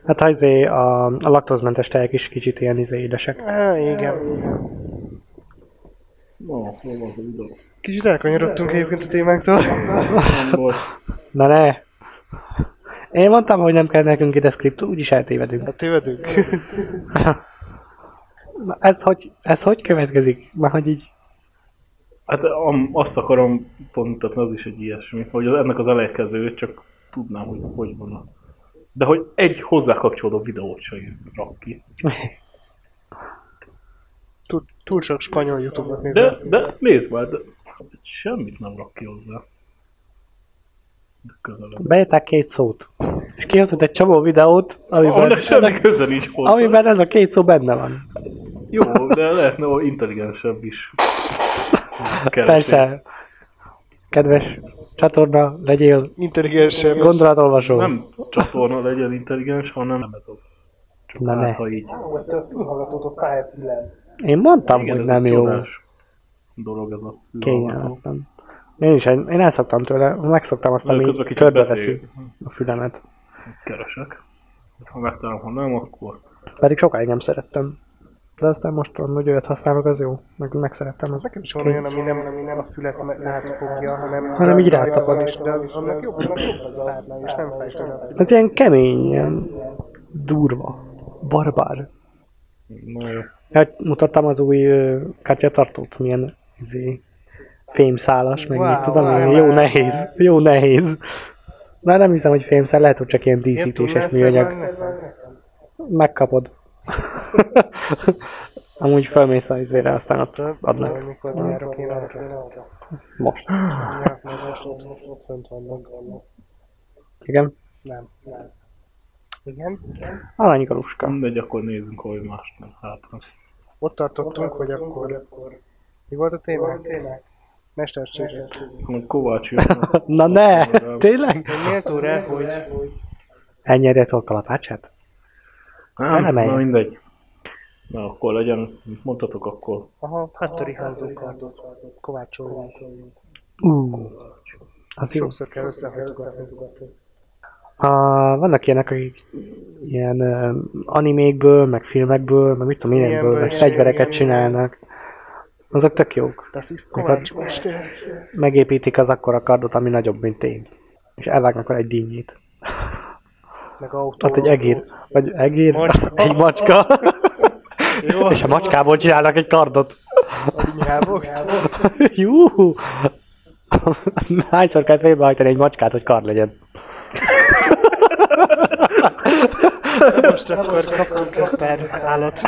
[SPEAKER 3] Hát ha izé, a, a laktózmentes tejek is kicsit ilyen izé édesek.
[SPEAKER 2] Á, igen.
[SPEAKER 1] Na, hol van az videó?
[SPEAKER 2] Kicsit elkanyarodtunk egyébként a témáktól.
[SPEAKER 1] Nem volt.
[SPEAKER 3] Na ne! Én mondtam, hogy nem kell nekünk ide script, úgyis eltévedünk.
[SPEAKER 2] Hát tévedünk.
[SPEAKER 3] Na, ez hogy, ez hogy következik? Már hogy így...
[SPEAKER 1] Hát am, azt akarom pontatni, az is egy ilyesmi, hogy az- ennek az elejkező, csak tudnám, hogy hogy van a de hogy egy hozzá kapcsolódó videót sem rak ki.
[SPEAKER 2] Túl, túl sok spanyol youtube-ot
[SPEAKER 1] De,
[SPEAKER 2] nézem.
[SPEAKER 1] de nézd már, de semmit nem rak ki hozzá. De közelebb.
[SPEAKER 3] Beírták két szót. És kiadott egy csomó videót,
[SPEAKER 1] Annak
[SPEAKER 3] amiben,
[SPEAKER 1] semmi köze nincs hozzá.
[SPEAKER 3] amiben ez a két szó benne van.
[SPEAKER 1] Jó, de lehetne ó, intelligensebb is. Keresés.
[SPEAKER 3] Persze. Kedves csatorna, legyél
[SPEAKER 2] Intelligensebb.
[SPEAKER 3] gondolatolvasó.
[SPEAKER 1] Nem csatorna legyen intelligens, hanem nem ez a csak
[SPEAKER 3] Na ne.
[SPEAKER 1] hát, ha így.
[SPEAKER 5] Ahogy tök túlhallgatótok KF9.
[SPEAKER 3] Én mondtam,
[SPEAKER 1] Igen,
[SPEAKER 3] hogy
[SPEAKER 1] ez egy
[SPEAKER 3] nem jó.
[SPEAKER 1] csodás dolog ez a hallgató.
[SPEAKER 3] Kényelmetlen. Én is, el- én elszoktam tőle, megszoktam azt,
[SPEAKER 1] Mert
[SPEAKER 3] ami
[SPEAKER 1] közben kicsit
[SPEAKER 3] körbeveszi
[SPEAKER 1] beszél.
[SPEAKER 3] a fülemet.
[SPEAKER 1] Keresek. Ha megtalálom, ha nem, akkor
[SPEAKER 3] Pedig sokáig nem szerettem. De aztán most tudom, hogy olyat használok, az jó. Meg megszerettem az.
[SPEAKER 2] Nekem is van olyan, ami nem, ami nem a fület me- lehet fogja, hanem...
[SPEAKER 3] Hanem így rátapad.
[SPEAKER 2] De az- annak jobb, annak jobb az a táblán, és nem fájt olyan.
[SPEAKER 3] Ez ilyen kemény, ilyen durva, barbár.
[SPEAKER 1] na jó.
[SPEAKER 3] Hát mutattam az új ö, kártyatartót, milyen izé, fémszálas, meg wow,
[SPEAKER 2] Wow,
[SPEAKER 3] tudom,
[SPEAKER 2] wow,
[SPEAKER 3] wow,
[SPEAKER 2] wow.
[SPEAKER 3] jó nehéz, jó nehéz. Már nem hiszem, hogy fémszál, lehet, hogy csak ilyen díszítéses műanyag. Megkapod. Amúgy felmész az izére, aztán ott adnak.
[SPEAKER 2] Mikor járok én arra.
[SPEAKER 3] Most.
[SPEAKER 2] Ja, most ott- ott- ott fönt vannak.
[SPEAKER 3] Igen.
[SPEAKER 2] Nem, nem. Igen.
[SPEAKER 3] Alanyi galuska.
[SPEAKER 1] Mindegy, akkor nézzünk valami mást, nem hátra.
[SPEAKER 2] Ott tartottunk, hogy akkor... Mi volt a téma? Mesterséges.
[SPEAKER 1] Kovács József.
[SPEAKER 3] Na ne! Tényleg?
[SPEAKER 2] Méltó rá, hogy...
[SPEAKER 3] Ennyire a kalapácsát?
[SPEAKER 1] Nem,
[SPEAKER 3] Nem,
[SPEAKER 1] na
[SPEAKER 3] nem.
[SPEAKER 1] mindegy. Na akkor legyen, mint mondtatok, akkor
[SPEAKER 2] Aha, háttori házókardot kovácsolni.
[SPEAKER 3] Ú, az jó.
[SPEAKER 2] Sokszor kell összehajtogatni.
[SPEAKER 3] A, vannak ilyenek, akik ilyen ö, animékből, meg filmekből, meg mit tudom, ilyenből,
[SPEAKER 2] Ilyenből,
[SPEAKER 3] meg
[SPEAKER 2] igen,
[SPEAKER 3] fegyvereket
[SPEAKER 2] igen, igen.
[SPEAKER 3] csinálnak. Azok tök jók.
[SPEAKER 2] Das ist Kovács Mester.
[SPEAKER 3] Megépítik az akkora kardot, ami nagyobb, mint én. És elvágnak vele egy dinnyét.
[SPEAKER 2] Meg autó.
[SPEAKER 3] Hát egy egér, vagy egér,
[SPEAKER 2] Macska.
[SPEAKER 3] egy macska.
[SPEAKER 2] Jó.
[SPEAKER 3] És a macskából csinálnak egy kardot.
[SPEAKER 2] Nyávok.
[SPEAKER 3] Jú! Hányszor kellett végrehajtani egy macskát, hogy kard legyen?
[SPEAKER 2] Most akkor kapunk egy pár állat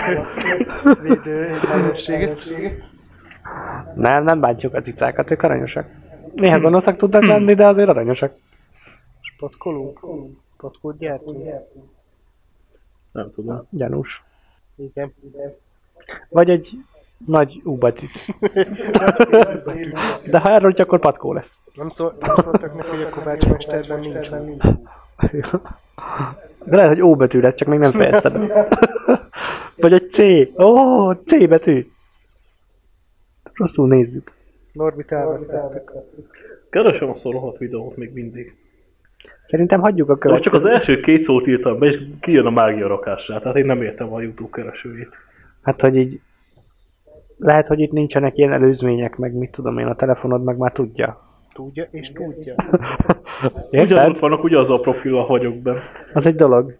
[SPEAKER 2] védő lehetőséget.
[SPEAKER 3] Nem, nem bántjuk a cicákat, ők aranyosak. Néha gonoszak tudnak
[SPEAKER 2] Hmm.
[SPEAKER 3] lenni, de azért aranyosak.
[SPEAKER 2] És patkolunk. Patkót gyártunk.
[SPEAKER 1] nem tudom.
[SPEAKER 3] Gyanús.
[SPEAKER 2] Igen.
[SPEAKER 3] Vagy egy nagy úbetűs. De ha elrontja, akkor patkó lesz.
[SPEAKER 2] Nem, szól, nem szóltak neki, hogy a Kovács Mesterben nincs.
[SPEAKER 3] De lehet, hogy ó betű lesz, csak még nem fejezte be. Vagy egy C. Ó, C betű. Rosszul nézzük.
[SPEAKER 2] Norbit elvesztettük.
[SPEAKER 1] Keresem azt a rohadt videót még mindig.
[SPEAKER 3] Szerintem hagyjuk a
[SPEAKER 1] De most csak az
[SPEAKER 3] következő.
[SPEAKER 1] első két szót írtam be, és kijön a mágia rakásra. Tehát én nem értem a YouTube keresőjét.
[SPEAKER 3] Hát, hogy így... Lehet, hogy itt nincsenek ilyen előzmények, meg mit tudom én, a telefonod meg már tudja.
[SPEAKER 2] Tudja és tudja.
[SPEAKER 3] Érted?
[SPEAKER 1] Ugyanott vannak, ugyanaz a profilla vagyok benne.
[SPEAKER 3] Az egy dolog.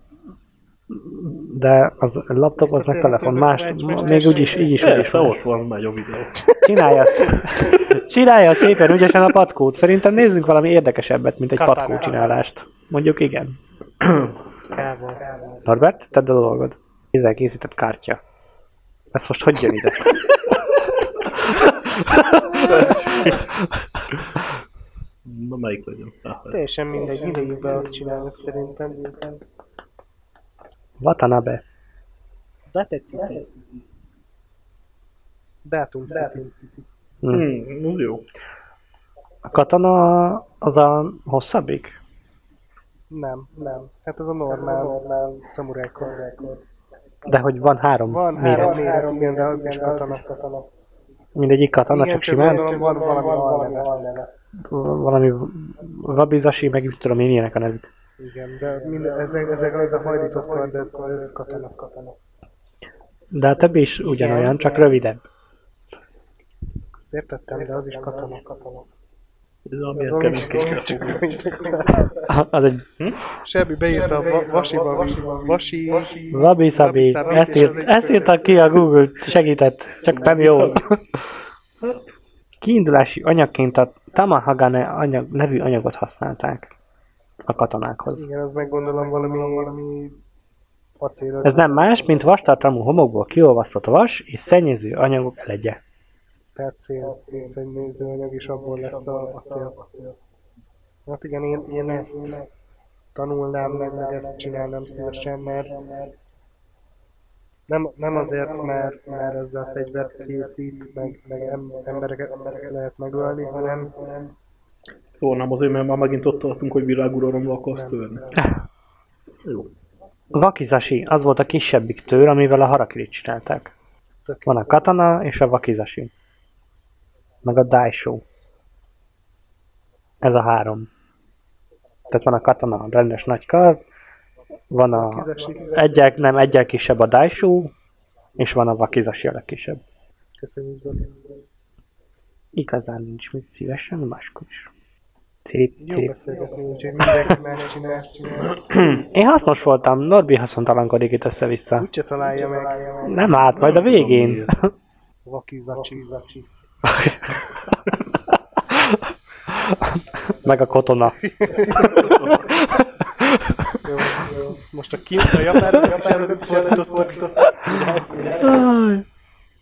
[SPEAKER 3] De az laptop, az meg telefon, más, még úgyis, így is, úgy is
[SPEAKER 1] Persze,
[SPEAKER 3] más.
[SPEAKER 1] ott van, megy a videó.
[SPEAKER 3] Csinálja, szé- csinálja szépen ügyesen a patkót. Szerintem nézzünk valami érdekesebbet, mint egy
[SPEAKER 2] Katana.
[SPEAKER 3] patkó csinálást. Mondjuk igen.
[SPEAKER 2] Kával.
[SPEAKER 3] Norbert, tedd el a dolgod. Kézzel készített kártya. Ez most hogy jön ide?
[SPEAKER 1] Na melyik legyen? Ah, ez.
[SPEAKER 2] Teljesen mindegy, mindegyikben azt csinálnak szerintem.
[SPEAKER 3] Watanabe.
[SPEAKER 2] De tetszik. Dátum, dátum.
[SPEAKER 3] Hm.
[SPEAKER 1] Hmm, az jó.
[SPEAKER 3] A katana az a hosszabbik?
[SPEAKER 2] Nem, nem. Hát az a normál, normál szamurájkor.
[SPEAKER 3] De hogy van három
[SPEAKER 2] Van
[SPEAKER 3] méret.
[SPEAKER 2] három méret, igen, de az is katana.
[SPEAKER 3] Mindegyik katana,
[SPEAKER 2] Igen,
[SPEAKER 3] csak simán.
[SPEAKER 2] gondolom van valami alneve.
[SPEAKER 3] Valami Rabizashi, meg mit tudom én, ilyenek a nevük.
[SPEAKER 2] Igen, de minden, ezek, ezek az a hajlított kard, ez, ez katana, katana.
[SPEAKER 3] De a többi is ugyanolyan, csak rövidebb.
[SPEAKER 2] Értettem, de az is katana, katana.
[SPEAKER 1] Ez a milyen
[SPEAKER 2] Valami-
[SPEAKER 1] kemény kis
[SPEAKER 2] valami
[SPEAKER 1] kereső.
[SPEAKER 2] fura, mint- Hm?
[SPEAKER 3] Az egy
[SPEAKER 2] Sebi beírta a va- vasiba, vi- vasi,
[SPEAKER 3] Labi Szabi,
[SPEAKER 2] Szabi,
[SPEAKER 3] ezt, írt,
[SPEAKER 2] Szabi.
[SPEAKER 3] ezt írta ki a Google, segített, csak nem jó. Kiindulási anyagként a Tamahagane anyag, nevű anyagot használták. a katonákhoz.
[SPEAKER 2] Igen, ez meg gondolom valami, valami acélos.
[SPEAKER 3] Ez nem más, mint vastartalmú homokból kiolvasztott vas és szennyező anyagok elegye.
[SPEAKER 2] percél, és egy nézőanyag is abból lesz a acél. Hát igen, én, én ezt tanulnám meg, meg ezt csinálnám szívesen, mert nem, nem azért, mert, mert ezzel fegyvert készít, meg, meg em, embereket, embereket lehet megölni, hanem
[SPEAKER 1] Jó, nem azért, mert már megint ott tartunk, hogy világuralomra akarsz törni. Jó.
[SPEAKER 3] Vakizashi, az volt a kisebbik tőr, amivel a harakirit csinálták. Van a katana és a vakizashi. Meg a daisho. Ez a három. Tehát van a katana, a rendes nagy kar, van a... Egyel, nem, egyel kisebb a daisho, és van a vakizashi a legkisebb.
[SPEAKER 2] köszönjük Zoli.
[SPEAKER 3] Igazán nincs mit szívesen, máskor is. Cip,
[SPEAKER 2] Jó
[SPEAKER 3] cip.
[SPEAKER 2] beszélgetni, úgyhogy mindenki megcsinál, csinál.
[SPEAKER 3] Én hasznos voltam, Norbi haszontalankodik itt össze-vissza.
[SPEAKER 2] Úgyse találja meg.
[SPEAKER 3] Nem hát, majd a végén.
[SPEAKER 2] Vaki, zacsi, zacsi.
[SPEAKER 3] Meg a kotona.
[SPEAKER 2] Jó, jó. Most a kint, a japán, a japán előtt fordítottuk.
[SPEAKER 3] Aj.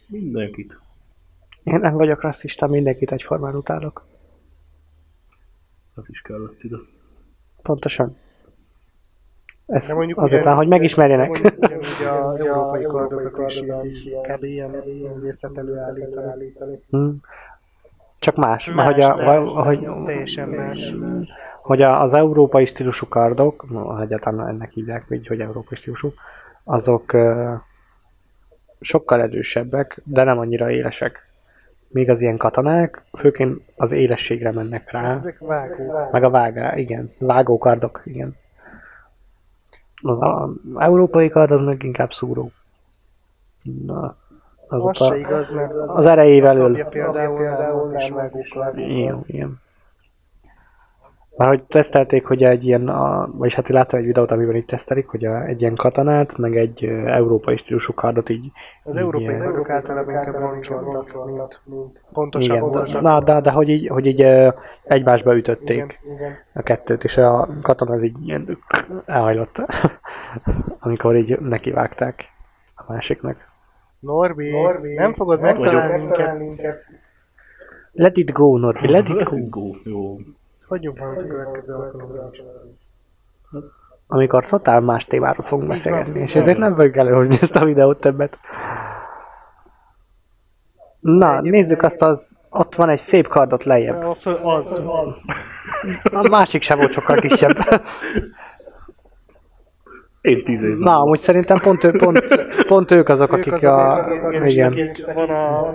[SPEAKER 1] Mindenkit.
[SPEAKER 3] Én nem vagyok rasszista, mindenkit egyformán utálok.
[SPEAKER 1] Ez is kellett ide.
[SPEAKER 3] Pontosan. Ez
[SPEAKER 2] De mondjuk
[SPEAKER 3] azután,
[SPEAKER 2] ugyan-
[SPEAKER 3] hogy megismerjenek.
[SPEAKER 2] Mondjuk ugyanúgy a az európai kardokat is ilyen kb. ilyen művészet előállítani.
[SPEAKER 3] Hm. Csak más.
[SPEAKER 2] Más,
[SPEAKER 3] Ahogy, a,
[SPEAKER 2] más,
[SPEAKER 3] ahogy,
[SPEAKER 2] Teljesen más.
[SPEAKER 3] hogy a- az európai stílusú kardok, no, ha egyáltalán ennek hívják, hogy, hogy európai stílusú, azok ö, sokkal erősebbek, de nem annyira élesek. Még az ilyen katonák főként az élességre mennek rá,
[SPEAKER 2] Ezek vágó.
[SPEAKER 3] meg a vágá, igen, vágókardok, igen. Az, a- az európai kard az meg inkább szúró. Na, az,
[SPEAKER 2] Az
[SPEAKER 3] ott
[SPEAKER 2] se
[SPEAKER 3] a,
[SPEAKER 2] igaz, mert
[SPEAKER 3] az erejével
[SPEAKER 2] Szabja
[SPEAKER 3] öl.
[SPEAKER 2] például, például nem vágókar.
[SPEAKER 3] Igen, igen. Már hogy tesztelték, hogy egy ilyen, a, vagyis hát láttam egy videót, amiben így tesztelik, hogy a, egy ilyen katanát, meg egy ö, európai stílusú kardot így...
[SPEAKER 2] Az
[SPEAKER 3] így,
[SPEAKER 2] európai
[SPEAKER 3] ö,
[SPEAKER 2] karok általában inkább roncsoltak, mint, mint pontosan
[SPEAKER 3] igen,
[SPEAKER 2] pontosan.
[SPEAKER 3] na, de, de hogy így, hogy így ö, egymásba ütötték
[SPEAKER 2] igen, igen.
[SPEAKER 3] a kettőt, és a katona az így ilyen elhajlott, amikor így nekivágták a másiknak.
[SPEAKER 2] Norbi, Norbi, nem fogod
[SPEAKER 1] vagyok.
[SPEAKER 2] megtalálni minket, minket.
[SPEAKER 3] Let it go, Norbi, let it go.
[SPEAKER 1] Let's go. Jó.
[SPEAKER 2] Hagyjunk valamit a következő alkalommal is.
[SPEAKER 3] Amikor totál más témáról fogunk
[SPEAKER 2] Így van,
[SPEAKER 3] beszélgetni, és
[SPEAKER 2] így van.
[SPEAKER 3] ezért nem fogjuk előhozni ezt a videót többet. Na, nézzük azt az, ott van egy szép kardot lejjebb.
[SPEAKER 2] Az, az, az.
[SPEAKER 3] A másik sem volt sokkal kisebb.
[SPEAKER 1] Én tíz év.
[SPEAKER 3] Na, amúgy szerintem pont, ő, pont, pont ők azok, akik a... Igen.
[SPEAKER 2] Van a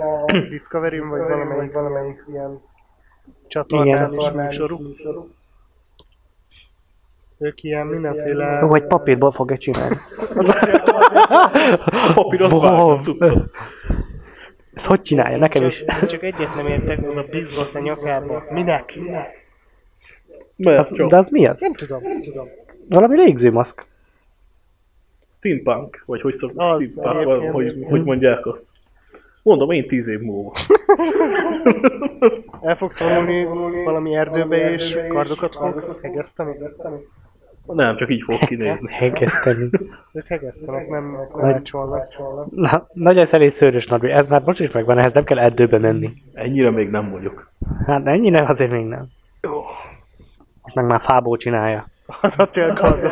[SPEAKER 2] Discovery-n, vagy valamelyik, valamelyik ilyen csatornán is
[SPEAKER 3] Igen.
[SPEAKER 2] műsoruk. Ők ilyen mindenféle...
[SPEAKER 3] Jó, egy papírból fogja csinálni.
[SPEAKER 1] A papírot
[SPEAKER 3] Wow.
[SPEAKER 1] vágtam, tudtam.
[SPEAKER 3] Ezt hogy csinálja? Nekem is.
[SPEAKER 2] Csak, csak egyet nem értek, az a bizgosz a nyakába. Minek?
[SPEAKER 1] Mert
[SPEAKER 3] De
[SPEAKER 1] csak
[SPEAKER 3] az mi az?
[SPEAKER 2] Nem tudom, nem tudom.
[SPEAKER 3] Valami légzőmaszk.
[SPEAKER 1] steampunk, vagy hogy szok,
[SPEAKER 2] Az,
[SPEAKER 1] steampunk,
[SPEAKER 2] egyébként.
[SPEAKER 1] vagy, hogy, hogy mondják azt. Mondom, én tíz év múlva.
[SPEAKER 2] El fogsz vonulni valami erdőbe és kardokat fogsz hegeszteni?
[SPEAKER 1] Nem, csak így fog kinézni.
[SPEAKER 3] Hegeszteni.
[SPEAKER 2] Ők hegesztenek, nem kovácsolnak.
[SPEAKER 3] Na, nagyon szerint szőrös Norbi. Ez már most is megvan, ehhez nem kell erdőbe menni.
[SPEAKER 1] Ennyire még nem vagyok.
[SPEAKER 3] Hát ennyi nem, azért még nem. Most meg már fából csinálja.
[SPEAKER 2] Az a télkardot.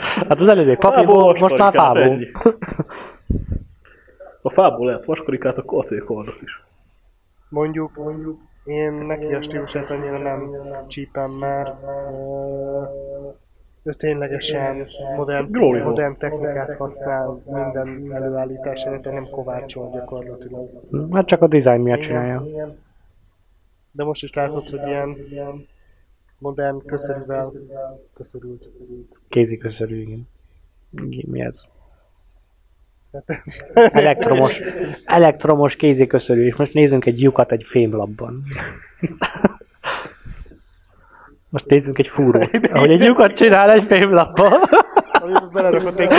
[SPEAKER 3] Hát az előző papírból, most már
[SPEAKER 1] vaskarikát,
[SPEAKER 3] fából.
[SPEAKER 1] ennyi. A fából lehet vaskarikát, akkor acélkardot is.
[SPEAKER 2] Mondjuk, mondjuk én neki a stílusát annyira nem csípem, mert ö, ő ténylegesen modern,
[SPEAKER 1] Glory hole.
[SPEAKER 2] modern technikát használ minden előállításán, de nem kovácsol gyakorlatilag.
[SPEAKER 3] Hát csak a design miatt csinálja.
[SPEAKER 2] Igen. De most is látod, hogy ilyen modern köszörűvel köszörült.
[SPEAKER 3] Kézi köszörű, igen. Igen, Mi ez?
[SPEAKER 2] Tehát-
[SPEAKER 3] Elektromos, elektromos kézi köszörű, és most nézzünk egy lyukat egy fémlapban. Most nézzünk egy fúrót, ahogy egy lyukat csinál egy fémlapban.
[SPEAKER 2] Amiben belerakott egy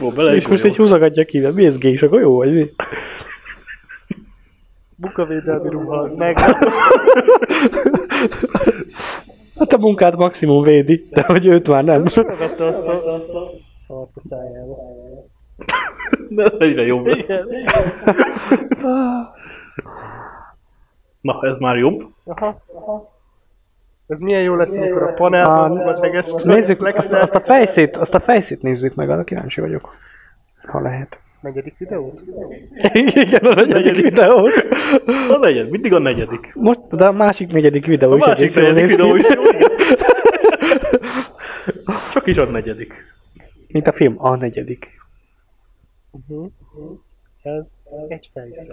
[SPEAKER 1] Jó, bele is
[SPEAKER 3] És most egy
[SPEAKER 1] vagyok.
[SPEAKER 3] húzogatja ki, mi ez gés, a golyó vagy mi?
[SPEAKER 2] munkavédelmi ruha, meg
[SPEAKER 3] Hát a munkát maximum védi, de hogy őt már nem.
[SPEAKER 6] Vette azt a...
[SPEAKER 2] Szóval a szájába.
[SPEAKER 1] De ez egyre jobb lesz.
[SPEAKER 6] Igen, igen.
[SPEAKER 1] Na, ez már jobb.
[SPEAKER 6] Aha. Ez milyen jó lesz, amikor a
[SPEAKER 3] Á,
[SPEAKER 6] panelban fogod legesz,
[SPEAKER 3] Ah, Nézzük, azt, azt, a fejszét, azt a fejszét nézzük meg, arra kíváncsi vagyok. Ha lehet.
[SPEAKER 6] Negyedik videót?
[SPEAKER 3] Igen, a negyedik videó.
[SPEAKER 1] A negyed, mindig a negyedik.
[SPEAKER 3] Most, de a másik negyedik videó
[SPEAKER 1] A
[SPEAKER 3] is
[SPEAKER 1] másik
[SPEAKER 3] egyébként jól
[SPEAKER 1] negyedik
[SPEAKER 3] néz
[SPEAKER 1] videó
[SPEAKER 3] ki.
[SPEAKER 1] is jó, igen. Csak is a negyedik.
[SPEAKER 3] Mint a film, a negyedik.
[SPEAKER 6] Uh-huh. Ez egy fejsze.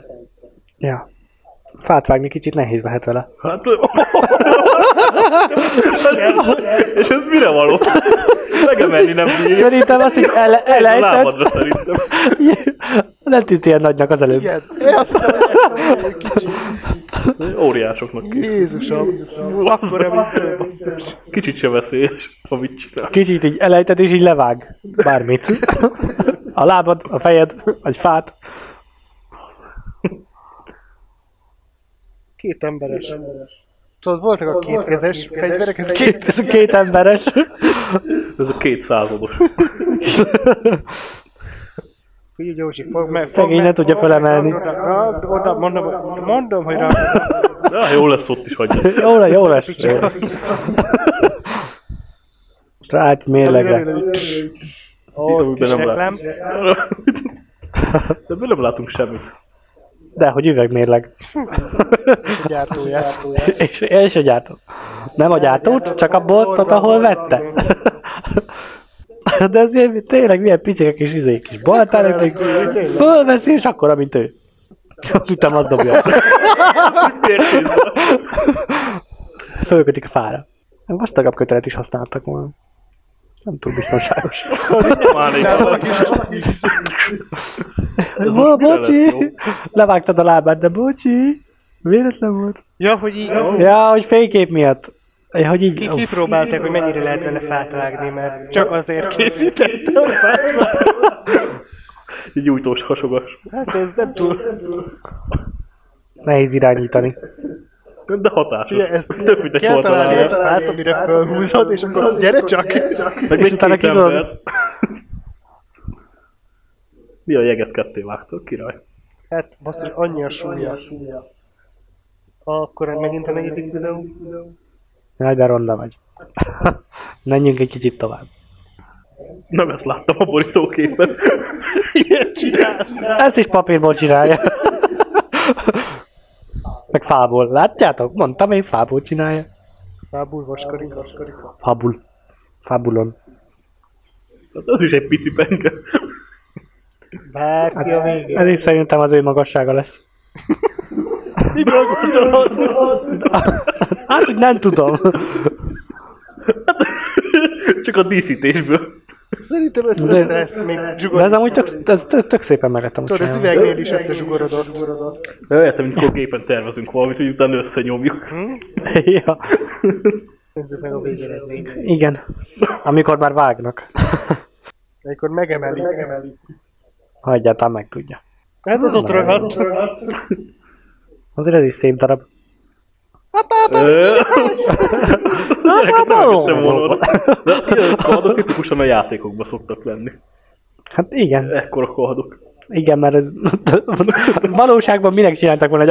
[SPEAKER 3] Ja. Fát vágni kicsit nehéz lehet vele.
[SPEAKER 1] Hát... És ez mire való? Megemelni nem bírja.
[SPEAKER 3] Szerintem azt így ele-
[SPEAKER 1] A
[SPEAKER 3] elejtett.
[SPEAKER 1] lábadra szerintem.
[SPEAKER 3] Nem tűnt ilyen nagynak az előbb.
[SPEAKER 6] Igen. Én azt mondom, hogy kicsit.
[SPEAKER 1] Óriásoknak ki.
[SPEAKER 6] Jézusom. Akkora, mint basszus.
[SPEAKER 1] Kicsit se veszélyes, amit csinál.
[SPEAKER 3] Kicsit így elejtett és így levág bármit. A lábad, a fejed, vagy fát.
[SPEAKER 6] Két emberes. Tudod, voltak a kétkezes fegyverek, ez két...
[SPEAKER 3] Két, ez a két emberes.
[SPEAKER 1] Ez a két százados.
[SPEAKER 6] Figyelj, Józsi, fog meg, fog
[SPEAKER 3] Szegény
[SPEAKER 6] meg,
[SPEAKER 3] nem tudja
[SPEAKER 6] fogd meg,
[SPEAKER 3] felemelni.
[SPEAKER 6] Oda, oda, oda, mondom, mondom, hogy rá.
[SPEAKER 1] Na, hát jó lesz ott is hagyja.
[SPEAKER 3] Jó lesz, jó lesz. jó lesz. Rágy mérlegre.
[SPEAKER 6] Ó, kis
[SPEAKER 1] Amiben nem
[SPEAKER 6] reklám.
[SPEAKER 1] látunk. De mi nem látunk semmit.
[SPEAKER 3] De, hogy üvegmérleg.
[SPEAKER 6] Gyártóját.
[SPEAKER 3] És, és a gyártó. Nem a gyártót, csak a boltot, ahol vette. De ez ilyen, tényleg milyen picik a kis izé, kis baltárok, amik fölveszi, és akkor, mint ő. Azt hittem, az dobja.
[SPEAKER 1] Miért nézzel?
[SPEAKER 2] Hát Hát,
[SPEAKER 1] Hát
[SPEAKER 3] Hát,
[SPEAKER 1] Hát,
[SPEAKER 2] Hm?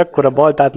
[SPEAKER 2] Hát
[SPEAKER 3] Hát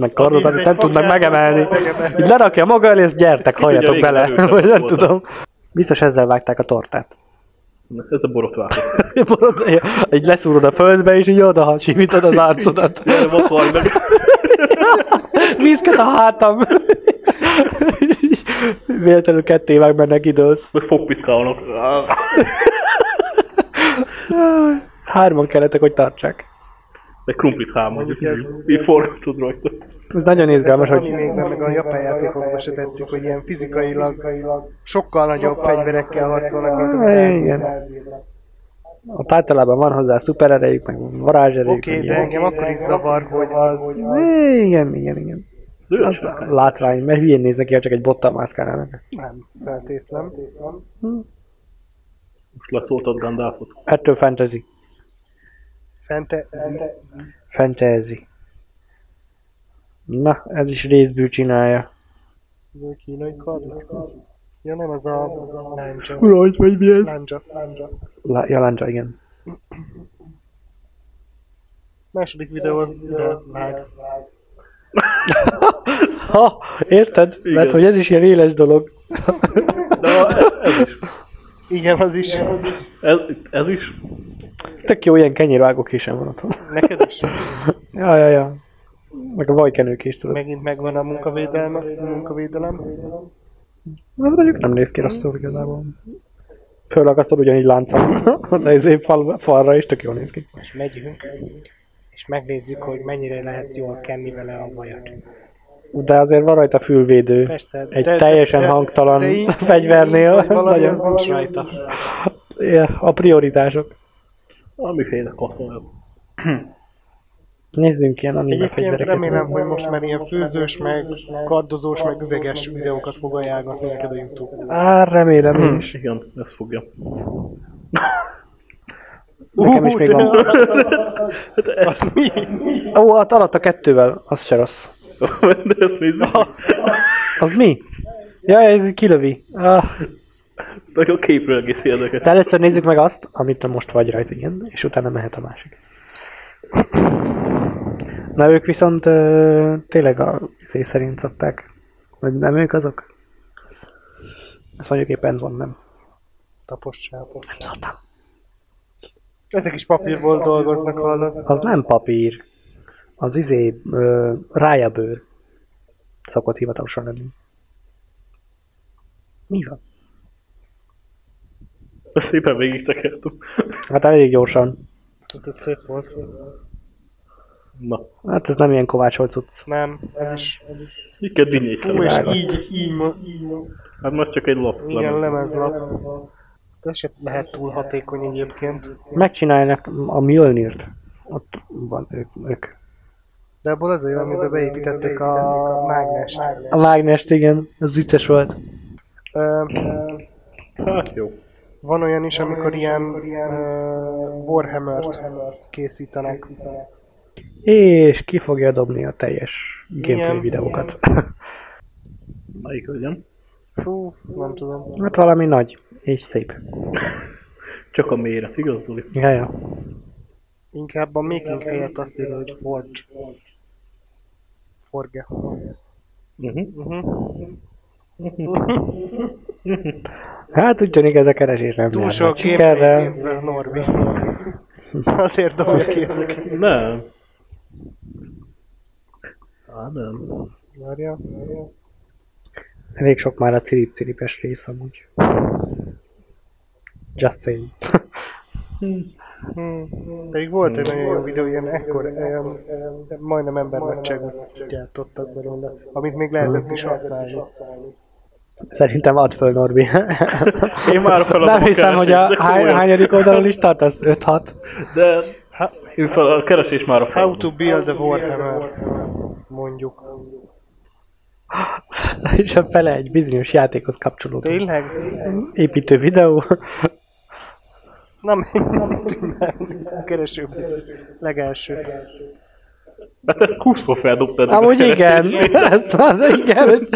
[SPEAKER 1] Hm.
[SPEAKER 2] Ez a kínai kardik? Ja nem, ez a lándzsa.
[SPEAKER 3] Urajt, vagy mi ez?
[SPEAKER 2] Lándzsa. lándzsa.
[SPEAKER 3] La, ja, láncsa, igen.
[SPEAKER 2] Második videó az ide vág.
[SPEAKER 3] Ha, érted?
[SPEAKER 1] Igen.
[SPEAKER 3] Mert hogy ez is ilyen éles dolog.
[SPEAKER 1] De a- ez, ez, is,
[SPEAKER 2] Igen, az is.
[SPEAKER 1] ez, ez is,
[SPEAKER 3] Tök jó ilyen kenyérvágók is van otthon.
[SPEAKER 2] Neked is.
[SPEAKER 3] Ja, ja, ja. Meg a vajkenők is, tudod.
[SPEAKER 2] Megint megvan a munkavédelme, munkavédelem.
[SPEAKER 3] Na, mondjuk nem néz ki rosszul igazából. Fölakasztod ugyanígy láncon. De ez fal, falra is tök jól néz ki.
[SPEAKER 6] És megyünk, és megnézzük, hogy mennyire lehet jól kenni vele a vajat.
[SPEAKER 3] De azért van rajta fülvédő.
[SPEAKER 6] Persze,
[SPEAKER 3] Egy
[SPEAKER 2] de-
[SPEAKER 3] teljesen
[SPEAKER 2] de-
[SPEAKER 3] hangtalan
[SPEAKER 2] de így-
[SPEAKER 3] fegyvernél.
[SPEAKER 2] így valami
[SPEAKER 3] Nagyon-
[SPEAKER 2] az nincs rajta.
[SPEAKER 3] Ja, a prioritások.
[SPEAKER 1] amiféle kapom.
[SPEAKER 3] Nézzünk ilyen anime
[SPEAKER 2] Egyébként
[SPEAKER 3] fegyvereket.
[SPEAKER 2] remélem, hogy most már ilyen főzős, meg kardozós, meg üveges videókat fog ajánlgatni neked a Youtube.
[SPEAKER 3] Á, remélem
[SPEAKER 2] Hmm.
[SPEAKER 3] én is.
[SPEAKER 1] És igen, ez fogja.
[SPEAKER 3] Nekem is még
[SPEAKER 2] Ú, de-
[SPEAKER 3] van.
[SPEAKER 1] Hát ez,
[SPEAKER 3] Ó, hát alatt a kettővel, az se rossz.
[SPEAKER 1] de ezt nézzük.
[SPEAKER 3] Az mi? Ja, ez így kilövi. Ah,
[SPEAKER 1] Meg a képről egész érdekes.
[SPEAKER 3] de Hát először nézzük meg azt, amit te most vagy rajta, igen, és utána mehet a másik. Na ők viszont ö, tényleg a szé szerint szokták. Vagy nem ők azok? Ezt mondjuk éppen van, nem.
[SPEAKER 2] Tapos sápos.
[SPEAKER 3] Szartam.
[SPEAKER 2] Ezek is papírból dolgoznak, hallod?
[SPEAKER 3] Az nem papír. Az izé, ö, rájabőr. Szokott hivatalosan lenni. Mi van?
[SPEAKER 1] Ezt szépen végig tekertem.
[SPEAKER 3] Hát elég gyorsan.
[SPEAKER 2] Ez szép volt.
[SPEAKER 1] Na,
[SPEAKER 3] Hát ez nem ilyen kovácsolt cucc.
[SPEAKER 2] Nem, ez is.
[SPEAKER 1] így kell dinnyét
[SPEAKER 2] Hú, és
[SPEAKER 1] kell.
[SPEAKER 2] így, így, mo- így, mo-
[SPEAKER 1] Hát most csak egy lap.
[SPEAKER 2] igen,
[SPEAKER 1] lemez.
[SPEAKER 2] lemezlap. Ez se lehet túl hatékony egyébként.
[SPEAKER 3] Megcsinálják a Mjölnirt. Ott van ők. ők.
[SPEAKER 2] De abból az a jó, amiben beépítették a mágnes.
[SPEAKER 3] A mágnest, igen, az vicces volt.
[SPEAKER 2] Ö,
[SPEAKER 1] Hát jó.
[SPEAKER 2] Van olyan is, amikor ilyen uh, Warhammer-t készítenek.
[SPEAKER 3] És ki fogja dobni a teljes gameplay
[SPEAKER 2] Igen,
[SPEAKER 3] videókat.
[SPEAKER 1] Melyik legyen?
[SPEAKER 2] Fú, nem tudom.
[SPEAKER 3] hát valami nagy, és szép.
[SPEAKER 1] Csak a méret, igaz, Zoli?
[SPEAKER 3] Ja, ja.
[SPEAKER 2] Inkább a making helyett azt írja, hogy forge. Forge.
[SPEAKER 1] Uh-huh.
[SPEAKER 2] Uh-huh.
[SPEAKER 3] Hát úgy tűnik ez a keresés nem
[SPEAKER 2] Túl
[SPEAKER 3] jár
[SPEAKER 2] sok
[SPEAKER 3] nagy sikerrel.
[SPEAKER 2] gameplay Norbi. Azért dobja ki ezeket.
[SPEAKER 1] Nem. Á, nem.
[SPEAKER 2] Várja.
[SPEAKER 3] Elég sok már a cirip-ciripes rész amúgy. Just saying.
[SPEAKER 2] Hmm. Pedig volt egy nagyon jó videó, ilyen ekkor, em, em, de majdnem embernagyságot gyártottak belőle, amit még lehetett is használni.
[SPEAKER 3] Szerintem add föl, Norbi.
[SPEAKER 1] Én már feladom
[SPEAKER 3] Nem
[SPEAKER 1] a
[SPEAKER 3] hiszem, hogy
[SPEAKER 1] keresést,
[SPEAKER 3] a
[SPEAKER 1] de
[SPEAKER 3] hány,
[SPEAKER 1] komolyan.
[SPEAKER 3] hányadik oldalon is tartasz? 5-6?
[SPEAKER 1] De
[SPEAKER 2] Ha-
[SPEAKER 1] ő fel a keresés már a
[SPEAKER 2] How
[SPEAKER 1] feladom.
[SPEAKER 2] to build a Warhammer, mondjuk.
[SPEAKER 3] És a fele egy bizonyos játékhoz kapcsolódó
[SPEAKER 2] Tényleg?
[SPEAKER 3] építő videó.
[SPEAKER 2] Nem, nem tűnne. Kereső legelső.
[SPEAKER 1] Hát ezt kurszó feldobtad.
[SPEAKER 3] Amúgy igen, ezt már, igen.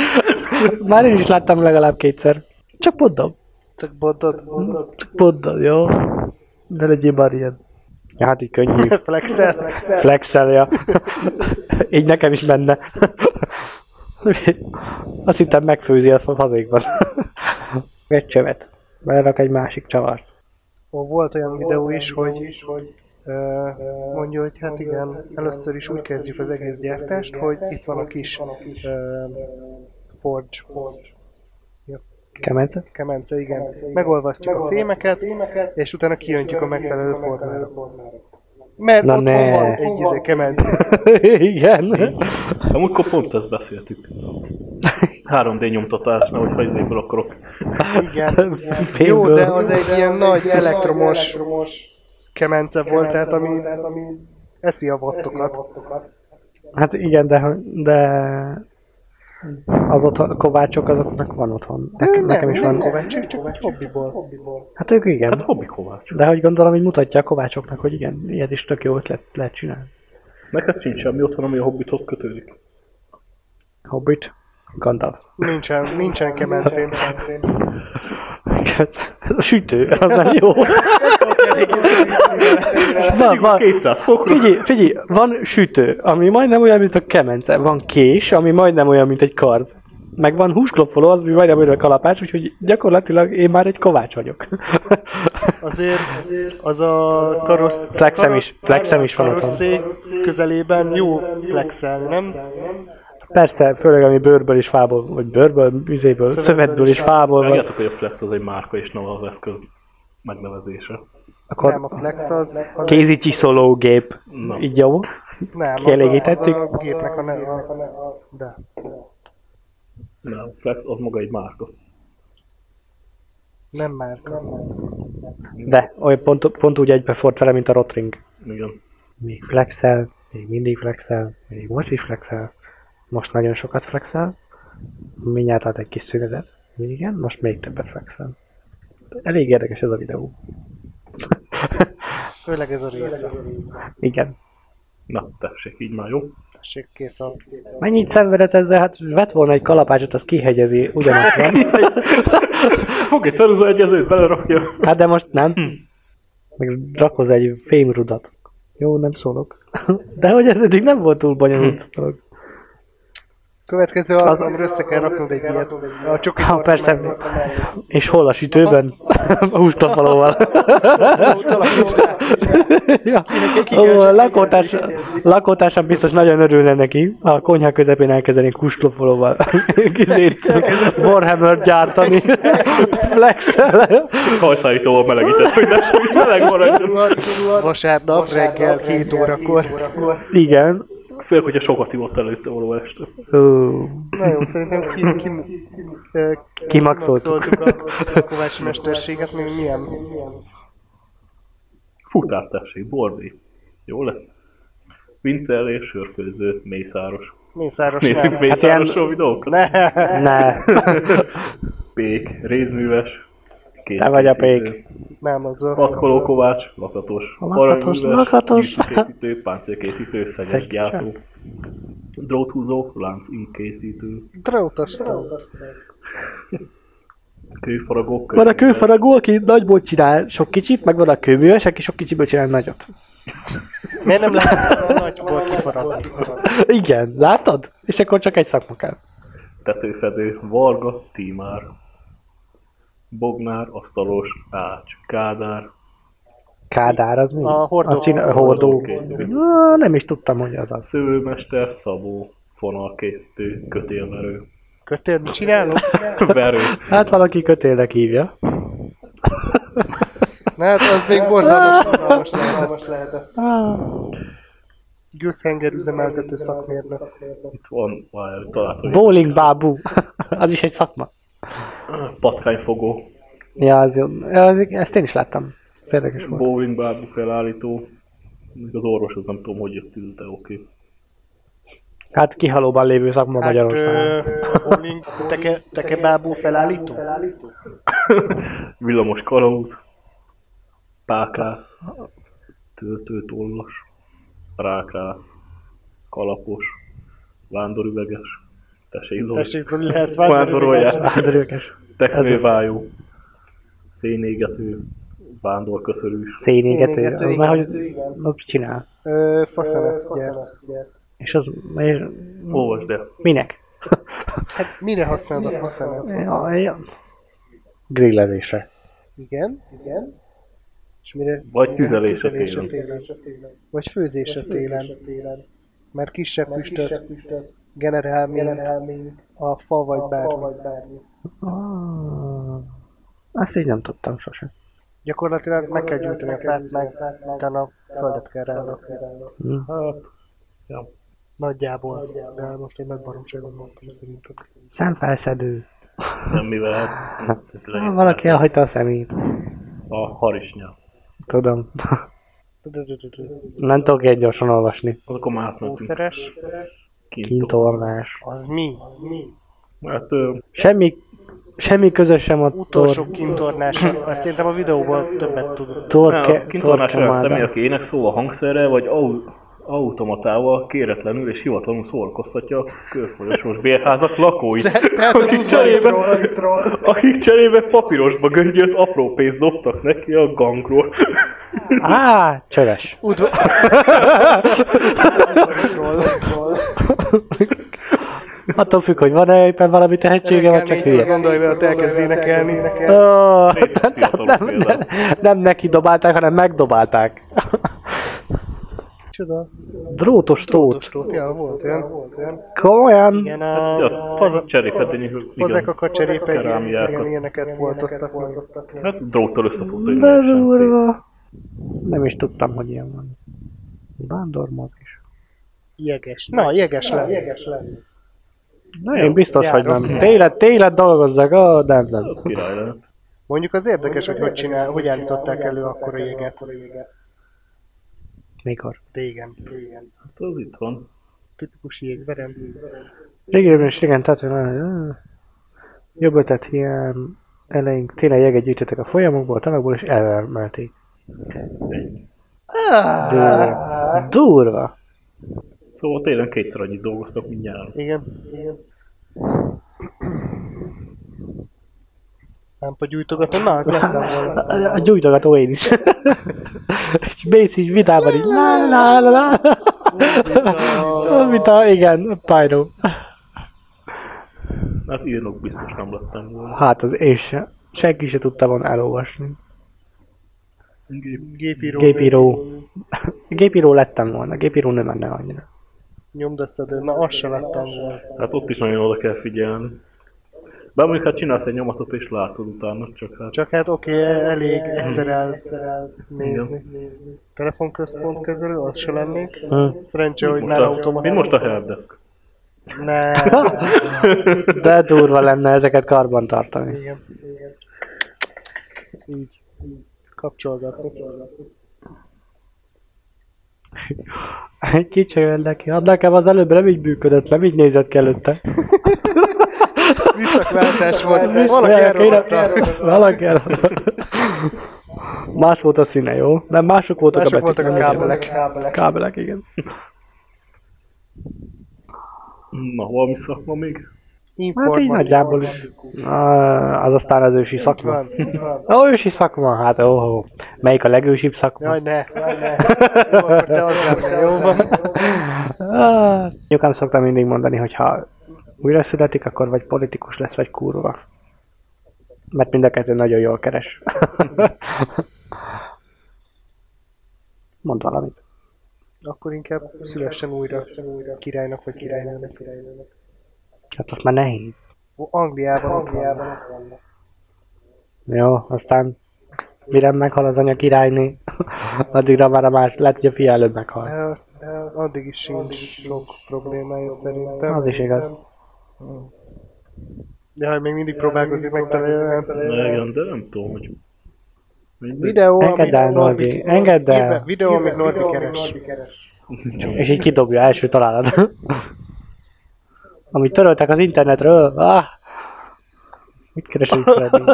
[SPEAKER 3] Már én is láttam legalább kétszer. Csak poddom.
[SPEAKER 2] Csak botot, botot.
[SPEAKER 3] Csak poddom, jó? De legyél már ilyen. Ja, hát így könnyű.
[SPEAKER 2] Flexel.
[SPEAKER 3] Flexel, ja. Így nekem is menne. Azt hittem megfőzi azt a hazékban. Egy csövet. Belerak egy másik csavart.
[SPEAKER 2] Ó, Szóval Volt olyan videó is, hogy ö, mondja, hogy hát igen, először is úgy kezdjük az egész gyártást, hogy itt van a kis ö, forge,
[SPEAKER 3] Kemence?
[SPEAKER 2] kemence, igen. Megolvasztjuk a fémeket, és utána kiöntjük a megfelelő formára. Mert
[SPEAKER 3] Na
[SPEAKER 2] otthon
[SPEAKER 3] ne.
[SPEAKER 2] van egy izé kemence.
[SPEAKER 3] Igen.
[SPEAKER 1] Amúgykor pont ezt beszéltük. 3D nyomtatásnál, hogyha izéből akarok.
[SPEAKER 2] Igen. Jó,
[SPEAKER 3] Fényből.
[SPEAKER 2] de az egy ilyen nagy elektromos kemence volt, tehát ami eszi a vattokat.
[SPEAKER 3] Hát igen, de, de az otthon, a kovácsok azoknak van otthon. Nekem, nekem is van kovács.
[SPEAKER 2] kovács, csak, csak egy hobbiból.
[SPEAKER 3] Hát ők
[SPEAKER 1] Hát
[SPEAKER 3] igen.
[SPEAKER 1] hobbi kovács.
[SPEAKER 3] De hogy gondolom, hogy mutatja a kovácsoknak, hogy igen, ilyet is tök jó ötlet lehet csinálni.
[SPEAKER 1] hát Neked sincs semmi otthon, ami a hobbithoz kötődik.
[SPEAKER 3] Hobbit. Gandalf.
[SPEAKER 6] Nincsen, nincsen kemencén.
[SPEAKER 3] Ez a sütő, az nem jó. Van, van,
[SPEAKER 1] 200 fokra.
[SPEAKER 3] Figyelj, figyelj, van sütő, ami majdnem olyan, mint a kemence. Van kés, ami majdnem olyan, mint egy kard. Meg van húsklopfoló, az, ami majdnem olyan, mint a kalapács, úgyhogy gyakorlatilag én már egy kovács vagyok.
[SPEAKER 6] Azért az a karosz...
[SPEAKER 3] Flexem is, flexem is van otthon.
[SPEAKER 6] karosszék közelében jó flexelni, nem?
[SPEAKER 3] Persze, főleg ami bőrből és fából, vagy bőrből, üzéből, szövetből és fából van,
[SPEAKER 1] Megjátok, hogy a Flex az egy márka és nem az eszköz megnevezése.
[SPEAKER 6] Nem,
[SPEAKER 3] akkor
[SPEAKER 6] a flex az... az
[SPEAKER 3] kézi csiszológép,
[SPEAKER 1] Na.
[SPEAKER 3] így jó.
[SPEAKER 6] nem,
[SPEAKER 3] kielégítettük?
[SPEAKER 6] Az a gépnek a neve. a- De.
[SPEAKER 1] Nem, a Flex az maga egy márka.
[SPEAKER 6] Nem már.
[SPEAKER 3] De olyan pont, pont úgy egybefort vele, mint a rotring.
[SPEAKER 1] Igen.
[SPEAKER 3] Még flexel, még mindig flexel, még most is flexel, most nagyon sokat flexel, mindjárt ad egy kis szünetet. Igen, most még többet flexel. Elég érdekes ez a videó.
[SPEAKER 6] Főleg ez a része.
[SPEAKER 3] Igen.
[SPEAKER 1] Na, tessék, így már jó.
[SPEAKER 6] Tessék, kész a...
[SPEAKER 3] Mennyit szenvedett ezzel? Hát vett volna egy kalapácsot, az kihegyezi, ugyanazt van.
[SPEAKER 1] Fog egy ceruza egyezőt, belerakja.
[SPEAKER 3] Hát de most nem. Meg rakhoz egy fémrudat. Jó, nem szólok. De hogy ez eddig nem volt túl bonyolult dolog.
[SPEAKER 6] Következő alkalomra össze kell raknod egy ilyet. A csoki
[SPEAKER 3] Ha, persze. És hol a sütőben? A hústapalóval. ja. Ó, a lakótárs, lakótársam biztos nagyon örülne neki, ha a konyha közepén elkezdenék húslopolóval kizét Warhammer gyártani. Flexel.
[SPEAKER 1] Hajszállítóval melegített, hogy ne semmi meleg maradjon.
[SPEAKER 6] Vasárnap reggel 7 órakor.
[SPEAKER 3] Igen.
[SPEAKER 1] Főleg, hogyha sokat ivott előtte való este.
[SPEAKER 3] Ó,
[SPEAKER 6] Na jó, szerintem ki, ki, ö,
[SPEAKER 3] Kimaxoltuk.
[SPEAKER 6] kimaxoltuk a Kovács mesterséget, még milyen, milyen
[SPEAKER 1] Futár tessék, bordi. Jó lesz? Vincel és sörfőző, mészáros.
[SPEAKER 6] mészáros
[SPEAKER 1] Nézzük
[SPEAKER 3] Hát
[SPEAKER 6] nem.
[SPEAKER 1] mészárosról videókat?
[SPEAKER 6] Ne,
[SPEAKER 3] Ne.
[SPEAKER 1] Pék, rézműves. Két
[SPEAKER 3] Te vagy a
[SPEAKER 1] készítő,
[SPEAKER 3] pék.
[SPEAKER 6] nem az a...
[SPEAKER 1] Patkoló Kovács, lakatos,
[SPEAKER 3] Lakatos,
[SPEAKER 1] aranyműves,
[SPEAKER 3] lakatos.
[SPEAKER 1] gyűjtőkészítő, páncélkészítő, szeges
[SPEAKER 3] Szeges
[SPEAKER 1] gyártó. Dróthúzó, láncinkészítő,
[SPEAKER 6] Drótos,
[SPEAKER 1] kőfaragok,
[SPEAKER 3] Van a kőfaragó, aki nagyból csinál sok kicsit, meg van a kőműves, aki sok kicsiből csinál nagyot.
[SPEAKER 6] Miért nem lehet a nagyból kifaradni?
[SPEAKER 3] Igen, látod? És akkor csak egy szakma kell.
[SPEAKER 1] tetőfedő, Varga, Tímár, Bognár, Asztalos, Ács, Kádár,
[SPEAKER 3] Kádár az mi?
[SPEAKER 6] A hordó.
[SPEAKER 3] A csinál, hordó.
[SPEAKER 1] Hordókészítő.
[SPEAKER 3] Na, nem is tudtam, hogy az az.
[SPEAKER 1] Szövőmester, Szabó, Fonalkészítő, Kötélverő,
[SPEAKER 6] Kötél, mit csinálunk?
[SPEAKER 1] Verő,
[SPEAKER 3] Hát valaki kötélnek hívja.
[SPEAKER 6] Na hát az még borzalmas, borzalmas lehetett. lehetett.
[SPEAKER 3] Ah,
[SPEAKER 6] Gőzhenger üzemeltető
[SPEAKER 3] Hát,
[SPEAKER 6] szakmérnök.
[SPEAKER 1] itt van, várjál, találtam, hogy
[SPEAKER 3] Bowling bábú. az is egy szakma.
[SPEAKER 1] patkányfogó,
[SPEAKER 3] Ja, az jó. Az, ezt én is láttam. Érdekes volt.
[SPEAKER 1] bowling bábú felállító, még az orvos az nem tudom, hogy jött ül, de oké.
[SPEAKER 3] Hát kihalóban lévő szakma
[SPEAKER 6] Hát,
[SPEAKER 3] Magyarországon.
[SPEAKER 6] ö, bowling, teke, teke bábú felállító?
[SPEAKER 1] Villamos kalauz, pákász, töltőtollas, rákrász, kalapos, vándorüveges, tessék Zoli,
[SPEAKER 6] Tessék, hogy lehet
[SPEAKER 1] Vándorolják.
[SPEAKER 6] vándorolni.
[SPEAKER 3] Vándorőkes.
[SPEAKER 1] teknővájú, szénégető, vándorköszörűs,
[SPEAKER 3] Szénégető.
[SPEAKER 6] Szénégető,
[SPEAKER 3] Az már, hogy az mit csinál.
[SPEAKER 6] Ö, Faszemet, gyert.
[SPEAKER 3] És az... És
[SPEAKER 1] olvasd el,
[SPEAKER 3] minek?
[SPEAKER 6] Hát mire használod a faszemet?
[SPEAKER 3] Ja, ja. Grillezésre.
[SPEAKER 6] Igen, igen. És mire?
[SPEAKER 1] vagy tüzelésre télen.
[SPEAKER 6] Vagy főzésre télen. Mert kisebb füstöt generál, mint a fa vagy bármi.
[SPEAKER 3] Ah, azt így nem tudtam sose.
[SPEAKER 6] Gyakorlatilag meg kell gyűjteni a fát, meg utána a földet kell rárakni.
[SPEAKER 3] Hm.
[SPEAKER 6] Hát, ja. Nagyjából, de most én nagy baromságot mondtam szerintem.
[SPEAKER 3] Szemfelszedő.
[SPEAKER 1] semmivel.
[SPEAKER 3] Ah, valaki elhagyta a szemét.
[SPEAKER 1] A harisnya.
[SPEAKER 3] Tudom. nem tudok egy gyorsan olvasni.
[SPEAKER 1] Azok a másnak
[SPEAKER 6] Fószeres,
[SPEAKER 1] kintó.
[SPEAKER 3] Kintornás.
[SPEAKER 6] az mi? mi?
[SPEAKER 1] Hát ö,
[SPEAKER 3] Semmi, semmi közös sem a
[SPEAKER 6] Utolsó
[SPEAKER 3] tor...
[SPEAKER 6] kintornás, azt szerintem a videóban többet tudod.
[SPEAKER 1] nem,
[SPEAKER 3] Torke,
[SPEAKER 1] a kintornás olyan személy,
[SPEAKER 3] torkemáda.
[SPEAKER 1] aki ének szól a hangszerrel, vagy au- automatával kéretlenül és hivatlanul szórkoztatja a körfolyosos bérházak lakóit,
[SPEAKER 6] Tehát ez
[SPEAKER 1] akik
[SPEAKER 6] úgy van,
[SPEAKER 1] cserébe,
[SPEAKER 6] troll, troll.
[SPEAKER 1] akik cserébe papírosba göngyölt apró pénzt dobtak neki a gangról.
[SPEAKER 3] Á, csöves.
[SPEAKER 6] Udva...
[SPEAKER 3] Attól függ, hogy van-e éppen valami tehetsége, vagy csak hülye.
[SPEAKER 6] Gondolj vele, hogy elkezd énekelni, énekelni.
[SPEAKER 3] Ó,
[SPEAKER 1] Nézd, fiatalok
[SPEAKER 3] nem, nem,
[SPEAKER 1] például.
[SPEAKER 3] nem neki dobálták, hanem megdobálták.
[SPEAKER 6] Csoda.
[SPEAKER 3] Drótos tót.
[SPEAKER 6] Tóth. Ja, volt ilyen. Volt ilyen.
[SPEAKER 3] Komolyan.
[SPEAKER 6] Ilyen a...
[SPEAKER 1] Ja, cserépedényi,
[SPEAKER 6] Hozzák
[SPEAKER 1] igen.
[SPEAKER 6] a kacserépek,
[SPEAKER 1] Kerámiákat.
[SPEAKER 6] igen, ilyeneket foltoztak. meg.
[SPEAKER 1] Hát dróttal összefogta, hogy
[SPEAKER 3] De
[SPEAKER 1] lehessen szép.
[SPEAKER 3] durva. Nem is tudtam, hogy ilyen van. Vándormag is.
[SPEAKER 2] Jeges.
[SPEAKER 6] Na, jeges
[SPEAKER 2] Na,
[SPEAKER 6] le.
[SPEAKER 2] jeges lenni.
[SPEAKER 3] Na, én biztos, hogy
[SPEAKER 6] járok.
[SPEAKER 3] nem. Télen, télen dolgozzak, ó, nem, nem.
[SPEAKER 1] Az király lehet.
[SPEAKER 6] Mondjuk az érdekes, hogy hogy csinál, hogy állították elő akkor a jeget.
[SPEAKER 3] Mikor?
[SPEAKER 6] Régen, régen.
[SPEAKER 1] Hát az itt van.
[SPEAKER 6] Tipikus jégverem.
[SPEAKER 3] Régebben is igen, tehát hogy nagyon- jobb ötlet hiány elején tényleg jeget gyűjtöttek a folyamokból, a tanakból, és elvermelték.
[SPEAKER 1] Ennyi.
[SPEAKER 3] Durva. Durva.
[SPEAKER 1] Szóval télen kétszer annyit dolgoztak, mint nyáron.
[SPEAKER 6] Igen. igen. Lámpa gyújtogatom, na, az lettem volna.
[SPEAKER 3] A, a- a gyújtogató én is. És Béci így vidáman így lá lá lá lá. Mint a, igen, Pyro.
[SPEAKER 1] Hát írnok biztos nem lettem volna.
[SPEAKER 3] Hát az én se. Senki se tudta volna elolvasni.
[SPEAKER 6] Gépíró.
[SPEAKER 3] Gépíró. Gépíró lettem volna, gépíró nem menne annyira.
[SPEAKER 6] Nyomdaszedő, na azt sem lettem volna.
[SPEAKER 1] Hát ott is nagyon oda kell figyelni. Bár mondjuk hát csinálsz egy nyomatot és látod utána, csak hát...
[SPEAKER 6] Csak hát oké, elég egyszer el nézni. Telefonközpont kezelő, az se lennék.
[SPEAKER 3] Hm.
[SPEAKER 6] Szerencse, hogy
[SPEAKER 1] Mint
[SPEAKER 6] már
[SPEAKER 1] most, a, mint most a
[SPEAKER 6] automatában.
[SPEAKER 1] helpdesk.
[SPEAKER 6] Ne.
[SPEAKER 3] De durva lenne ezeket karban tartani.
[SPEAKER 6] Igen. Igen. Így. így Kapcsolgatni.
[SPEAKER 3] Egy kicsi jön neki. Hát nekem az előbb nem így bűködött, nem így nézett ki előtte.
[SPEAKER 6] Visszakváltás volt.
[SPEAKER 3] Valaki
[SPEAKER 6] Valaki elrohatta.
[SPEAKER 3] Valaki elrohatta. Más volt a színe, jó? Nem, mások voltak
[SPEAKER 6] Mások
[SPEAKER 3] a betűk.
[SPEAKER 6] voltak a
[SPEAKER 3] nem
[SPEAKER 6] kábelek.
[SPEAKER 3] igen. Kábelek, igen.
[SPEAKER 1] Na, valami szakma még?
[SPEAKER 3] Hát így nagyjából is. Ah, Az aztán az ősi szakma.
[SPEAKER 6] Van, van.
[SPEAKER 3] Ó, ősi szakma, hát ó, ó. Melyik a legősibb szakma?
[SPEAKER 6] Jaj, ne, jaj, ne. Jó, akkor te az nem, jó van.
[SPEAKER 3] Ah, Nyugám szoktam mindig mondani, hogy ha újra születik, akkor vagy politikus lesz, vagy kurva. Mert mind a kettő nagyon jól keres. Mond valamit.
[SPEAKER 6] Akkor inkább szülessen újra királynak vagy királynőnek.
[SPEAKER 3] Hát az már nehéz.
[SPEAKER 6] Ó, Angliában, Angliában.
[SPEAKER 2] Angliában vannak.
[SPEAKER 3] Jó, aztán mire meghal az anya királyné, addigra már a más, lehet, hogy a fia előbb meghal.
[SPEAKER 6] El, el, addig is sincs sok problémája szerintem.
[SPEAKER 3] Az is igaz.
[SPEAKER 6] De ha még mindig próbálkozik
[SPEAKER 1] Na,
[SPEAKER 6] megtalálni.
[SPEAKER 1] igen, de nem tudom, hogy... Mindegy.
[SPEAKER 6] Videó, amit
[SPEAKER 3] Engedd el,
[SPEAKER 6] Norbi...
[SPEAKER 3] Norbi, engedd
[SPEAKER 6] Éve-
[SPEAKER 3] el.
[SPEAKER 6] Videó, amit
[SPEAKER 2] Videó,
[SPEAKER 6] Norbi
[SPEAKER 2] amit
[SPEAKER 6] keres.
[SPEAKER 2] Norbi keres.
[SPEAKER 3] És így kidobja első találat. Amit töröltek az internetről. Ah, mit keresünk Freddy?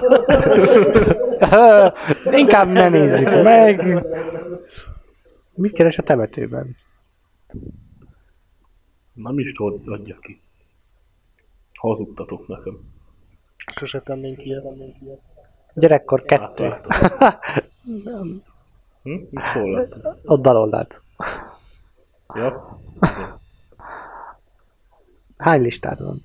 [SPEAKER 3] Inkább ne nézzük meg. Mit keres a temetőben?
[SPEAKER 1] Nem is tud, adja ki. Hazudtatok nekem.
[SPEAKER 6] Sose tennénk ilyet.
[SPEAKER 3] Gyerekkor kettő.
[SPEAKER 1] Hm? Mit hol lett?
[SPEAKER 3] Ott baloldalt.
[SPEAKER 1] Ja?
[SPEAKER 3] Hány listád van?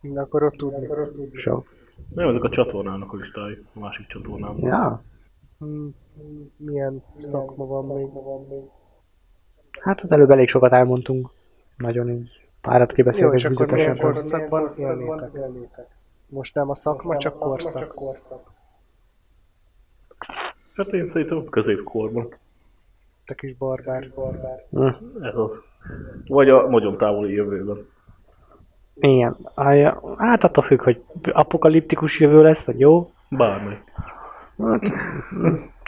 [SPEAKER 6] Na, Akkor ott tudni.
[SPEAKER 3] Sok.
[SPEAKER 1] Nem, ezek a csatornának a listája, a másik csatornában.
[SPEAKER 3] Ja.
[SPEAKER 6] Hmm, Milyen szakma van még?
[SPEAKER 3] Hát az előbb elég sokat elmondtunk. Nagyon így. Párat
[SPEAKER 6] Jó, és
[SPEAKER 3] kibeszélgetünk
[SPEAKER 6] akkor milyen
[SPEAKER 3] tüzetesen.
[SPEAKER 6] korszakban élnétek? Most nem a szakma, csak korszak.
[SPEAKER 1] Hát én szerintem a középkorban.
[SPEAKER 6] Te kis barbár. barbár.
[SPEAKER 3] Hm.
[SPEAKER 1] Ez az. Vagy a nagyon távoli jövőben.
[SPEAKER 3] Igen. Aj- Hát attól függ, hogy apokaliptikus jövő lesz, vagy jó.
[SPEAKER 1] Bármely.
[SPEAKER 3] Hát,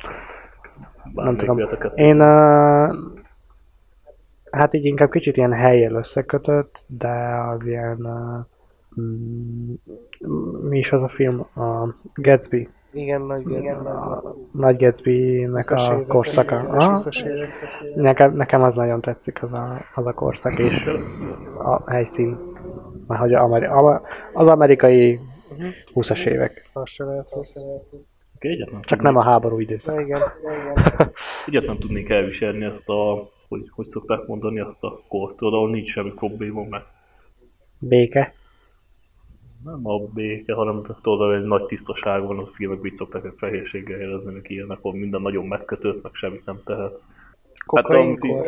[SPEAKER 3] nem
[SPEAKER 1] Bármelyik
[SPEAKER 3] tudom.
[SPEAKER 1] veleteket.
[SPEAKER 3] Én uh, hát így inkább kicsit ilyen helyjel összekötött, de az eh, mm, ilyen uh, mi is az a film? A Gatsby.
[SPEAKER 6] Igen, nagy igen,
[SPEAKER 3] Nagy Gatsby-nek a korszaka. Aha. Nekem, nekem az nagyon tetszik az a, az a korszak és a helyszín. Már hogy ameri, ama- az amerikai 20-as évek.
[SPEAKER 6] Az se lehet rossz.
[SPEAKER 1] Oké, egyet nem,
[SPEAKER 3] Csak nem a háború időszak.
[SPEAKER 6] Na igen,
[SPEAKER 1] egyet nem tudnék elviselni ezt a, hogy, hogy szokták mondani, azt a kort, tudod, ahol nincs semmi probléma, mert
[SPEAKER 3] Béke.
[SPEAKER 1] nem a béke, hanem tudod, egy nagy tisztaság van, a filmekben így szokták egy fehérséggel érezni, hogy ilyenek, ahol minden nagyon megkötött, meg semmit nem tehet. Hát,
[SPEAKER 6] kokainkor.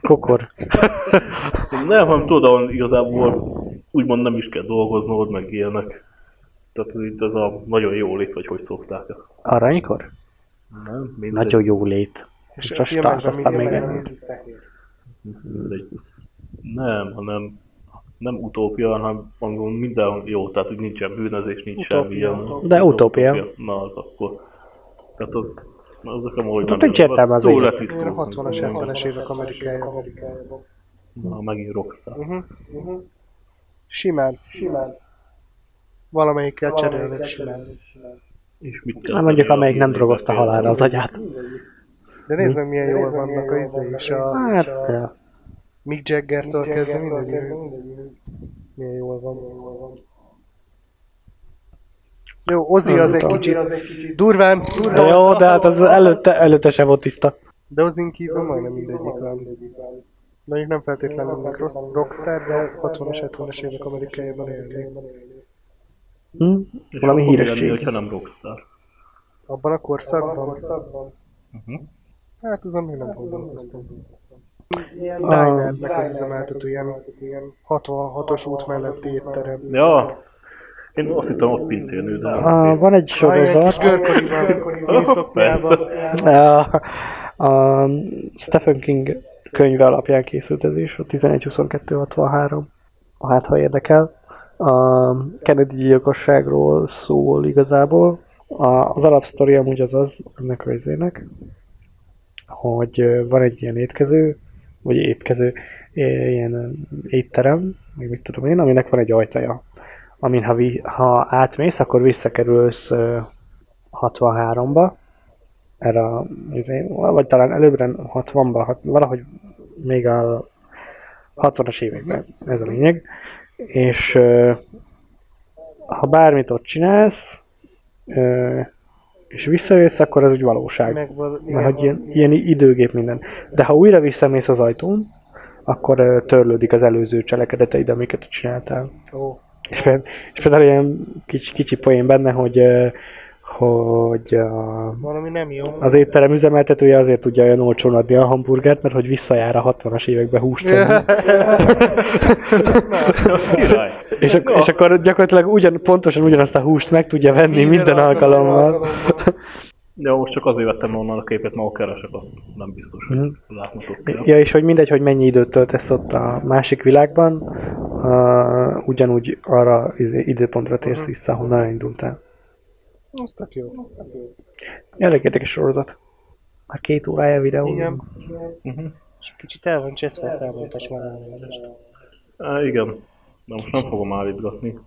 [SPEAKER 3] Kokor.
[SPEAKER 1] Nem, hanem tudod, ahol igazából úgymond nem is kell dolgoznod, meg ilyenek. Tehát itt ez a nagyon jó lét, vagy hogy szokták ezt.
[SPEAKER 3] Aranykor?
[SPEAKER 1] Nem, mindegy.
[SPEAKER 3] Nagyon jó lét. És
[SPEAKER 6] És a
[SPEAKER 3] aztán,
[SPEAKER 6] filmekben
[SPEAKER 3] aztán még
[SPEAKER 6] mindig
[SPEAKER 3] egy.
[SPEAKER 1] mindegy. Nem, hanem nem utópia, hanem angol minden jó, tehát hogy nincsen bűnözés, nincs
[SPEAKER 6] Utópia,
[SPEAKER 1] semmi ilyen.
[SPEAKER 3] De utópia.
[SPEAKER 1] Na az akkor. Tehát az, az nekem ahogy
[SPEAKER 3] Hát nincs értelme az
[SPEAKER 1] Jó
[SPEAKER 3] élet.
[SPEAKER 1] lett
[SPEAKER 6] Én a 60-as, 70-es évek Amerikájában.
[SPEAKER 1] Na, megint rockstar.
[SPEAKER 6] Uh-huh. Uh-huh. Simán. Simán. Valamelyikkel cserélnék simán.
[SPEAKER 1] És mit kell
[SPEAKER 3] Nem mondjuk,
[SPEAKER 1] tenni,
[SPEAKER 3] amelyik nem
[SPEAKER 1] amit
[SPEAKER 3] drogozta
[SPEAKER 1] meg kell
[SPEAKER 3] halálra az agyát.
[SPEAKER 6] De nézd meg milyen jól vannak a izé és a
[SPEAKER 3] Hát, ja.
[SPEAKER 6] Mick Jagger-től kezdve mindegyik. Milyen jól van. Jó, Ozzy az egy
[SPEAKER 3] Tudom.
[SPEAKER 6] kicsit durván,
[SPEAKER 3] De
[SPEAKER 6] durván,
[SPEAKER 3] jó, de hát az előtte, előtte sem volt tiszta.
[SPEAKER 6] de Ozzy kívül majdnem mindegyik van. Mondjuk nem feltétlenül mondjuk rossz rockstar, de 60-as, 70-es évek Amerikájában élnék.
[SPEAKER 3] Hm?
[SPEAKER 1] És
[SPEAKER 3] Valami
[SPEAKER 1] akkor mi lenni,
[SPEAKER 3] híresség.
[SPEAKER 1] hogyha nem rockstar.
[SPEAKER 6] Abban a korszakban?
[SPEAKER 1] Uh-huh.
[SPEAKER 6] Hát azon még nem gondolkoztam.
[SPEAKER 2] Ilyen
[SPEAKER 3] Ah.
[SPEAKER 6] Dinernek az üzemeltető ilyen 66-os út melletti étterem.
[SPEAKER 1] Ja, én azt hittem ott pincélnő, de nem.
[SPEAKER 3] Ah, van egy sorozat.
[SPEAKER 6] Görkoriban, szoknyában.
[SPEAKER 3] A, a Stephen King könyve alapján készült ez is, a 11-22-63, hát ha érdekel. A Kennedy gyilkosságról szól igazából. A, az alapsztori amúgy az az, ennek a izének, hogy ö, van egy ilyen étkező, vagy étkező, i- ilyen ö, étterem, meg mit tudom én, aminek van egy ajtaja. Amin ha, vi, ha átmész, akkor visszakerülsz ö, 63-ba, erre a, izé- vagy talán előbbre 60-ban, hat, valahogy még a 60-as években, ez a lényeg. És ö, ha bármit ott csinálsz, ö, és visszajössz, akkor ez úgy valóság. Mert hogy ilyen, ilyen időgép minden. De ha újra visszamész az ajtón, akkor ö, törlődik az előző cselekedeteid, amiket csináltál.
[SPEAKER 6] Ó,
[SPEAKER 3] És, például- és például ilyen kicsi, kicsi poén benne, hogy, ö, hogy a,
[SPEAKER 6] valami nem jó.
[SPEAKER 3] az étterem üzemeltetője azért tudja olyan olcsón adni a hamburgert, mert hogy visszajár a 60-as évekbe húst venni.
[SPEAKER 1] Az király.
[SPEAKER 3] és, ak- és akkor gyakorlatilag ugyan, pontosan ugyanazt a húst meg tudja venni minden, alkalommal.
[SPEAKER 1] De most csak azért vettem onnan a képet, mert ahol keresek, azt nem biztos, hogy
[SPEAKER 3] Mhm.
[SPEAKER 1] mm. látnotok kell.
[SPEAKER 3] Ja, és hogy mindegy, hogy mennyi időt töltesz ott a másik világban, uh, ugyanúgy arra izé- időpontra térsz vissza, honnan elindultál.
[SPEAKER 6] Az tök jó.
[SPEAKER 3] Elég érdekes sorozat. Már két órája videó.
[SPEAKER 6] Igen.
[SPEAKER 1] Mhm.
[SPEAKER 6] És kicsit el van cseszve a távolítás megállást.
[SPEAKER 1] Á, igen. Na most nem fogom állítgatni.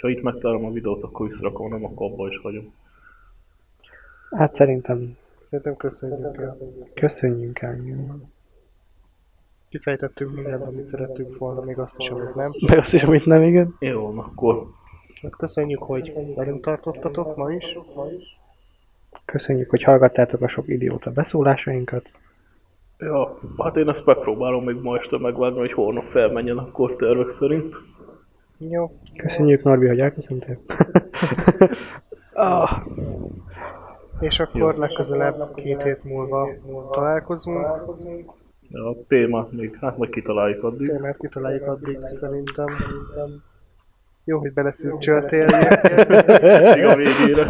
[SPEAKER 1] Ha itt megtalálom a videót, akkor visszarakom, nem akkor abba is hagyom.
[SPEAKER 3] Hát szerintem
[SPEAKER 6] Szerintem köszönjük el.
[SPEAKER 3] köszönjünk el. igen.
[SPEAKER 6] Kifejtettünk mindent, amit szerettünk volna, még azt is, amit nem.
[SPEAKER 3] Meg azt is, amit nem, igen.
[SPEAKER 1] Jó, na akkor
[SPEAKER 6] Köszönjük, hogy velünk tartottatok ma is.
[SPEAKER 3] Köszönjük, hogy hallgattátok a sok idióta beszólásainkat.
[SPEAKER 1] Ja, hát én ezt megpróbálom még ma este megvágni, hogy holnap felmenjen akkor tervek szerint.
[SPEAKER 6] Jó.
[SPEAKER 3] Köszönjük, Norbi, hogy elköszöntél. Ah,
[SPEAKER 6] És akkor legközelebb két hét múlva találkozunk.
[SPEAKER 1] Ja, a témát még, hát majd kitaláljuk addig.
[SPEAKER 6] Témát kitaláljuk addig, szerintem. Jó, hogy beleszűrcsöltél.
[SPEAKER 1] Még a végére.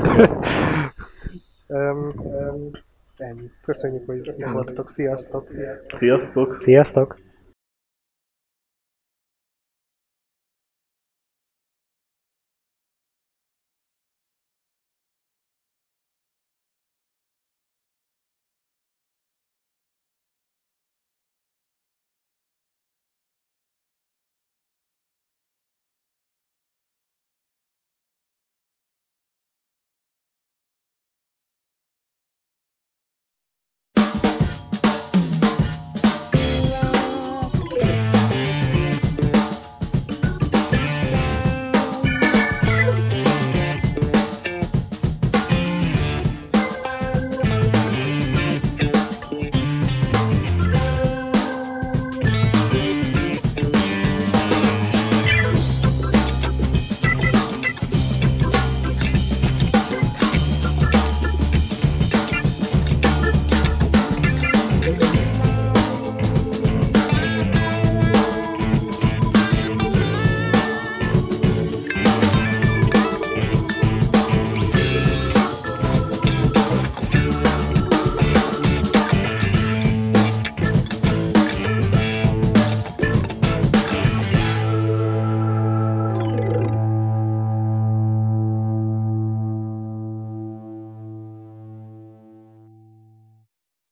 [SPEAKER 6] Öm, öm, ennyi. Köszönjük, hogy itt voltatok. Sziasztok!
[SPEAKER 1] Sziasztok!
[SPEAKER 3] sziasztok!